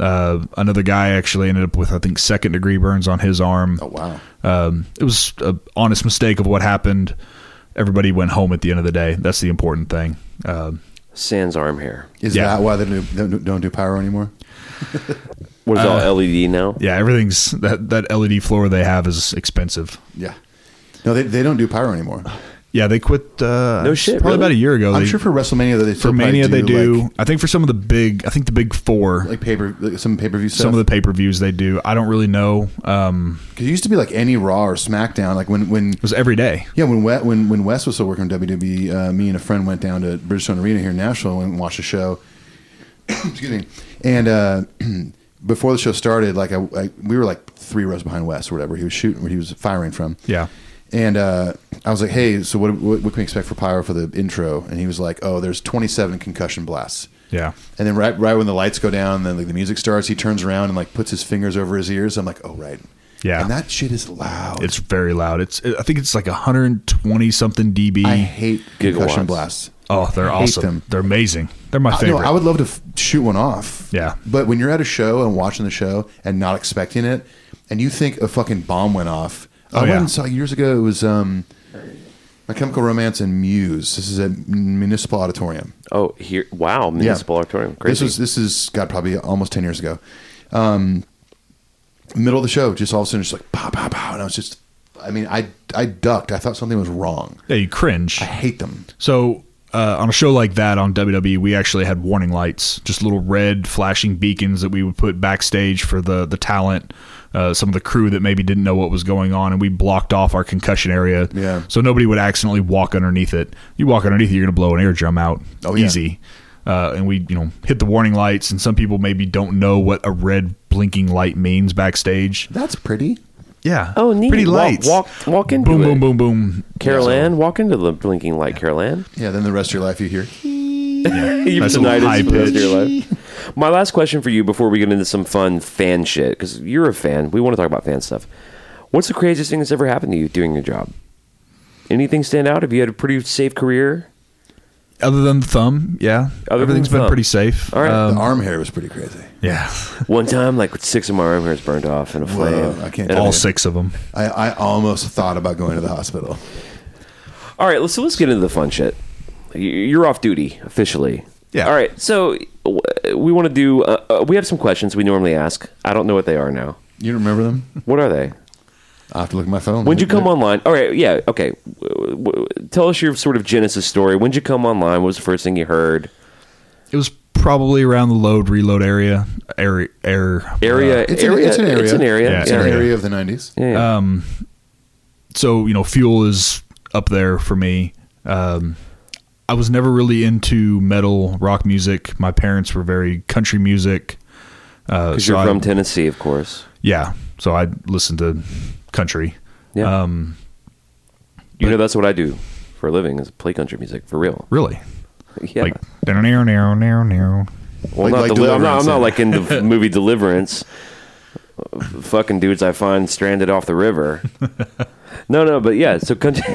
Uh, another guy actually ended up with I think second degree burns on his arm. oh wow. Um, it was an honest mistake of what happened. Everybody went home at the end of the day. That's the important thing. Um, Sans arm hair. Is Yeah. that why they do, don't, don't do pyro anymore? What is all LED now? yeah, everything's that that LED floor they have is expensive. Yeah. No, they, they don't do pyro anymore. Yeah, they quit. Uh, No shit, Probably really? about a year ago. I'm They- sure for WrestleMania that they for still probably Mania do, they do. like, I think for some of the big, I think the big four, like pay per like some pay per view stuff. some of the pay per views they do. I don't really know. Um, Because it used to be like any Raw or SmackDown, like when when it was every day. yeah when Wes, when when Wes was still working with WWE, uh, me and a friend went down to Bridgestone Arena here in Nashville and watched a show. Excuse me, and uh, before the show started, like I, I we were like three rows behind Wes or whatever he was shooting, where he was firing from. Yeah. And uh, I was like, "Hey, so what, what, what can we expect for Pyro for the intro?" And he was like, "Oh, there's 27 concussion blasts." Yeah, And then right right when the lights go down, then like the music starts, he turns around and like puts his fingers over his ears. I'm like, "Oh, right." Yeah. And that shit is loud. it's very loud. It's I think it's like 120 something dB. I hate concussion Gigawatts. blasts. oh, they're I hate awesome. them. They're amazing. They're my I, Uh, no, favorite. I would love to f- shoot one off. Yeah. But when you're at a show and watching the show and not expecting it, and you think a fucking bomb went off. I went Oh, yeah. and saw years ago. It was um, My Chemical Romance and Muse. This is a municipal auditorium. Oh, here! Wow, municipal auditorium. Crazy. This was this is God probably almost ten years ago. Um, middle of the show, just all of a sudden, just like pow pow pow, and I was just, I mean, I I ducked. I thought something was wrong. yeah, you cringe. I hate them. So uh, on a show like that on WWE, we actually had warning lights, just little red flashing beacons that we would put backstage for the the talent, uh, some of the crew that maybe didn't know what was going on, and we blocked off our concussion area. Yeah. So nobody would accidentally walk underneath it. You walk underneath it, you're gonna blow an eardrum out. Oh, yeah. Easy. Uh, and we, you know, hit the warning lights, and some people maybe don't know what a red blinking light means backstage. That's pretty. Yeah. Oh, neat. Pretty Walk- lights. walk- walk into boom, it. Boom, boom, boom, Carol Ann, walk into the blinking light, Carol Ann. Yeah. Then the rest of your life, you hear. You've Nice been little knighted high for the rest of pitch. your life. My last question for you before we get into some fun fan shit, because you're a fan. We want to talk about fan stuff. What's the craziest thing that's ever happened to you doing your job? Anything stand out? Have you had a pretty safe career? Other than the thumb, yeah. Other than Everything's the been thumb. pretty safe. Um, All right. the arm hair was pretty crazy. Yeah. One time, like six of my arm hairs burned off in a flame. Whoa, I can't. tell All you. six of them. I, I almost thought about going to the hospital. All right, let's so let's get into the fun shit. Y- You're off duty officially. Yeah. All right, so w- we want to do. Uh, uh, we have some questions we normally ask. I don't know what they are now. You remember them? What are they? I have to look at my phone. When'd you come online? All right, yeah, okay. W- w- Tell us your sort of genesis story. When'd you come online? What was the first thing you heard? It was probably around the load reload area. Area. area. Area, It's an, area, it's an area. it's an area. Yeah, It's yeah. an area Um, of the '90s. Yeah, yeah. So you know, fuel is up there for me. Um, I was never really into metal rock music. My parents were very country music. Uh, 'Cause so you're I- from Tennessee, of course. Yeah, so I listened to country. Yeah. Um, you know, that's what I do for a living is play country music for real. Really, Yeah. like down narrow narrow narrow narrow. Well, Like- like not deli- I'm not. Deliverance, I'm not yeah. like in the f- movie Deliverance. Uh, Fucking dudes, I find stranded off the river. No, no, but yeah. So country.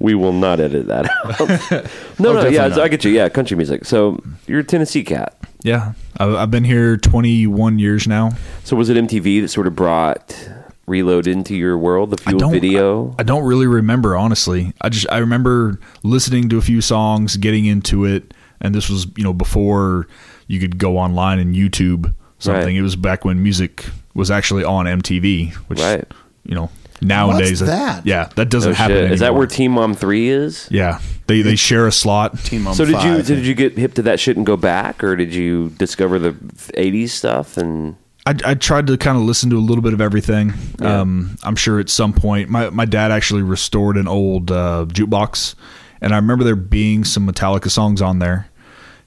we will not edit that out. No, no, yeah, definitely so I not. get you. Yeah, country music. So you're a Tennessee cat. Yeah, I, I've been here 21 years now. So was it MTV that sort of brought Reload into your world? The I Fuel don't- video. I, I don't really remember honestly. I just I remember listening to a few songs, getting into it, and this was you know before you could go online and YouTube something. Right. It was back when music was actually on MTV, which Right. you know nowadays that? yeah that Oh, doesn't happen. shit. Is that anymore. where Team Mom Three is? yeah they they share a slot. Team on So did you five. did you get hip to that shit and go back, or did you discover the '80s stuff and? I, I tried to kind of listen to a little bit of everything. Um, I'm sure at some point, my, my dad actually restored an old uh, jukebox, and I remember there being some Metallica songs on there,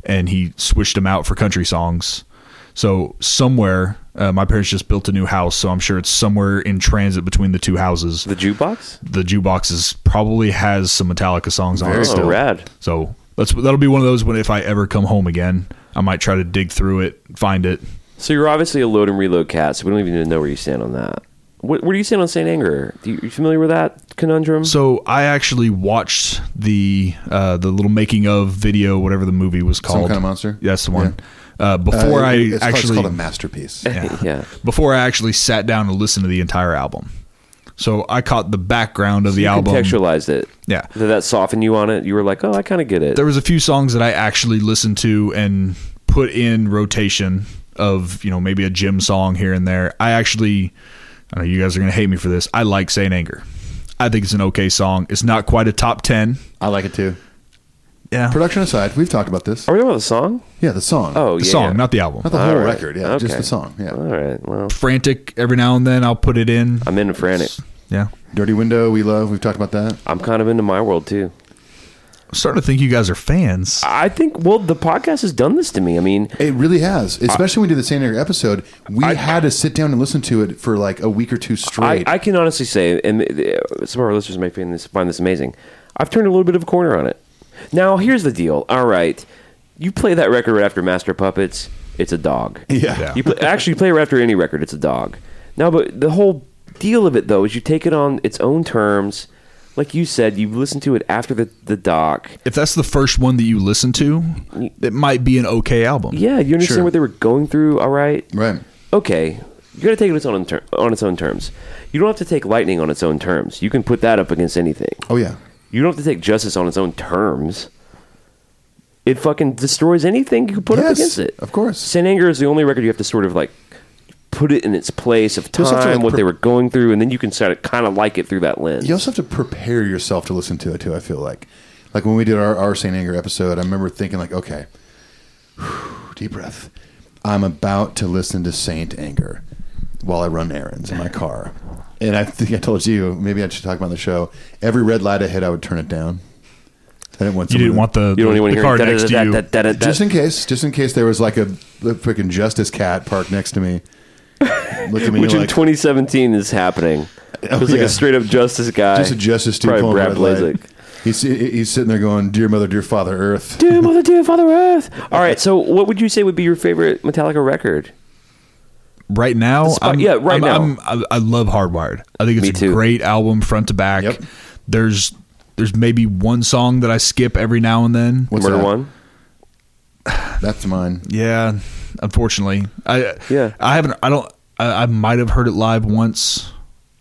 and he switched them out for country songs. So somewhere, uh, my parents just built a new house, so I'm sure it's somewhere in transit between the two houses. The jukebox? The jukebox is probably has some Metallica songs on it. Oh, still. rad. So that's that'll be one of those when if I ever come home again, I might try to dig through it, find it. So you're obviously a load and reload cat, so we don't even need to know where you stand on that. What, where do you stand on St. Anger? Do you, you familiar with that conundrum? So I actually watched the uh, the little making of video, whatever the movie was called. Kind of Monster? Yes, the one. Uh, before Uh, I it- it's called- actually it's called a masterpiece. yeah. yeah. before I actually sat down and listened to the entire album. So I caught the background of the you album. contextualized it. Yeah. Did that soften you on it? You were like, oh, I kind of get it. There was a few songs that I actually listened to and put in rotation of, you know, maybe a gym song here and there. I actually I know you guys are going to hate me for this. I like Saint Anger. I think it's an okay song. It's not quite a top 10. I like it too. Yeah. Production aside, we've talked about this. Are we talking about the song? Yeah, the song. Oh, the yeah. song, not the album. Not the All whole right. record, yeah, just Okay. the song. Yeah, All right. Well, Frantic every now and then I'll put it in. I'm into Frantic. Yeah. "Dirty Window" we love. We've talked about that. I'm kind of into my world too. I'm starting to think you guys are fans. I think, well, the podcast has done this to me. I mean, It really has, especially when we did the Saint Anger episode. We had to sit down and listen to it for like a week or two I, straight. I can honestly say, and uh, some of our listeners may find this, find this amazing. I've turned a little bit of a corner on it. Now, here's the deal. All right, you play that record right after Master Puppets, it's a dog. yeah. Yeah. You play, actually you play right after any record, it's a dog. Now, but the whole deal of it though is you take it on its own terms. Like you said, you listen to it after the the doc. if that's the first one that you listen to, it might be an okay album. Yeah, you understand Sure. what they were going through. All right, right. okay, you got to take it its own ter- on its own terms. You don't have to take lightning on its own terms. You can put that up against anything. Oh yeah, You don't have to take justice on its own terms. It fucking destroys anything you can put up Yes, against it. of course. Sin Anger is the only record you have to sort of like put it in its place of also have to, time, like, what pre- they were going through, and then you can sort of kind of like it through that lens. you also have to prepare yourself to listen to it too. I feel like, like when we did our, our Saint Anger episode, I remember thinking like, okay, deep breath. I'm about to listen to Saint Anger while I run errands in my car, and I think I told you maybe I should talk about the show. Every red light I hit, I would turn it down. I didn't want You didn't someone to- want the, You don't even the, want to car hear next to you. da-da-da-da-da-da-da. just in case, just in case there was like a, a freaking justice cat parked next to me. Look at me which in like "Oh, 2017 is happening. It was like yeah. a straight up justice guy, just a justice dude Probably calling Brad red light. Blazek. He's he's sitting there going, "Dear mother, dear father, earth." Dear Mother, dear Father Earth. All right, so what would you say would be your favorite Metallica record? right now, spot- I'm- yeah, right I'm- now. I'm- i I love Hardwired. I think Me it's a too. great album, front to back. Yep. There's there's maybe one song that I skip every now and then. What's Murder that? One. That's mine. Yeah, unfortunately, I Yeah. I haven't. I don't. I, I might have heard it live once.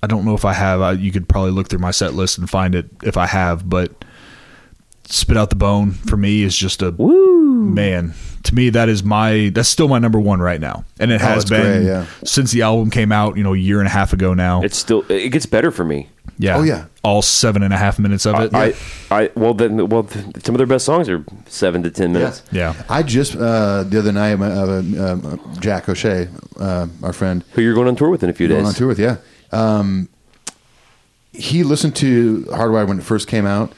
I don't know if I have. I, you could probably look through my set list and find it if I have. But spit out the bone for me is just a man. To me, that is my. That's still my number one right now, and it has it's been Oh, great, yeah. since the album came out. You know, a year and a half ago now. It's still it gets better for me. yeah. Oh, yeah. All seven and a half minutes of it. I, I well then well th- some of their best songs are seven to ten minutes. yeah. I just uh, the other night, my, uh, uh, Jack O'Shea, uh, our friend, Who you're going on tour with in a few going days? on tour with, yeah. Um, he listened to Hardwired when it first came out,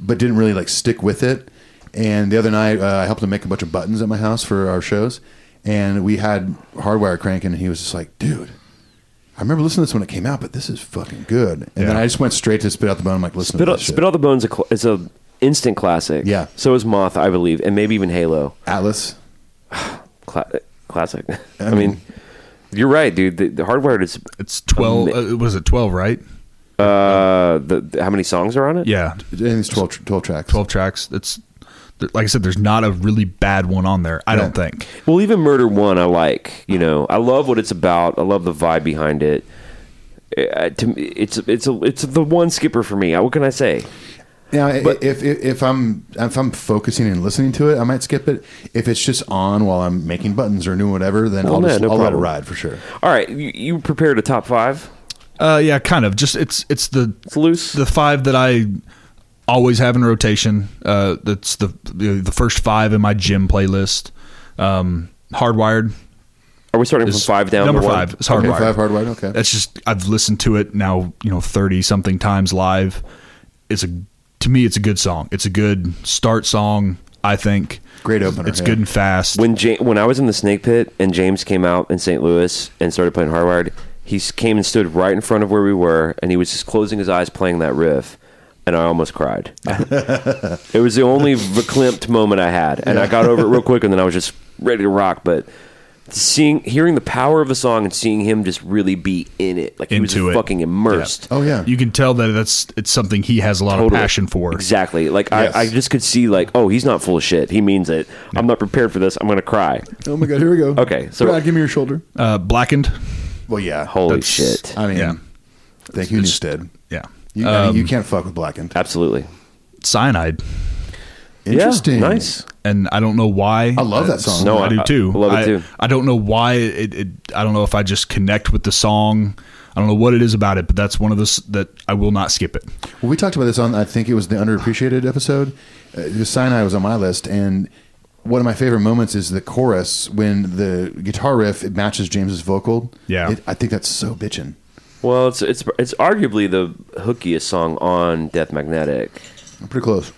but didn't really like stick with it. And the other night, uh, I helped him make a bunch of buttons at my house for our shows, and we had Hardwire cranking, and he was just like, "Dude, I remember listening to this when it came out, but this is fucking good." And then Yeah. I just went straight to spit out the bone. I'm like, "Listen Spit to out, this shit. Spit Out the Bones a cl- is a instant classic. Yeah. So is Moth, I believe, and maybe even Halo. Atlas." Cla- classic. I, I mean, mean- you're right, dude. The, the Hardwired is It's twelve. Uh, was it twelve? Right. uh the, the- how many songs are on it? Yeah. And it's 12, tr- 12 tracks. 12 tracks. It's like I said, there's not a really bad one on there. I don't think. Well, even Murder One, I like. You know, I love what it's about. I love the vibe behind it. Uh, to me, it's it's a, it's the one skipper for me. Uh, What can I say? Now, if, if if I'm if I'm focusing and listening to it, I might skip it. If it's just on while I'm making buttons or doing whatever, then Well, I'll no, just no I'll let it problem. ride for sure. All right, you, you prepared a top five. Uh, yeah, kind of. Just it's it's the It's loose. the five that I always have in rotation. Uh, that's the the first five in my gym playlist. Um, hardwired Are we starting from is five down? Number to one? five is Okay, hardwired. five hardwired. Okay, That's just I've listened to it now. You know, thirty something times live. It's a to me, it's a good song. It's a good start song. I think Great opener, It's yeah. good and fast. when ja- when I was in the snake pit and James came out in St. Louis and started playing Hardwired, he s- came and stood right in front of where we were, and he was just closing his eyes playing that riff, and I almost cried. it was the only verklempt moment I had, and I got over it real quick, and then I was just ready to rock. But seeing, hearing the power of a song and seeing him just really be in it, like he was Into it. fucking immersed. Oh yeah. you can tell that that's it's something he has a lot Totally. of passion for. Exactly. Like Yes. I, I just could see like, oh, he's not full of shit. He means it. I'm not prepared for this. I'm gonna cry. oh my god. Here we go. Okay, so- Brad, give me your shoulder. Uh, Blackened, Well, yeah. Holy That's- shit. I mean, Yeah. thank you, Newstead. yeah, You, I mean, you can't fuck with Blackened. Absolutely. Cyanide, Interesting. Yeah, nice. and I don't know why. I love that song. No, I, I- do I- too. I love it too. I don't know why it, it. I don't know if I just connect with the song. I don't know what it is about it, but that's one of those that I will not skip it. Well, we talked about this on, I think it was the underappreciated episode. Uh, the Sinai was on my list, and one of my favorite moments is the chorus when the guitar riff it matches James's vocal. Yeah. It, I think that's so bitchin'. Well, it's it's it's arguably the hookiest song on Death Magnetic, Pretty close.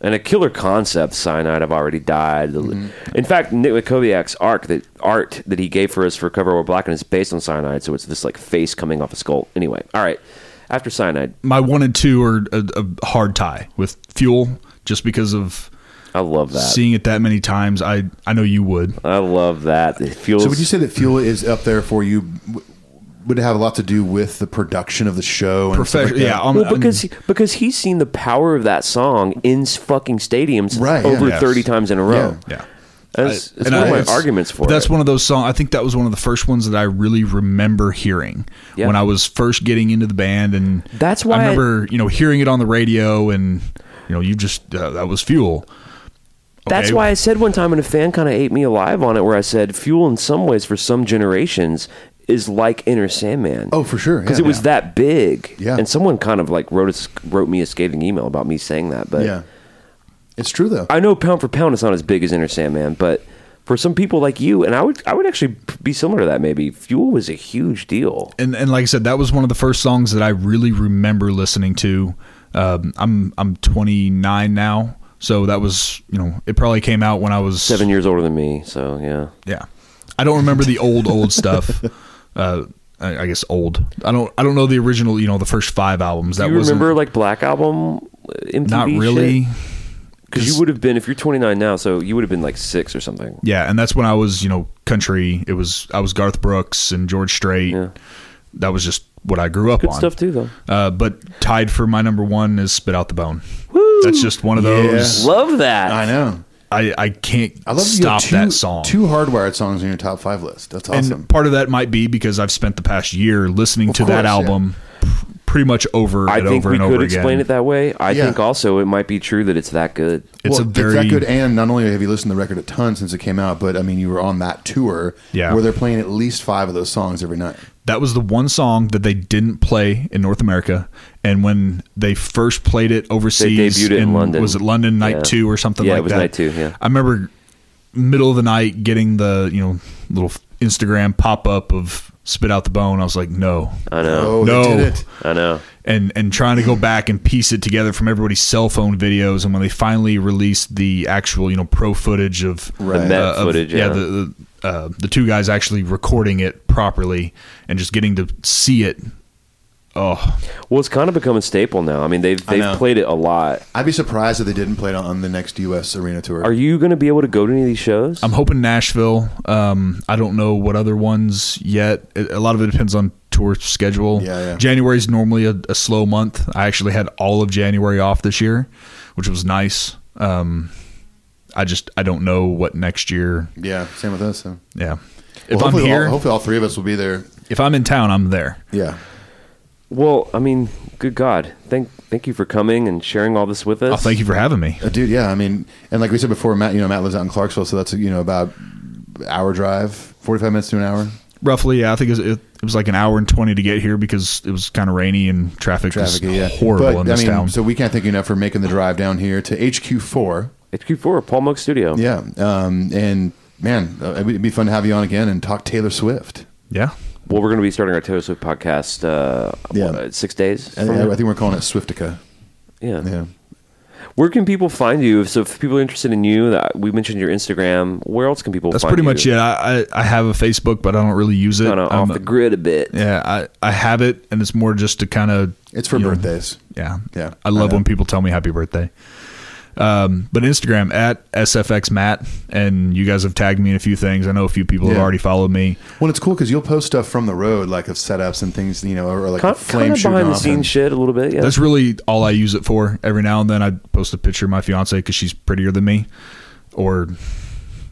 and a killer concept. Cyanide, I've already died. The- In fact, Nick Wikowiak's arc that art that he gave for us for Cover Over Black and is based on Cyanide, so it's this like face coming off a skull. Anyway, all right. After Cyanide, My one and two are a, a hard tie with Fuel, just because of I love that. seeing it that many times. I I know you would. I love that. It feels. So, would you say that Fuel is up there for you? W- Would it have a lot to do with the production of the show? And stuff Profession, like that? yeah. I'm- well, I'm- because he, because he's seen the power of that song in s- fucking stadiums Right, yeah. over Yes. thirty times in a row. yeah. That's, that's And one I- of my it's- arguments for but That's it. one of those songs. I think that was one of the first ones that I really remember hearing Yeah. when I was first getting into the band, and That's why I- I remember you know hearing it on the radio, and you know you just uh, that was fuel. That's Okay. why I said one time, and a fan kind of ate me alive on it, where I said fuel in some ways for some generations is like Inner Sandman. Oh, for sure. because yeah. it was that big. Yeah. and someone kind of like wrote us wrote me a scathing email about me saying that, but Yeah. It's true, though. I know pound for pound it's not as big as Inner Sandman, but for some people like you, and I would I would actually be similar to that. Maybe fuel was a huge deal. and and like I said, that was one of the first songs that I really remember listening to. Um, I'm I'm 29 now, so that was you know it probably came out when I was Seven years older than me, so yeah. Yeah, I don't remember the old old stuff. Uh, I, I guess old. I don't I don't know the original. You know the first five albums. That Do you wasn't- remember like Black Album? uh, MTV not really. because you would have been if you're 29 now, so you would have been like six or something. Yeah, and that's when I was, you know, country. It was I was Garth Brooks and George Strait. Yeah. That was just what I grew up Good on. stuff too, though. Uh, but tied for my number one is Spit Out the Bone. That's just one of those. Love that. I know. I, I can't I love you have stop two, that song. Two hardwired songs on your top five list. That's awesome. And part of that might be because I've spent the past year listening to course, that yeah. album p- pretty much over I and think over we and could over explain again. it that way. I Yeah. think also it might be true that it's that good. It's well, a very that good. And not only have you listened to the record a ton since it came out, but I mean, you were on that tour Yeah. where they're playing at least five of those songs every night. that was the one song that they didn't play in North America. And when they first played it overseas, debuted it in London. Was it London night Yeah. two or something Yeah, it like was that? night two, yeah. I remember middle of the night getting the you know little Instagram pop up of spit out the bone. I was like, no, I know. Oh, no. they did it. I know. And and trying to go back and piece it together from everybody's cell phone videos, and when they finally released the actual you know pro footage of uh, Right. Met of- footage, yeah. the, the uh, the two guys actually recording it properly and just getting to see it. Oh, Well, it's kind of become a staple now. I mean, they've I they've know. played it a lot. I'd be surprised if they didn't play it on the next U.S. arena tour. Are you going to be able to go to any of these shows? I'm hoping Nashville. Um, I don't know what other ones yet. A a lot of it depends on tour schedule. Yeah, yeah. January is normally a, a slow month. I actually had all of January off this year, which was nice. Um, I just I don't know what next year. yeah, same with us. So. Yeah, Well, if I'm hopefully here, all, hopefully all three of us will be there. if I'm in town, I'm there. Yeah, well, I mean, good God, thank thank you for coming and sharing all this with us. Oh, thank you for having me. Uh, dude. Yeah, I mean, and like we said before, Matt. You know, Matt lives out in Clarksville, so that's you know about hour drive, forty five minutes to an hour. Roughly, yeah, I think it was, it, it was like an hour and twenty to get here because it was kind of rainy and traffic, Traffic, was yeah, horrible But, in I this mean, town. So we can't thank you enough for making the drive down here to HQ4. HQ4 Paul Moak Studio. Yeah, um, and man, uh, it'd be fun to have you on again and talk Taylor Swift. yeah, Well, we're going to be starting our Taylor Swift podcast. Uh, Yeah. what, uh, six days. And from I now? I think we're calling it Swiftica. Yeah. Yeah. Where can people find you? If- So if people are interested in you, that we mentioned your Instagram. Where else can people? That's find pretty you? much it. I, I I have a Facebook, but I don't really use it. Kind of I'm- off the grid a bit. Yeah, I I have it, and it's more just to kind of. It's for birthdays. Yeah, Yeah, I love I know. when people tell me happy birthday. Um, but Instagram at sfx matt, and you guys have tagged me in a few things. I know a few people have Yeah. already followed me. Well, it's cool because you'll post stuff from the road, like of setups and things, you know, or like Kind, a flame kind of shooting behind the off scenes and- shit a little bit. Yeah. That's really all I use it for. Every now and then, I post a picture of my fiance because she's prettier than me, or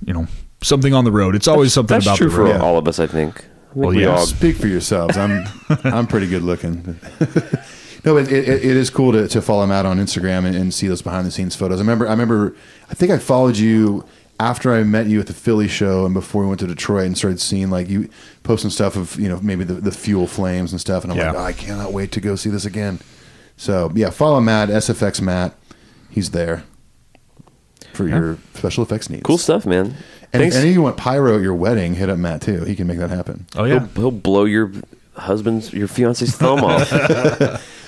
you know, something on the road. It's always something That's about true the for road. all of us, I think. I think Well, we yeah. all- Speak for yourselves. I'm I'm pretty good looking. no, but it, it, it is cool to, to follow him out on Instagram and, and see those behind the scenes photos. I remember I remember I think I followed you after I met you at the Philly show and before we went to Detroit and started seeing like you posting stuff of you know maybe the, the fuel flames and stuff and I'm like Yeah. "Oh, I cannot wait to go see this again. So yeah, follow Matt SFX Matt. He's there for your special effects needs. cool stuff, man. And Thanks. if any of you want pyro at your wedding, hit up Matt too. He can make that happen, Oh yeah, he'll, he'll blow your husband's, your fiance's thumb off.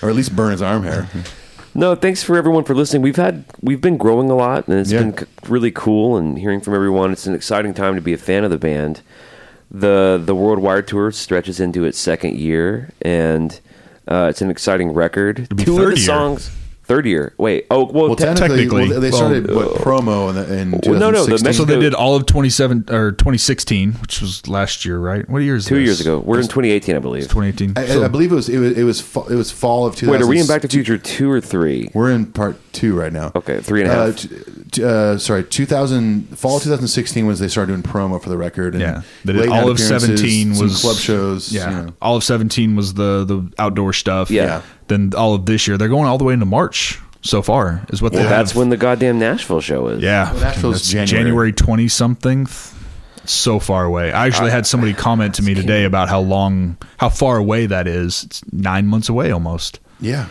or at least burn his arm hair. Mm-hmm. No, thanks for everyone for listening. We've had we've been growing a lot, and it's Yeah. been c- really cool and hearing from everyone. It's an exciting time to be a fan of the band. the The Worldwide tour stretches into its second year, and uh, it's an exciting record. be Two of third the year. songs, third year. Wait, oh well, Well, te- technically, technically. well, they started what, promo in, the, in Well, no, no, 2016. the so Mexico- they did all of twenty seven or twenty sixteen, which was last year, right? What year is two this? years ago. We're in 2018, I believe. Twenty eighteen. I- I, I believe it was it was it was fall, it was fall of 2000. Wait, are we in Back to Future two or three? We're in part two right now. Okay, three and a half. Uh, t- t- uh, sorry, 2000 fall 2016 was they started doing promo for the record. And Yeah, they did late all night of appearances, seventeen some was club shows. Yeah, you know. all of seventeen was the the outdoor stuff. Yeah. Yeah. then all of this year they're going all the way into March so far is what they Well, have. that's when the goddamn Nashville show is. yeah, Well, Nashville's That's January. January twenty something. So far away. I actually had somebody comment to me today about how long, how far away that is. It's nine months away almost. yeah.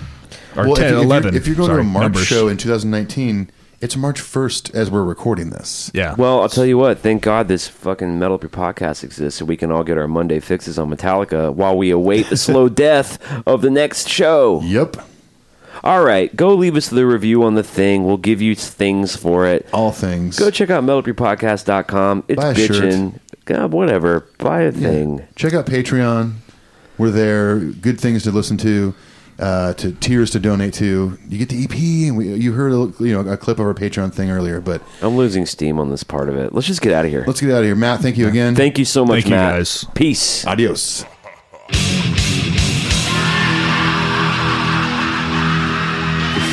Or well, 10, if, you- if 11, You're, if you're going sorry, to a March numbers. show in 2019, it's March 1st as we're recording this. Yeah. Well, I'll tell you what. Thank God this fucking Metal Up Your Podcast exists, so we can all get our Monday fixes on Metallica while we await the slow death of the next show. Yep. All right, go leave us the review on the thing. We'll give you things for it. All things. Go check out metalupyourpodcast.com. It's Buy a shirt. bitchin'. God, whatever. Buy a thing. Check out Patreon. We're there. Good things to listen to, uh, to tiers to donate to. You get the EP, and we, you heard a, you know a clip of our Patreon thing earlier. But I'm losing steam on this part of it. Let's just get out of here. let's get out of here, Matt. Thank you again. Thank you so much, Thank you, Matt. guys. Peace. Adios.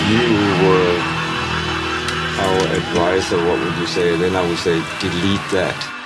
you were our advisor, what would you say? Then I would say delete that.